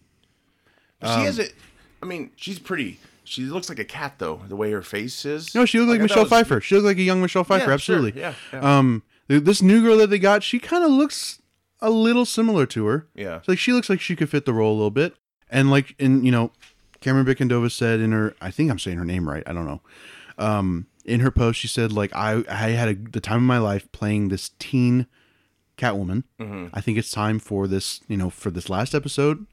Speaker 1: she has it. I mean, she's pretty. She looks like a cat, though, the way her face is.
Speaker 3: No, she looked like,
Speaker 1: I thought
Speaker 3: Michelle
Speaker 1: it was-
Speaker 3: Pfeiffer. She looked like a young Michelle Pfeiffer.
Speaker 1: sure,
Speaker 3: absolutely.
Speaker 1: yeah,
Speaker 3: Um, th- this new girl that they got, she kind of looks a little similar to her.
Speaker 1: Yeah.
Speaker 3: So, like she looks like she could fit the role a little bit. And like in you know, Cameron Bickendova said in her, I think I'm saying her name right. I don't know. Um, in her post, she said like I I had a, the time of my life playing this teen Catwoman. I think it's time for this you know for this last episode,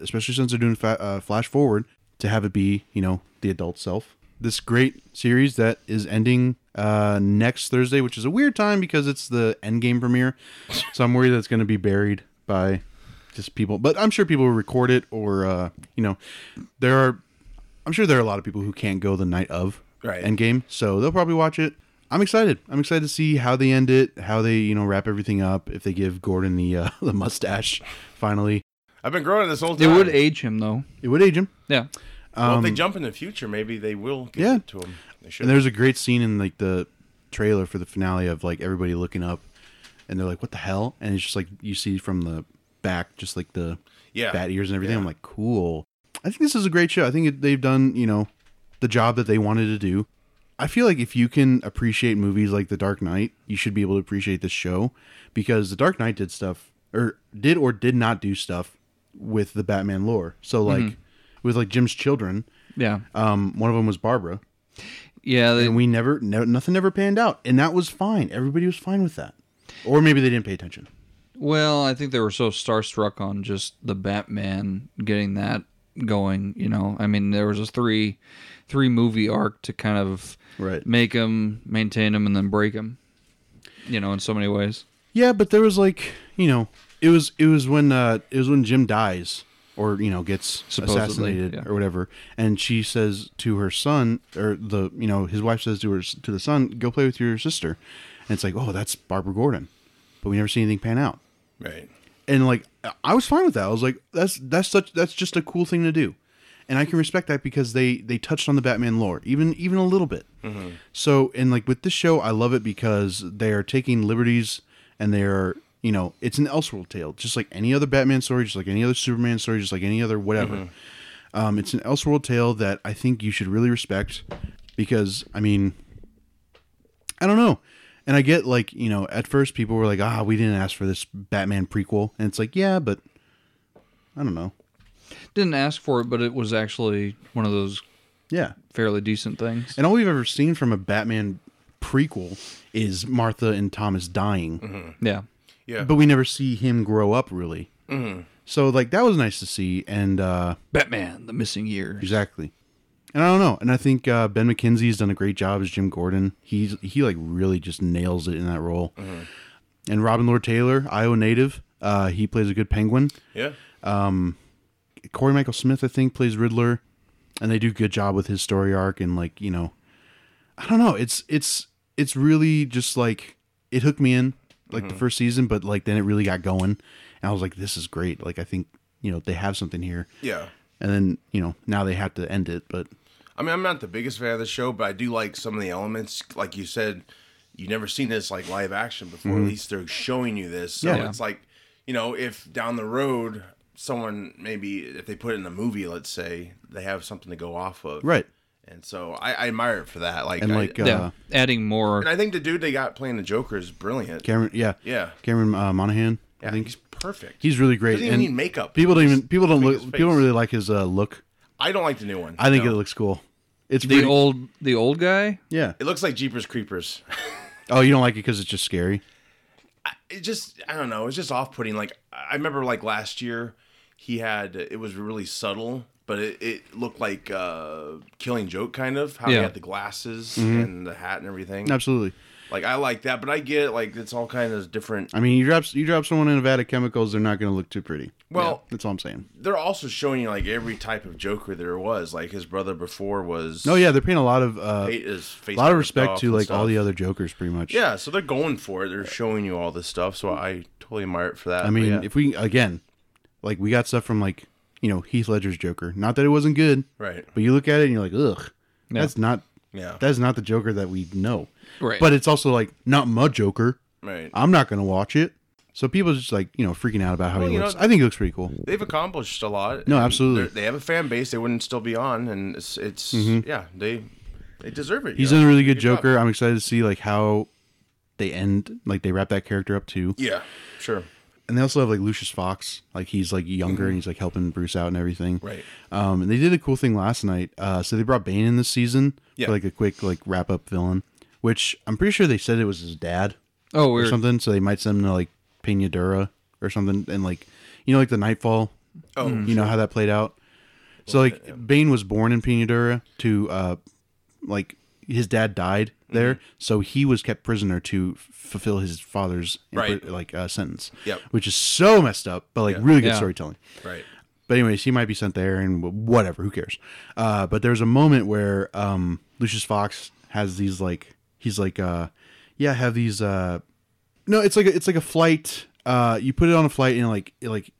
Speaker 3: especially since they're doing fa- uh, flash forward to have it be you know the adult self. This great series that is ending uh, next Thursday, which is a weird time because it's the Endgame premiere. So I'm worried that's going to be buried by just people. But I'm sure people will record it, or uh, you know, there are. I'm sure there are a lot of people who can't go the night of
Speaker 1: Right.
Speaker 3: Endgame, so they'll probably watch it. I'm excited. I'm excited to see how they end it, how they you know wrap everything up. If they give Gordon the uh, the mustache finally,
Speaker 1: I've been growing this whole
Speaker 2: It
Speaker 1: time.
Speaker 2: would age him though.
Speaker 3: it would age him.
Speaker 2: Yeah.
Speaker 1: Well, if they jump in the future, maybe they will give
Speaker 3: Um, Yeah.
Speaker 1: it to him. They should.
Speaker 3: And there's a great scene in like the trailer for the finale of like everybody looking up, and they're like, "What the hell?" And it's just like you see from the back, just like the
Speaker 1: yeah.
Speaker 3: bat ears and everything.
Speaker 1: Yeah.
Speaker 3: I'm like, cool. I think this is a great show. I think it, they've done, you know, the job that they wanted to do. I feel like if you can appreciate movies like The Dark Knight, you should be able to appreciate this show because The Dark Knight did stuff or did or did not do stuff with the Batman lore. So like
Speaker 1: Mm-hmm.
Speaker 3: with like Jim's children,
Speaker 2: Yeah.
Speaker 3: um one of them was Barbara
Speaker 2: Yeah. They,
Speaker 3: and we never no, nothing ever panned out and that was fine. Everybody was fine with that. Or maybe they didn't pay attention.
Speaker 2: Well, I think they were so starstruck on just the Batman getting that going. You know, I mean, there was a three, three movie arc to kind of
Speaker 3: Right.
Speaker 2: make him, maintain him, and then break him. You know, in so many ways.
Speaker 3: Yeah, but there was like you know, it was it was when uh it was when Jim dies or you know gets
Speaker 2: Supposedly,
Speaker 3: assassinated
Speaker 2: yeah.
Speaker 3: or whatever, and she says to her son or the you know his wife says to her to the son, go play with your sister, and it's like oh that's Barbara Gordon, but we never see anything pan out,
Speaker 1: Right.
Speaker 3: and like I was fine with that. I was like that's that's such that's just a cool thing to do. And I can respect that because they they touched on the Batman lore even even a little bit. So and like with this show, I love it because they are taking liberties and they are you know it's an Elseworld tale, just like any other Batman story, just like any other Superman story, just like any other whatever. Um, it's an Elseworld tale that I think you should really respect because I mean, I don't know. And I get like you know at first people were like ah we didn't ask for this Batman prequel and it's like yeah but I don't know
Speaker 2: Didn't ask for it, but it was actually one of those
Speaker 3: yeah
Speaker 2: fairly decent things.
Speaker 3: And all we've ever seen from a Batman prequel is Martha and Thomas dying,
Speaker 2: Yeah.
Speaker 1: Yeah.
Speaker 3: but we never see him grow up really. So like that was nice to see, and uh,
Speaker 2: Batman, the missing years.
Speaker 3: exactly. And I don't know, and I think uh, Ben McKenzie's done a great job as Jim Gordon. He's he like really just nails it in that role. And Robin Lord Taylor, Iowa native, uh, he plays a good penguin.
Speaker 1: yeah.
Speaker 3: Corey Michael Smith, I think, plays Riddler, and they do a good job with his story arc and like you know, I don't know. It's it's it's really just like it hooked me in like
Speaker 1: Mm-hmm.
Speaker 3: the first season, but like then it really got going, and I was like, this is great. Like I think you know they have something here,
Speaker 1: Yeah.
Speaker 3: and then you know now they have to end it, but
Speaker 1: I mean, I'm not the biggest fan of the show, but I do like some of the elements. Like you said, you never seen this like live action before. At least they're showing you this, so
Speaker 3: Mm-hmm. Yeah.
Speaker 1: it's like, you know, if down the road someone maybe if they put it in a movie, let's say they have something to go off of,
Speaker 3: right
Speaker 1: And so I, I admire it for that. Like,
Speaker 3: and
Speaker 1: I-
Speaker 3: like uh,
Speaker 2: yeah. Adding more.
Speaker 1: and I think the dude they got playing the Joker is brilliant.
Speaker 3: Cameron, yeah,
Speaker 1: Yeah.
Speaker 3: Cameron uh, Monahan,
Speaker 1: Yeah,
Speaker 3: I think
Speaker 1: he's perfect.
Speaker 3: he's really great.
Speaker 1: Doesn't even
Speaker 3: and
Speaker 1: need makeup.
Speaker 3: People don't even people don't
Speaker 1: Make
Speaker 3: look
Speaker 1: his
Speaker 3: people don't
Speaker 1: face.
Speaker 3: really like his uh, look.
Speaker 1: I don't like the new one.
Speaker 3: I think
Speaker 1: No.
Speaker 3: it looks cool. It's
Speaker 2: the
Speaker 3: pretty-
Speaker 2: old, the old guy.
Speaker 3: yeah.
Speaker 1: It looks like Jeepers Creepers.
Speaker 3: Oh, you don't like it because it's just scary.
Speaker 1: it just I don't know. It's just off putting. Like I remember like last year, he had it was really subtle, but it, it looked like uh Killing Joke kind of how he
Speaker 2: Yeah.
Speaker 1: had the glasses
Speaker 3: Mm-hmm.
Speaker 1: and the hat and everything.
Speaker 3: Absolutely.
Speaker 1: Like I like that, but I get it. Like it's all kind of different.
Speaker 3: I mean, you drop you drop someone in a vat of chemicals, they're not going to look too pretty.
Speaker 1: Well,
Speaker 3: That's all I'm saying.
Speaker 1: they're also showing you like every type of Joker there was. Like his brother before was.
Speaker 3: No, Oh, yeah, they're paying a lot of uh,
Speaker 1: hate his face
Speaker 3: a lot of
Speaker 1: ripped
Speaker 3: respect
Speaker 1: off
Speaker 3: to
Speaker 1: and
Speaker 3: like all
Speaker 1: stuff.
Speaker 3: the other Jokers, pretty much.
Speaker 1: Yeah, so they're going for it. They're showing you all this stuff. So I totally admire it for that.
Speaker 3: I
Speaker 1: But
Speaker 3: mean,
Speaker 1: yeah.
Speaker 3: if we again, like we got stuff from like you know Heath Ledger's Joker. Not that it wasn't good,
Speaker 1: right.
Speaker 3: but you look at it and you're like, ugh, that's not
Speaker 1: Yeah.
Speaker 3: That is not the Joker that we know.
Speaker 2: Right.
Speaker 3: But it's also like not my Joker.
Speaker 1: Right.
Speaker 3: I'm not going to watch it. So people are just like you know freaking out about how he
Speaker 1: you know-
Speaker 3: looks. I think he looks pretty cool.
Speaker 1: They've accomplished a lot.
Speaker 3: No,
Speaker 1: and
Speaker 3: absolutely.
Speaker 1: they're- They have a fan base. They wouldn't still be on, and it's it's yeah. They they deserve it.
Speaker 3: Mm-hmm. He's
Speaker 1: you
Speaker 3: done
Speaker 1: know?
Speaker 3: a really good
Speaker 1: job.
Speaker 3: Joker. I'm excited to see like how they end, like they wrap that character up too.
Speaker 1: Yeah. Sure.
Speaker 3: And they also have like Lucius Fox, like he's like younger and he's like helping Bruce out and everything.
Speaker 1: Mm-hmm. Right.
Speaker 3: Um, and they did a cool thing last night. Uh, so they brought Bane in this season
Speaker 1: Yeah.
Speaker 3: for like a quick like wrap up villain, which I'm pretty sure they said it was his dad
Speaker 2: Oh,
Speaker 3: or
Speaker 2: weird.
Speaker 3: something. So they might send him to like Pena Dura or something, and like you know like the Nightfall.
Speaker 1: Oh,
Speaker 3: you know how that played out. So like Bane was born in Pena Dura to uh, like his dad died
Speaker 1: Mm-hmm.
Speaker 3: there, so he was kept prisoner to f- fulfill his father's
Speaker 1: Right.
Speaker 3: like uh, sentence.
Speaker 1: Yep.
Speaker 3: which is so messed up, but like really good
Speaker 2: Yeah.
Speaker 3: storytelling.
Speaker 1: Right.
Speaker 3: But anyways, he might be sent there and wh- whatever, who cares? Uh, but there's a moment where um, Lucius Fox has these like he's like uh, yeah, have these uh, no, it's like a, it's like a flight. Uh, you put it on a flight and like it, like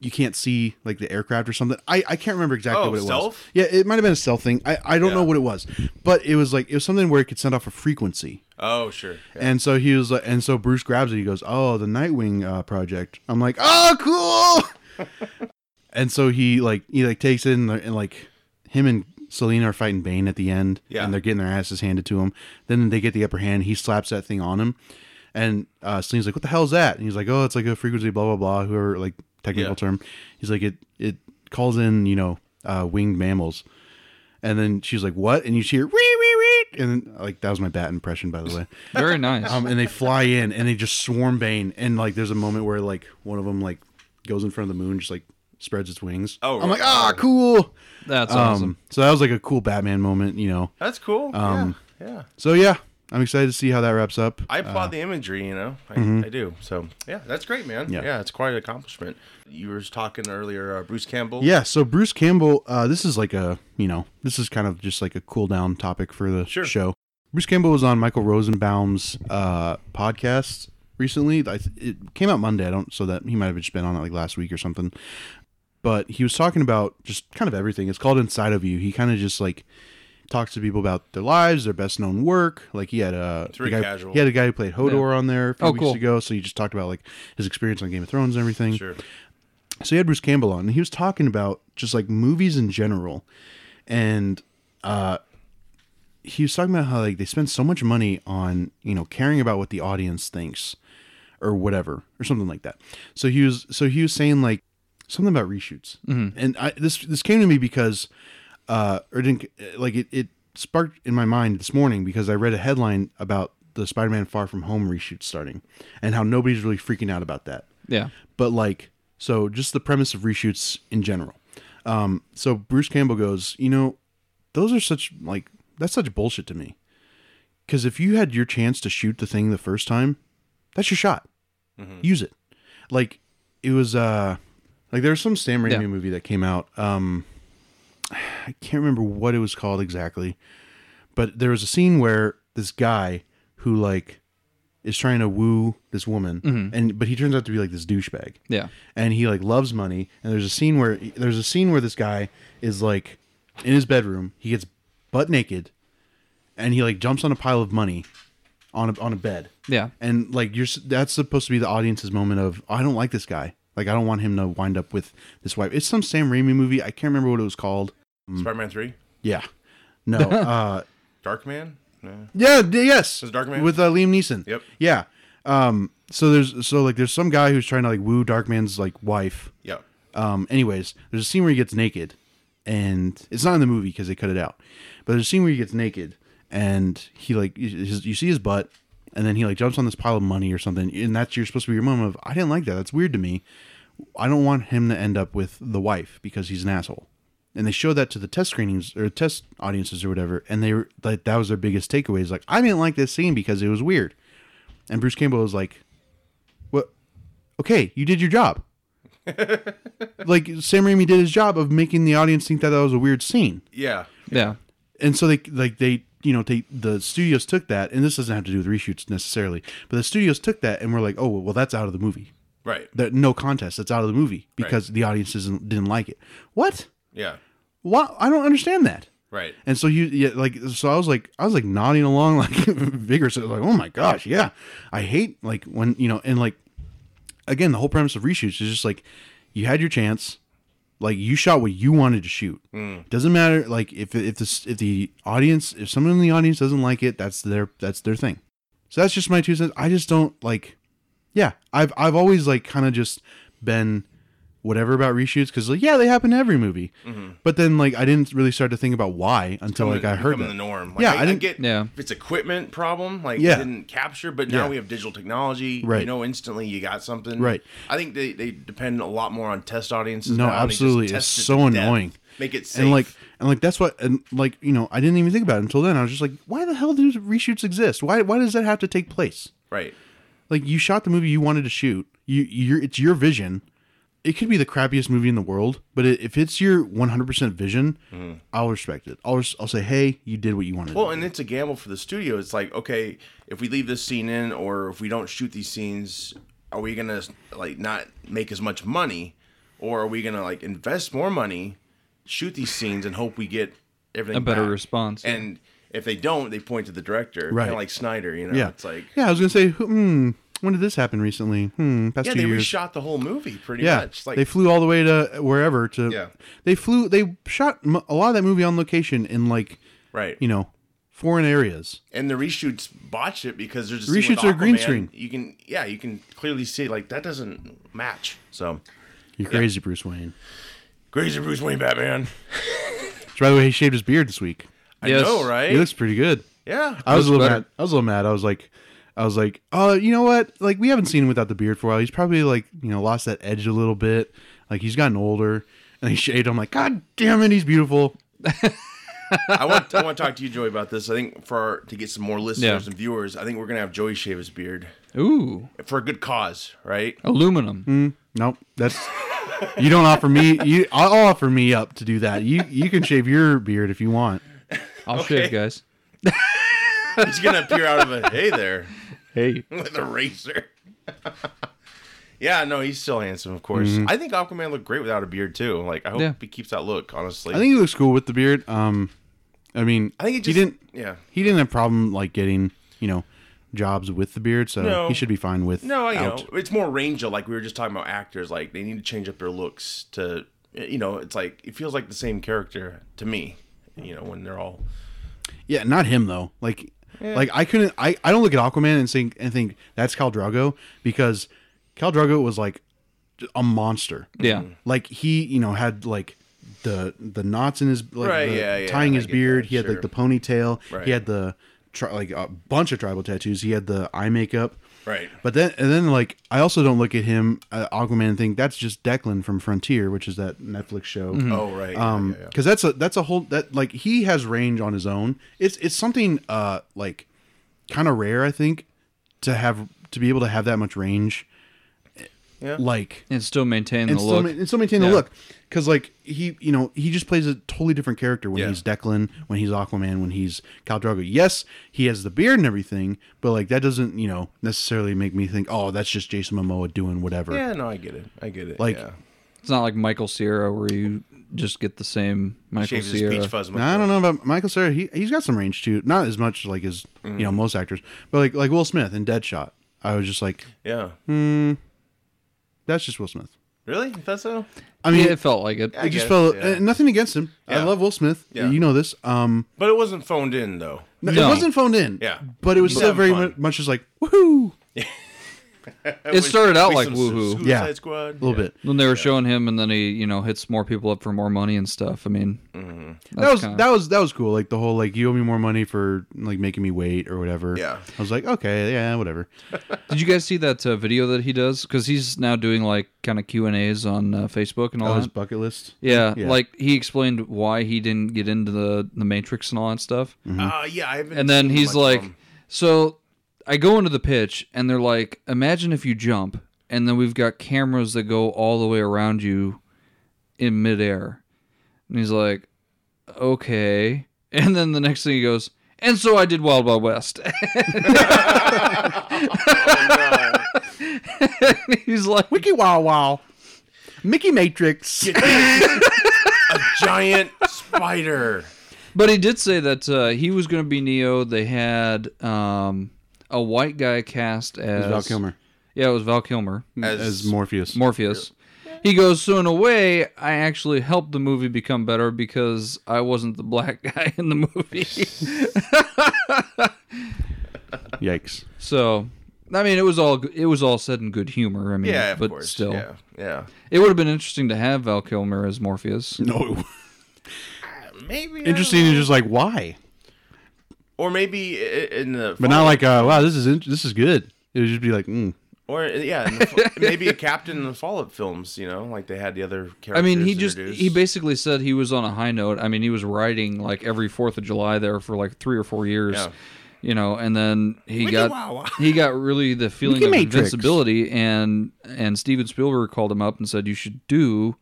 Speaker 3: you can't see like the aircraft or something. I, I can't remember exactly
Speaker 1: Oh,
Speaker 3: what it was.
Speaker 1: stealth?
Speaker 3: Yeah, it might have been a stealth thing. I, I don't know
Speaker 1: Yeah.
Speaker 3: what it was, but it was like it was something where it could send off a frequency.
Speaker 1: Oh, sure. Yeah.
Speaker 3: And so he was like, and so Bruce grabs it. He goes, "Oh, the Nightwing uh, project." I'm like, "Oh, cool." and so he like he like takes it and, they're- and like him and Selena are fighting Bane at the end,
Speaker 1: Yeah.
Speaker 3: and they're getting their asses handed to him. Then they get the upper hand. He slaps that thing on him, and uh, Selena's like, "What the hell's that?" And he's like, "Oh, it's like a frequency, blah blah blah, whoever like technical
Speaker 1: Yeah.
Speaker 3: term." He's like, "It it calls in, you know, uh, winged mammals." And then she's like, "What?" And you hear, "Wee wee wee," and then, like that was my bat impression, by the way
Speaker 2: Very nice.
Speaker 3: um, and they fly in and they just swarm Bane. And like, there's a moment where like one of them like goes in front of the moon, just like spreads its wings.
Speaker 1: Oh,
Speaker 3: I'm like,
Speaker 1: right.
Speaker 3: ah, cool.
Speaker 2: That's
Speaker 3: um,
Speaker 2: awesome.
Speaker 3: So that was like a cool Batman moment, you know.
Speaker 1: That's cool.
Speaker 3: Um, uh,
Speaker 1: yeah. Yeah.
Speaker 3: So yeah, I'm excited to see how that wraps up.
Speaker 1: I applaud the imagery, you know, I, I do. So yeah, that's great, man.
Speaker 3: mm-hmm. Yeah.
Speaker 1: Yeah. it's quite an accomplishment. You were talking earlier, uh, Bruce Campbell.
Speaker 3: yeah. So Bruce Campbell, uh, this is like a you know, this is kind of just like a cool down topic for the
Speaker 1: Sure.
Speaker 3: show. Bruce Campbell was on Michael Rosenbaum's uh, podcast recently. I, th- it came out Monday. I don't, so that he might have just been on it like last week or something. but he was talking about just kind of everything. It's called Inside of You. He kind of just like talks to people about their lives, their best known work. Like he had a
Speaker 1: It's very
Speaker 3: the guy,
Speaker 1: casual.
Speaker 3: He had a guy who played Hodor on there a few
Speaker 2: Oh,
Speaker 3: weeks
Speaker 2: cool.
Speaker 3: ago. So he just talked about like his experience on Game of Thrones and everything.
Speaker 1: Sure.
Speaker 3: So he had Bruce Campbell on, and he was talking about just like movies in general, and uh, he was talking about how like they spend so much money on you know caring about what the audience thinks or whatever or something like that. So he was so he was saying like something about reshoots,
Speaker 2: Mm-hmm.
Speaker 3: and I, this this came to me because uh, or didn't like it, it sparked in my mind this morning because I read a headline about the Spider-Man Far From Home reshoot starting and how nobody's really freaking out about that
Speaker 2: yeah.
Speaker 3: but like so just the premise of reshoots in general um so bruce campbell goes you know those are such like that's such bullshit to me because if you had your chance to shoot the thing the first time that's your shot use it like it was uh like there was some sam raimi
Speaker 2: Yeah.
Speaker 3: movie that came out um i can't remember what it was called exactly but there was a scene where this guy who like is trying to woo this woman and but he turns out to be like this douchebag
Speaker 2: Yeah.
Speaker 3: and he like loves money and there's a scene where there's a scene where this guy is like in his bedroom he gets butt naked and he like jumps on a pile of money on a, on a bed
Speaker 2: Yeah.
Speaker 3: and like you're s- that's supposed to be the audience's moment of "Oh, i don't like this guy like i don't want him to wind up with this wife it's some sam raimi movie i can't remember what it was called
Speaker 1: Spider-Man Three,
Speaker 3: yeah no uh
Speaker 1: Dark Man. Yeah.
Speaker 3: yeah, d- yes.
Speaker 1: Is Darkman?
Speaker 3: with uh, Liam Neeson.
Speaker 1: Yep.
Speaker 3: Yeah. Um. So there's so like there's some guy who's trying to like woo Darkman's like wife.
Speaker 1: Yeah.
Speaker 3: Um. Anyways, there's a scene where he gets naked, and it's not in the movie because they cut it out. But there's a scene where he gets naked, and he like y- his, you see his butt, and then he like jumps on this pile of money or something, and that's you're supposed to be your moment of I didn't like that. That's weird to me. I don't want him to end up with the wife because he's an asshole. And they showed that to the test screenings or test audiences or whatever, and they were like that was their biggest takeaway is like I didn't like this scene because it was weird. And Bruce Campbell was like, "What? Okay, you did your job. like Sam Raimi did his job of making the audience think that that was a weird scene."
Speaker 1: Yeah.
Speaker 2: Yeah.
Speaker 3: and so they like they you know they the studios took that and this doesn't have to do with reshoots necessarily but the studios took that and were like oh well that's out of the movie
Speaker 1: Right.
Speaker 3: that no contest that's out of the movie because the audience isn't, didn't like it what
Speaker 1: Yeah.
Speaker 3: why i don't understand that
Speaker 1: Right.
Speaker 3: And so you yeah, like so I was like I was like nodding along like vigorously like oh my gosh yeah I hate like when you know and like again the whole premise of reshoots is just like you had your chance like you shot what you wanted to shoot
Speaker 1: Mm.
Speaker 3: doesn't matter like if if this if the audience if someone in the audience doesn't like it that's their that's their thing so that's just my two cents I just don't like yeah I've I've always like kind of just been whatever about reshoots because like yeah they happen to every movie but then like I didn't really start to think about why until like I heard
Speaker 1: Mm-hmm. Becoming
Speaker 3: that
Speaker 1: the norm. Like,
Speaker 3: Yeah,
Speaker 1: I,
Speaker 3: I
Speaker 1: I
Speaker 3: didn't-
Speaker 1: get.
Speaker 2: Yeah.
Speaker 1: If it's equipment problem, like
Speaker 3: Yeah.
Speaker 1: didn't capture, but now
Speaker 3: Yeah.
Speaker 1: we have digital technology. You
Speaker 3: Right.
Speaker 1: know, instantly you got something.
Speaker 3: Right.
Speaker 1: I think they, they depend a lot more on test audiences.
Speaker 3: No,
Speaker 1: now, and they just
Speaker 3: absolutely.
Speaker 1: test
Speaker 3: It's
Speaker 1: it
Speaker 3: so
Speaker 1: to death.
Speaker 3: annoying.
Speaker 1: Make it safe.
Speaker 3: and like and like that's what and like you know I didn't even think about it until then. I was just like, why the hell do reshoots exist? Why why does that have to take place?
Speaker 1: right.
Speaker 3: Like you shot the movie you wanted to shoot. You you it's your vision. It could be the crappiest movie in the world, but it, if it's your 100% vision, I'll respect it. I'll res- I'll say, "Hey, you did what you wanted."
Speaker 1: Mm-hmm. Well,
Speaker 3: to do.
Speaker 1: and it's a gamble for the studio. It's like, okay, if we leave this scene in, or if we don't shoot these scenes, are we gonna like not make as much money, or are we gonna like invest more money, shoot these scenes, and hope we get everything
Speaker 2: A better
Speaker 1: back?
Speaker 2: response.
Speaker 1: And if they don't, they point to the director,
Speaker 3: Right.
Speaker 1: Kinda like Snyder, you know.
Speaker 3: yeah.
Speaker 1: It's like,
Speaker 3: Yeah, I was going to say, hmm, when did this happen recently? Hmm, past
Speaker 1: yeah,
Speaker 3: two
Speaker 1: they
Speaker 3: years.
Speaker 1: reshot the whole movie pretty
Speaker 3: yeah,
Speaker 1: much. Like,
Speaker 3: they flew all the way to wherever to.
Speaker 1: Yeah.
Speaker 3: They flew. They shot m- a lot of that movie on location in like
Speaker 1: right.
Speaker 3: you know, foreign areas.
Speaker 1: and the reshoots botch it because there's a
Speaker 3: Reshoots
Speaker 1: scene with
Speaker 3: are green
Speaker 1: Aquaman.
Speaker 3: screen.
Speaker 1: You can, yeah, you can clearly see like that doesn't match. So,
Speaker 3: You're crazy, Bruce Wayne.
Speaker 1: Crazy Bruce Wayne Batman.
Speaker 3: Which, by the way, he shaved his beard this week.
Speaker 1: I
Speaker 2: Yes.
Speaker 1: know, right?
Speaker 3: He looks pretty good.
Speaker 1: yeah.
Speaker 3: I was a
Speaker 2: Looks
Speaker 3: little
Speaker 2: better.
Speaker 3: mad. I was a little mad. I was like, I was like, oh, you know what? Like, we haven't seen him without the beard for a while. He's probably like, you know, lost that edge a little bit. Like, he's gotten older. And he shaved. I'm like, God damn it, he's beautiful.
Speaker 1: I want I want to talk to you, Joey, about this. I think for our, to get some more listeners
Speaker 2: Yeah.
Speaker 1: and viewers, I think we're gonna have Joey shave his beard
Speaker 2: Ooh,
Speaker 1: for a good cause, right?
Speaker 2: aluminum.
Speaker 3: Mm. Nope, that's you don't offer me. You, I'll offer me up to do that. You you can shave your beard if you want.
Speaker 2: I'll shave, guys.
Speaker 1: He's gonna appear out of a hey there
Speaker 3: Hey,
Speaker 1: with a razor. yeah, no, he's still handsome, of course. I think Aquaman looked great without a beard too. Like I hope
Speaker 2: Yeah.
Speaker 1: he keeps that look. Honestly,
Speaker 3: I think he looks cool with the beard. Um, I mean,
Speaker 1: I think it just
Speaker 3: he didn't.
Speaker 1: Yeah,
Speaker 3: he didn't have a problem like getting you know jobs with the beard so
Speaker 1: No.
Speaker 3: he should be fine with
Speaker 1: no, I
Speaker 3: out.
Speaker 1: know it's more range of like we were just talking about actors. Like they need to change up their looks to you know it's like it feels like the same character to me. You know when they're all
Speaker 3: yeah not him though like like i couldn't I, I don't look at aquaman and think and think that's cal drago because cal drago was like a monster
Speaker 2: Yeah.
Speaker 3: like he you know had like the the knots in his like
Speaker 1: Right,
Speaker 3: the-
Speaker 1: yeah, yeah,
Speaker 3: tying
Speaker 1: I
Speaker 3: his
Speaker 1: get
Speaker 3: beard
Speaker 1: that,
Speaker 3: he had
Speaker 1: sure.
Speaker 3: like the ponytail
Speaker 1: Right.
Speaker 3: he had the tri- like a bunch of tribal tattoos he had the eye makeup
Speaker 1: right.
Speaker 3: But then, and then, like, I also don't look at him, uh, Aquaman, and think that's just Declan from Frontier, which is that Netflix show.
Speaker 1: Oh right. Yeah,
Speaker 3: Um,
Speaker 1: yeah, yeah.
Speaker 3: because that's a that's a whole that like he has range on his own. It's it's something uh like kind of rare, I think, to have to be able to have that much range.
Speaker 1: Yeah.
Speaker 3: Like
Speaker 2: And still maintain
Speaker 3: and
Speaker 2: the
Speaker 3: still,
Speaker 2: look.
Speaker 3: ma- and still maintain the
Speaker 2: Yeah.
Speaker 3: look because like he you know he just plays a totally different character when
Speaker 1: Yeah.
Speaker 3: he's Declan when he's Aquaman when he's Cal Drago yes he has the beard and everything but like that doesn't you know necessarily make me think oh that's just Jason Momoa doing whatever
Speaker 1: Yeah, no, I get it. I get it.
Speaker 3: Like-
Speaker 1: yeah.
Speaker 2: it's not like Michael Sierra where you just get the same Michael
Speaker 1: shaves his peach
Speaker 2: Sierra.
Speaker 1: fuzz.
Speaker 3: Now, I don't know about Michael Sarah he he's got some range too not as much like as you know most actors but like like Will Smith in Deadshot I was just like
Speaker 1: Yeah,
Speaker 3: that's just Will Smith
Speaker 1: really? You thought so?
Speaker 3: I mean
Speaker 2: yeah, it felt like it.
Speaker 3: I, just
Speaker 1: guess,
Speaker 3: felt
Speaker 1: yeah.
Speaker 3: uh, nothing against him I
Speaker 1: Yeah.
Speaker 3: love Will Smith
Speaker 1: Yeah.
Speaker 3: you know this um
Speaker 1: But it wasn't phoned in though.
Speaker 3: no,
Speaker 2: No.
Speaker 3: it wasn't phoned in
Speaker 1: Yeah.
Speaker 3: but it was
Speaker 1: He's
Speaker 3: still
Speaker 1: having
Speaker 3: very
Speaker 1: fun.
Speaker 3: mu- much just like woohoo
Speaker 2: It started out like woohoo.
Speaker 1: Suicide
Speaker 3: Yeah.
Speaker 1: Squad.
Speaker 3: a little bit.
Speaker 2: When they were showing him, and then he, you know, hits more people up for more money and stuff. I mean,
Speaker 3: Mm. That was
Speaker 2: kinda-
Speaker 3: that was that was cool. Like the whole like you owe me more money for like making me wait or whatever.
Speaker 1: Yeah.
Speaker 3: I was like okay yeah whatever.
Speaker 2: did you guys see that uh, video that he does? Because he's now doing like kind of Q and A's on uh, Facebook and all
Speaker 3: Oh,
Speaker 2: that.
Speaker 3: his bucket list.
Speaker 2: yeah,
Speaker 3: yeah.
Speaker 2: like he explained why he didn't get into the the Matrix and all that stuff.
Speaker 3: mm-hmm.
Speaker 1: Ah, yeah. I haven't
Speaker 2: And then
Speaker 1: seen
Speaker 2: he's
Speaker 1: much
Speaker 2: like,
Speaker 1: of 'em.
Speaker 2: so I go into the pitch, and they're like, imagine if you jump, and then we've got cameras that go all the way around you in midair. And he's like, okay. And then the next thing he goes, and so I did Wild Wild West. And he's like,
Speaker 3: Wiki wow wow, Mickey Matrix.
Speaker 1: a giant spider.
Speaker 2: But he did say that uh, he was going to be Neo. They had um, a white guy cast as
Speaker 3: Val Kilmer
Speaker 2: Yeah, it was Val Kilmer,
Speaker 3: Mm, as,
Speaker 1: As-
Speaker 3: Morpheus.
Speaker 2: Morpheus. He goes, so in a way, I actually helped the movie become better because I wasn't the black guy in the movie.
Speaker 3: Yikes!
Speaker 2: so, I mean, it was all g- it was all said in good humor. I mean,
Speaker 1: Yeah, of
Speaker 2: but
Speaker 1: course.
Speaker 2: still,
Speaker 1: Yeah, yeah.
Speaker 2: it would have been interesting to have Val Kilmer as Morpheus.
Speaker 3: No,
Speaker 1: Maybe I
Speaker 3: interesting.
Speaker 1: don't
Speaker 3: Is
Speaker 1: know.
Speaker 3: just like why,
Speaker 1: or maybe i- in the
Speaker 3: but not like uh, wow, this is in- this is good. It would just be like, mm.
Speaker 1: or uh, yeah, in the, fo- maybe a captain in the follow-up films. You know, like they had the other characters.
Speaker 2: I mean, he just
Speaker 1: introduced.
Speaker 2: he basically said he was on a high note. I mean, he was writing like every Fourth of July there for like three or four years,
Speaker 1: Yeah.
Speaker 2: you know, and then he got
Speaker 1: Wawa.
Speaker 2: he got really the feeling
Speaker 3: Mickey
Speaker 2: of
Speaker 3: Matrix.
Speaker 2: invincibility, and and Steven Spielberg called him up and said you should do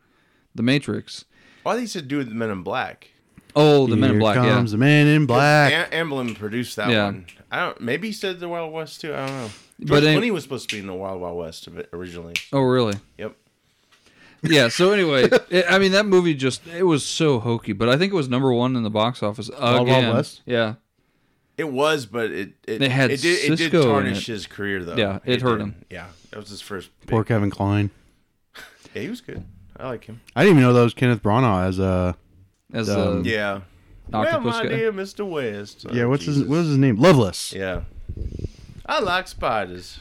Speaker 2: the Matrix.
Speaker 1: Why they said do with the Men in Black?
Speaker 2: Oh, the Men in
Speaker 3: Here
Speaker 2: Black, yeah.
Speaker 3: comes the Man in Black.
Speaker 1: Am- Amblin produced that
Speaker 2: Yeah.
Speaker 1: one. I don't. Maybe he said the Wild West too. I don't know.
Speaker 2: But
Speaker 1: George
Speaker 2: in-
Speaker 1: Clooney was supposed to be in the Wild Wild West of it originally.
Speaker 2: Oh, really?
Speaker 1: Yep.
Speaker 2: Yeah. So anyway, it, I mean, that movie just it was so hokey, but I think it was number one in the box office again.
Speaker 3: Wild West?
Speaker 2: Yeah.
Speaker 1: It was, but it it,
Speaker 2: They had
Speaker 1: it did it did
Speaker 2: Sisko in
Speaker 1: tarnish
Speaker 2: it.
Speaker 1: his career though.
Speaker 2: Yeah, it hurt
Speaker 1: did.
Speaker 2: him.
Speaker 1: Yeah, that was his first. Big,
Speaker 3: Poor Kevin Klein.
Speaker 1: yeah, he was good. I like him.
Speaker 3: I didn't even know that was Kenneth Branagh as uh
Speaker 2: As
Speaker 3: Um,
Speaker 2: the
Speaker 1: Yeah.
Speaker 2: octopus
Speaker 1: well, my
Speaker 2: guy.
Speaker 1: dear Mr. West. Oh,
Speaker 3: yeah. What's his
Speaker 1: Jesus.
Speaker 3: what was his name? Loveless.
Speaker 1: Yeah. I like spiders.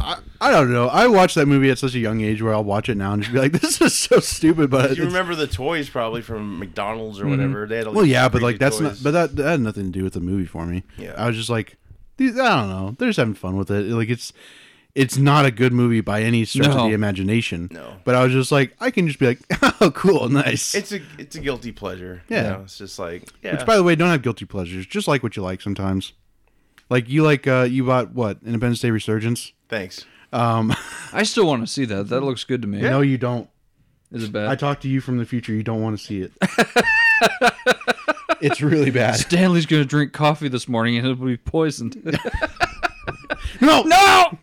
Speaker 3: I, I don't know. I watched that movie at such a young age where I'll watch it now and just be like, this is so stupid. But
Speaker 1: You
Speaker 3: it's-
Speaker 1: remember the toys probably from McDonald's
Speaker 2: Mm-hmm.
Speaker 1: or whatever? They had all
Speaker 3: well,
Speaker 1: these
Speaker 3: yeah, but like
Speaker 1: creepy
Speaker 3: that's
Speaker 1: toys.
Speaker 3: not. But that, that had nothing to do with the movie for me.
Speaker 1: Yeah.
Speaker 3: I was just like, these. I don't know. They're just having fun with it. Like it's, it's not a good movie by any stretch
Speaker 2: No.
Speaker 3: of the imagination.
Speaker 1: No.
Speaker 3: But I was just like, I can just be like, oh, cool, nice.
Speaker 1: it's a it's a guilty pleasure.
Speaker 3: Yeah.
Speaker 1: you know? it's just like yeah.
Speaker 3: Which, by the way, don't have guilty pleasures. Just like what you like sometimes. Like you like uh you bought what Independence Day Resurgence.
Speaker 1: Thanks.
Speaker 2: I still want to see that. That looks good to me.
Speaker 3: No, you don't.
Speaker 2: Is it
Speaker 3: I
Speaker 2: bad?
Speaker 3: talk to you from the future. You don't want to see it. it's really bad.
Speaker 2: Stanley's gonna drink coffee this morning and it'll be poisoned.
Speaker 3: No, no.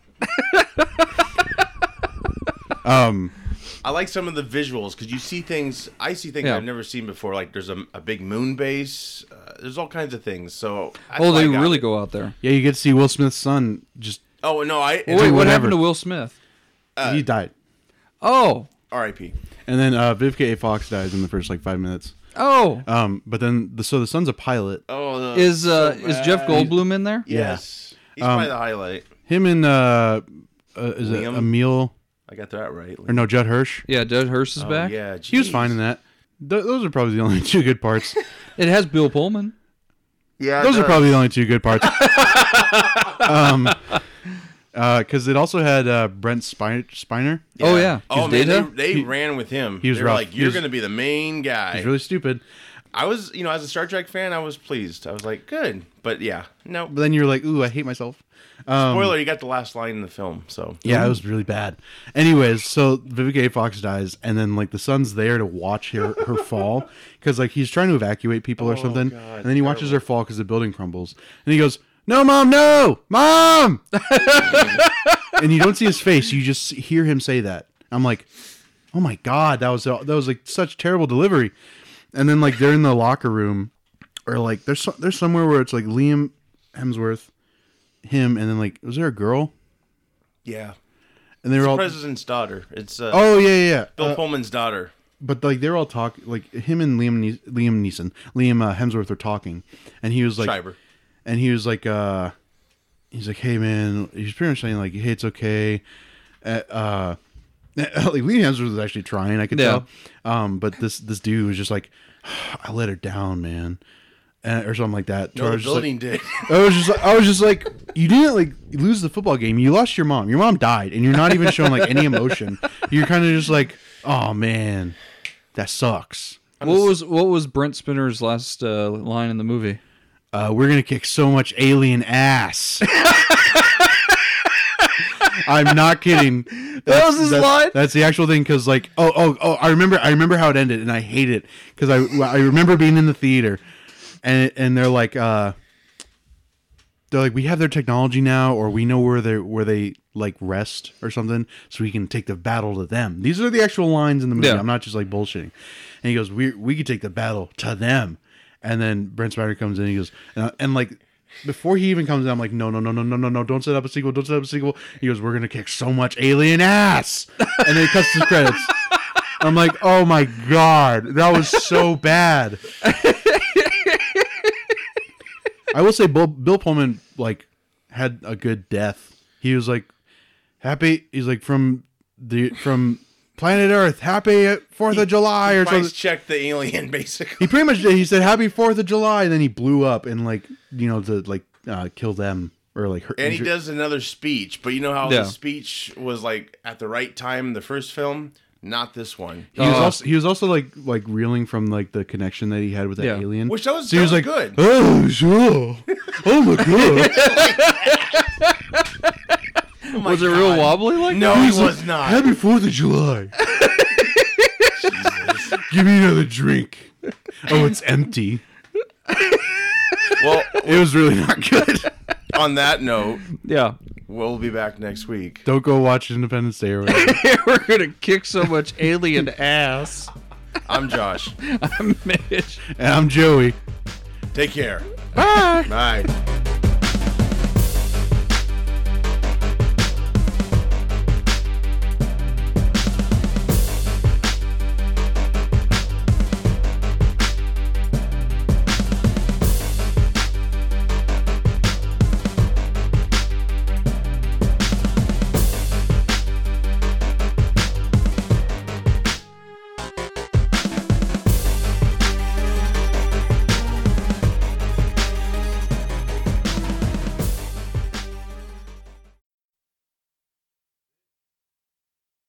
Speaker 3: um,
Speaker 1: I like some of the visuals because you see things. I see things
Speaker 2: Yeah.
Speaker 1: I've never seen before. Like there's a, a big moon base. Uh, there's all kinds of things. So I
Speaker 2: oh, they
Speaker 1: like
Speaker 2: really
Speaker 1: it.
Speaker 2: go out there.
Speaker 3: yeah, you get to see Will Smith's son. Just
Speaker 1: Oh no, I
Speaker 2: Wait, what
Speaker 3: whatever.
Speaker 2: happened to Will Smith?
Speaker 3: he died,
Speaker 2: Oh,
Speaker 1: R.I.P.
Speaker 3: and then uh, Vivica A. Fox dies in the first like five minutes.
Speaker 2: oh,
Speaker 3: Um, but then the so the son's a pilot.
Speaker 1: Oh, the,
Speaker 2: is uh, is Jeff Goldblum in there?
Speaker 1: yes, he's probably the highlight.
Speaker 3: Him and uh, uh is it
Speaker 1: Liam?
Speaker 3: Emil
Speaker 1: I got that right.
Speaker 3: or no Judd Hirsch?
Speaker 2: Yeah, Dead Hearse is
Speaker 1: Oh,
Speaker 2: back.
Speaker 1: Yeah,
Speaker 3: He was
Speaker 1: jeez.
Speaker 3: fine in that. Th- those are probably the only two good parts.
Speaker 2: It has Bill Pullman.
Speaker 1: Yeah, it
Speaker 3: Those are
Speaker 1: does.
Speaker 3: probably the only two good parts. um, because it also had uh Brent Spiner. Spiner.
Speaker 2: Oh yeah,
Speaker 1: Oh man,
Speaker 2: He's Data?
Speaker 1: they, they ran with him.
Speaker 3: he was
Speaker 1: they were
Speaker 3: rough.
Speaker 1: like,
Speaker 3: He
Speaker 1: "You're
Speaker 3: was-
Speaker 1: going to be the main guy."
Speaker 3: He's really stupid.
Speaker 1: I was, you know, as a Star Trek fan, I was pleased. I was like, "Good," but yeah, no.
Speaker 3: But then you're like, ooh, I hate myself.
Speaker 1: Spoiler: You got the last line in the film, so
Speaker 3: Um, Yeah, it was really bad. Anyways, so Vivica A. Fox dies, and then like the son's there to watch her, her fall because like he's trying to evacuate people or something,
Speaker 1: God,
Speaker 3: and then he watches her fall because the building crumbles, and he goes, "No, mom, no, mom!" and you don't see his face; you just hear him say that. I'm like, "Oh my god, that was that was like such terrible delivery." And then like they're in the locker room, or like there's so- there's somewhere where it's like Liam Hemsworth, him, and then like was there a girl?
Speaker 1: yeah.
Speaker 3: And they were all
Speaker 1: President's daughter. It's uh,
Speaker 3: Oh yeah, yeah. yeah.
Speaker 1: Bill
Speaker 3: Uh,
Speaker 1: Pullman's daughter.
Speaker 3: but like they're all talk like him and Liam ne- Liam Neeson, Liam uh, Hemsworth are talking, and he was like,
Speaker 1: Schreiber.
Speaker 3: and he was like, uh, he's like, hey man, he's pretty much saying like, hey, it's okay. Uh, uh like Liam Hemsworth was actually trying, I could
Speaker 2: Yeah.
Speaker 3: tell. Um, but this this dude was just like, I let her down, man, and, or something like that.
Speaker 1: No,
Speaker 3: I
Speaker 1: the
Speaker 3: was just like-
Speaker 1: building did.
Speaker 3: I was just, I was just like, you didn't like lose the football game. You lost your mom. Your mom died, and you're not even showing like any emotion. You're kind of just like, oh man, that sucks.
Speaker 2: What was what was Brent Spinner's last uh, line in the movie?
Speaker 3: Uh, we're gonna kick so much alien ass. I'm not kidding. That
Speaker 2: was his
Speaker 3: that's,
Speaker 2: line?
Speaker 3: That's the actual thing, because like, oh, oh, oh, I remember, I remember how it ended, and I hate it because I, I remember being in the theater, and and they're like, uh, they're like, we have their technology now, or we know where they where they like rest or something, so we can take the battle to them. These are the actual lines in the movie.
Speaker 2: Yeah.
Speaker 3: I'm not just like bullshitting. And he goes, we we could take the battle to them, And then Brent Spiner comes in. He goes and, I- and like before he even comes in, I'm like, no, no, no, no, no, no, no! Don't set up a sequel. Don't set up a sequel. He goes, we're gonna kick so much alien ass, and then it cuts to the credits. I'm like, oh my god, that was so bad. I will say, Bill, Bill Pullman like had a good death. He was like happy. He's like from the from planet Earth. Happy Fourth of July or something.
Speaker 1: Price check the alien, basically.
Speaker 3: He pretty much did. He said Happy Fourth of July, and then he blew up and like you know to like uh, kill them or like hurt.
Speaker 1: And he
Speaker 3: injure-
Speaker 1: does another speech, but you know how
Speaker 2: Yeah.
Speaker 1: the speech was like at the right time in the first film? Not this one.
Speaker 3: He was
Speaker 2: Oh.
Speaker 3: also he was also like like reeling from like the connection that he had with that
Speaker 2: Yeah.
Speaker 3: alien,
Speaker 1: Which that was-
Speaker 3: he
Speaker 1: that
Speaker 3: was
Speaker 1: was
Speaker 3: like,
Speaker 1: good.
Speaker 3: Oh, sure. oh my god!
Speaker 2: was it real wobbly like
Speaker 1: Oh, No,
Speaker 2: that?
Speaker 1: he was not.
Speaker 3: Happy Fourth of July. Give me another drink. Oh, it's empty.
Speaker 1: Well,
Speaker 3: It was really not good.
Speaker 1: on that note,
Speaker 2: Yeah.
Speaker 1: we'll be back next week.
Speaker 3: Don't go watch Independence Day or whatever.
Speaker 2: We're gonna kick so much alien ass.
Speaker 1: I'm Josh.
Speaker 2: I'm Mitch.
Speaker 3: and I'm Joey.
Speaker 1: Take care.
Speaker 2: Bye.
Speaker 1: Bye.